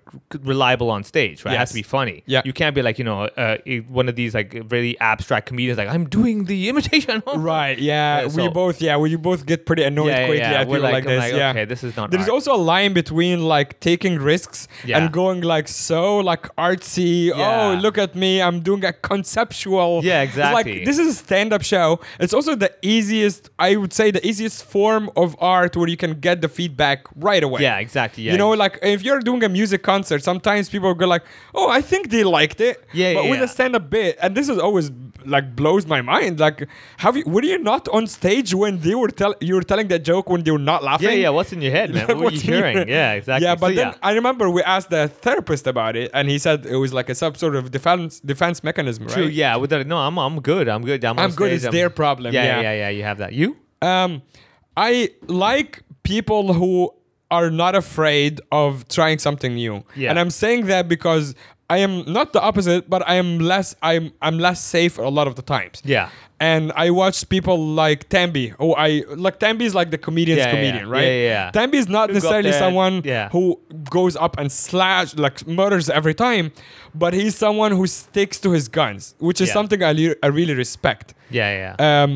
[SPEAKER 3] reliable on stage. Right, it has
[SPEAKER 4] Yes.
[SPEAKER 3] to be funny.
[SPEAKER 4] Yeah.
[SPEAKER 3] you can't be like you know uh, i- one of these like really abstract comedians like I'm doing the imitation.
[SPEAKER 4] Right. Yeah.
[SPEAKER 3] Yeah,
[SPEAKER 4] we
[SPEAKER 3] so-
[SPEAKER 4] both. Yeah. We both get pretty annoyed
[SPEAKER 3] Yeah, yeah,
[SPEAKER 4] quickly
[SPEAKER 3] yeah,
[SPEAKER 4] at
[SPEAKER 3] we're
[SPEAKER 4] people
[SPEAKER 3] like-
[SPEAKER 4] like,
[SPEAKER 3] I'm
[SPEAKER 4] this.
[SPEAKER 3] like,
[SPEAKER 4] yeah.
[SPEAKER 3] okay, this is not
[SPEAKER 4] There's
[SPEAKER 3] art.
[SPEAKER 4] also a line between like taking risks
[SPEAKER 3] Yeah.
[SPEAKER 4] and going like so like artsy.
[SPEAKER 3] Yeah.
[SPEAKER 4] Oh, look at me! I'm doing a conceptual.
[SPEAKER 3] Yeah,
[SPEAKER 4] It's
[SPEAKER 3] exactly.
[SPEAKER 4] like this is a stand-up show. It's also the easiest. I would say the easiest form of art where you can get the feedback right away.
[SPEAKER 3] Yeah, exactly, yeah.
[SPEAKER 4] You know, like if you're doing a music concert, sometimes people go like, "Oh, I think they liked it."
[SPEAKER 3] Yeah,
[SPEAKER 4] But
[SPEAKER 3] yeah,
[SPEAKER 4] with
[SPEAKER 3] yeah.
[SPEAKER 4] a stand up bit and this is always like blows my mind like have you were you not on stage when they were tell you were telling that joke when they were not laughing
[SPEAKER 3] Yeah, yeah. What's in your head, man?
[SPEAKER 4] Like,
[SPEAKER 3] what are you
[SPEAKER 4] what's in your-
[SPEAKER 3] hearing? Yeah, exactly.
[SPEAKER 4] yeah but
[SPEAKER 3] So,
[SPEAKER 4] then i remember we asked the therapist about it and he said it was like a some sort of defense defense mechanism right
[SPEAKER 3] True, yeah. With that, no, I'm, I'm good. I'm good. I'm, on
[SPEAKER 4] I'm good,
[SPEAKER 3] stage,
[SPEAKER 4] it's their problem, yeah.
[SPEAKER 3] yeah, yeah, yeah. You have that. You?
[SPEAKER 4] um i like people who are not afraid of trying something new
[SPEAKER 3] Yeah.
[SPEAKER 4] and i'm saying that because i am not the opposite but i am less i'm i'm less safe a lot of the times
[SPEAKER 3] Yeah.
[SPEAKER 4] and I watched people like Tambi. Oh, I like Tambi is like the comedian's
[SPEAKER 3] Yeah, yeah,
[SPEAKER 4] comedian,
[SPEAKER 3] yeah.
[SPEAKER 4] right?
[SPEAKER 3] Yeah, yeah, yeah.
[SPEAKER 4] Tambi is not necessarily
[SPEAKER 3] there,
[SPEAKER 4] someone
[SPEAKER 3] yeah.
[SPEAKER 4] who goes up and slash like murders every time, but he's someone who sticks to his guns, which is
[SPEAKER 3] Yeah.
[SPEAKER 4] something I, le- I really respect.
[SPEAKER 3] Yeah, yeah.
[SPEAKER 4] Um,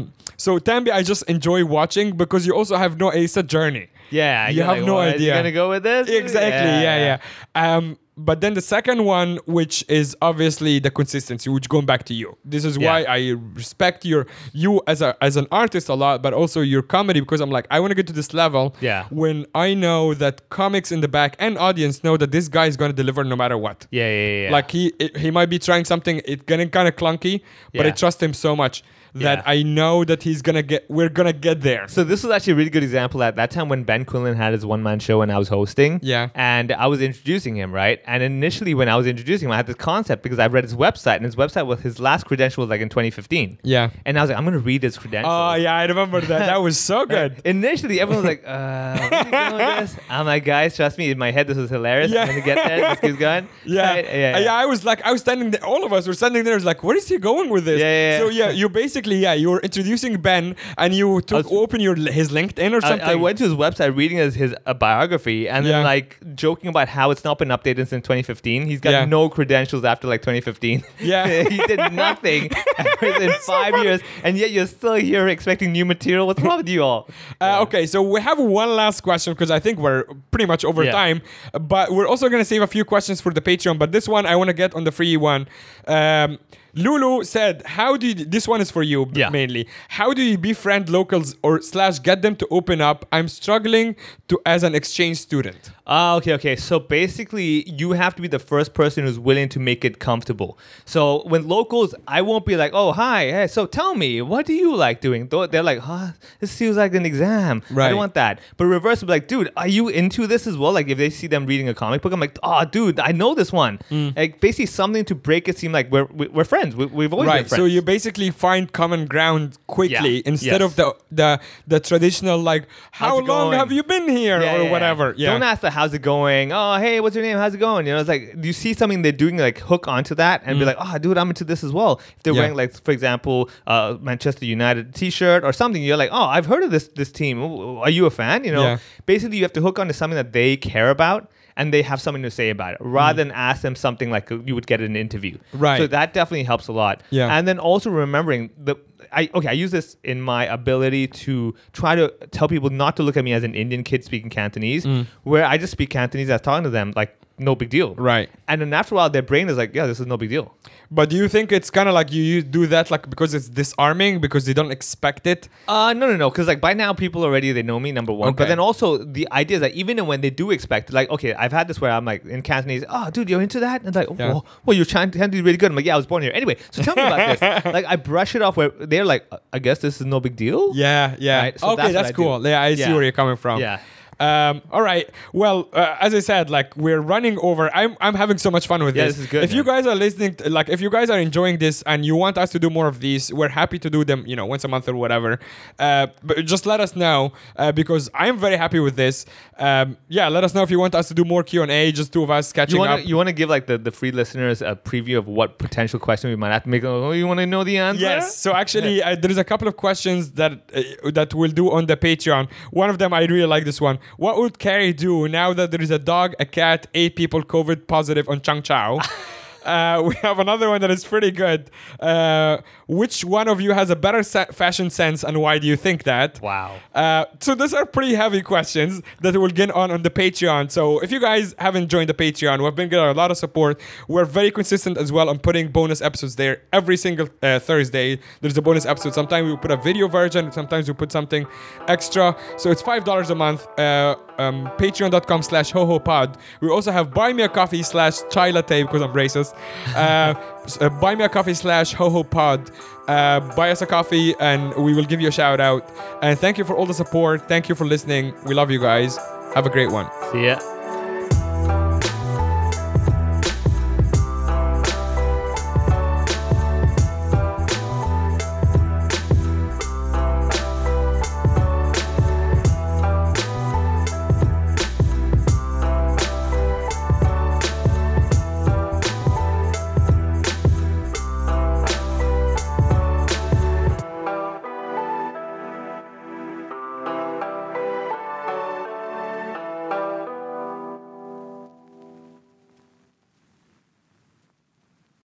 [SPEAKER 4] so Tambi, I just enjoy watching because you also have no. It's a journey.
[SPEAKER 3] yeah.
[SPEAKER 4] you
[SPEAKER 3] you're
[SPEAKER 4] have
[SPEAKER 3] like,
[SPEAKER 4] no
[SPEAKER 3] "What, is he
[SPEAKER 4] idea."
[SPEAKER 3] gonna go with this?
[SPEAKER 4] Exactly. Yeah, yeah. Um, but then the second one, which is obviously the consistency, which going back to you. This is
[SPEAKER 3] Yeah.
[SPEAKER 4] why I respect your you as a as an artist a lot, but also your comedy because I'm like I want to get to this level.
[SPEAKER 3] Yeah.
[SPEAKER 4] When I know that comics in the back and audience know that this guy is going to deliver no matter what.
[SPEAKER 3] Yeah, yeah, yeah.
[SPEAKER 4] Like he it, he might be trying something, it getting kind of clunky, but I
[SPEAKER 3] Yeah.
[SPEAKER 4] trust him so much that
[SPEAKER 3] Yeah.
[SPEAKER 4] I know that he's gonna get. We're gonna get there.
[SPEAKER 3] So this was actually a really good example at that time when Ben Quinlan had his one man show and I was hosting.
[SPEAKER 4] Yeah.
[SPEAKER 3] And I was introducing him, right? And initially, when I was introducing him, I had this concept because I read his website, and his website was his last credential was like in 2015.
[SPEAKER 4] Yeah.
[SPEAKER 3] And I was like, I'm gonna read his credentials.
[SPEAKER 4] Oh yeah, I remember that. That was so good.
[SPEAKER 3] Initially, everyone was like, uh, what are you doing with this? I'm like, guys, trust me. In my head, this was hilarious.
[SPEAKER 4] Yeah.
[SPEAKER 3] I'm going to get there. This keeps going.
[SPEAKER 4] Yeah.
[SPEAKER 3] Right? Yeah.
[SPEAKER 4] Uh, I was like, I was standing there, all of us were standing there, was like, where is he going with this?
[SPEAKER 3] Yeah, yeah, yeah.
[SPEAKER 4] So, yeah, you basically, yeah, you were introducing Ben and you took
[SPEAKER 3] was-
[SPEAKER 4] open your his LinkedIn or
[SPEAKER 3] I,
[SPEAKER 4] something.
[SPEAKER 3] I went to his website reading his, his uh, biography and
[SPEAKER 4] Yeah.
[SPEAKER 3] then like joking about how it's not been updated since 2015. He's got
[SPEAKER 4] Yeah.
[SPEAKER 3] no credentials after like 2015.
[SPEAKER 4] Yeah.
[SPEAKER 3] he did nothing in five years, and yet you're still here expecting new material. What's wrong with you all?
[SPEAKER 4] Uh, okay, so we have one last question because I think we're pretty much over
[SPEAKER 3] Yeah.
[SPEAKER 4] time, but we're also gonna save a few questions for the Patreon. But this one I want to get on the free one. Um, Lulu said, "How do you, this one is for you b-
[SPEAKER 3] Yeah.
[SPEAKER 4] mainly? How do you befriend locals or slash get them to open up? I'm struggling to as an exchange student.
[SPEAKER 3] Ah, okay, okay. So basically, you have to be the first person who's willing to make it comfortable. So when locals, I won't be like, "Oh, hi, hey, so tell me, what do you like doing?" Though They're like, "Huh, this feels like an exam. I
[SPEAKER 4] Right.
[SPEAKER 3] don't want that." But reverse would be like, "Dude, are you into this as well?" Like if they see them reading a comic book, I'm like, "Oh, dude, I know this one."
[SPEAKER 4] Mm.
[SPEAKER 3] Like basically something to break it seem like we're we- we're friends. We, we've always been
[SPEAKER 4] right
[SPEAKER 3] friends.
[SPEAKER 4] so you basically find common ground quickly
[SPEAKER 3] Yeah,
[SPEAKER 4] instead
[SPEAKER 3] yes.
[SPEAKER 4] of the, the the traditional like how
[SPEAKER 3] How's
[SPEAKER 4] long
[SPEAKER 3] it going?"
[SPEAKER 4] have you been here
[SPEAKER 3] Yeah,
[SPEAKER 4] or
[SPEAKER 3] yeah,
[SPEAKER 4] whatever yeah
[SPEAKER 3] Don't ask the how's it going. Oh, hey, what's your name? How's it going? You know, it's like you see something they're doing, like hook onto that and be like, oh, dude, I'm into this as well. If they're
[SPEAKER 4] Mm. Yeah.
[SPEAKER 3] wearing, like, for example, uh, Manchester United T-shirt or something, you're like, oh, I've heard of this this team. Oh, Are you a fan? You know,
[SPEAKER 4] Yeah.
[SPEAKER 3] basically, you have to hook onto something that they care about. And they have something to say about it, rather than ask them something like uh, you would get in an interview.
[SPEAKER 4] Mm. Right.
[SPEAKER 3] So that definitely helps a lot.
[SPEAKER 4] Yeah.
[SPEAKER 3] And then also remembering the I okay, I use this in my ability to try to tell people not to look at me as an Indian kid speaking Cantonese,
[SPEAKER 4] Mm.
[SPEAKER 3] where I just speak Cantonese as talking to them, like no big deal.
[SPEAKER 4] Right.
[SPEAKER 3] And then after a while their brain is like, Yeah, this is no big deal.
[SPEAKER 4] But do you think it's kind of like you, you do that like because it's disarming because they don't expect it?
[SPEAKER 3] Uh no no no, because like by now people already they know me, number one. But
[SPEAKER 4] Okay.
[SPEAKER 3] then also the idea is that even when they do expect, like, okay, I've had this where I'm like in Cantonese, oh dude, you're into that? And like,
[SPEAKER 4] Yeah.
[SPEAKER 3] well, well you're trying to do really good. I'm like, yeah, I was born here. Anyway, so tell me about this. Like I brush it off where they're like, I guess this is no big deal.
[SPEAKER 4] Yeah, yeah.
[SPEAKER 3] Right, so
[SPEAKER 4] okay,
[SPEAKER 3] that's what
[SPEAKER 4] that's
[SPEAKER 3] I do.
[SPEAKER 4] cool. Yeah, I see
[SPEAKER 3] Yeah.
[SPEAKER 4] where you're coming from.
[SPEAKER 3] Yeah.
[SPEAKER 4] Um, all right. Well, uh, as I said, like we're running over. I'm I'm having so much fun with
[SPEAKER 3] Yeah,
[SPEAKER 4] this.
[SPEAKER 3] this is good,
[SPEAKER 4] If you
[SPEAKER 3] man.
[SPEAKER 4] guys are listening, to, like if you guys are enjoying this and you want us to do more of these, we're happy to do them. You know, once a month or whatever. Uh, but just let us know uh, because I'm very happy with this. Um, yeah, let us know if you want us to do more Q and A. Just two of us catching
[SPEAKER 3] You want
[SPEAKER 4] up.
[SPEAKER 3] to you want to give like the, the free listeners a preview of what potential question we might have to make. Oh, you want to know the answer?
[SPEAKER 4] Yes. So actually, uh, there is a couple of questions that uh, that we'll do on the Patreon. One of them, I really like this one. What would Carrie do now that there is a dog, a cat, eight people COVID positive on Changchao? Uh, we have another one that is pretty good. Uh, which one of you has a better se- fashion sense, and why do you think that?
[SPEAKER 3] Wow.
[SPEAKER 4] Uh, so these are pretty heavy questions that we'll get on on the Patreon. So if you guys haven't joined the Patreon, we've been getting a lot of support. We're very consistent as well on putting bonus episodes there every single uh, Thursday. There's a bonus episode. Sometimes we put a video version. Sometimes we put something extra. So it's five dollars a month. Uh, um, patreon.com slash hohopod we also have buy me a coffee slash chai latte because i'm racist uh, s- uh, buy me a coffee slash hohopod uh, buy us a coffee and we will give you a shout out and thank you for all the support thank you for listening we love you guys have a great one
[SPEAKER 3] See ya.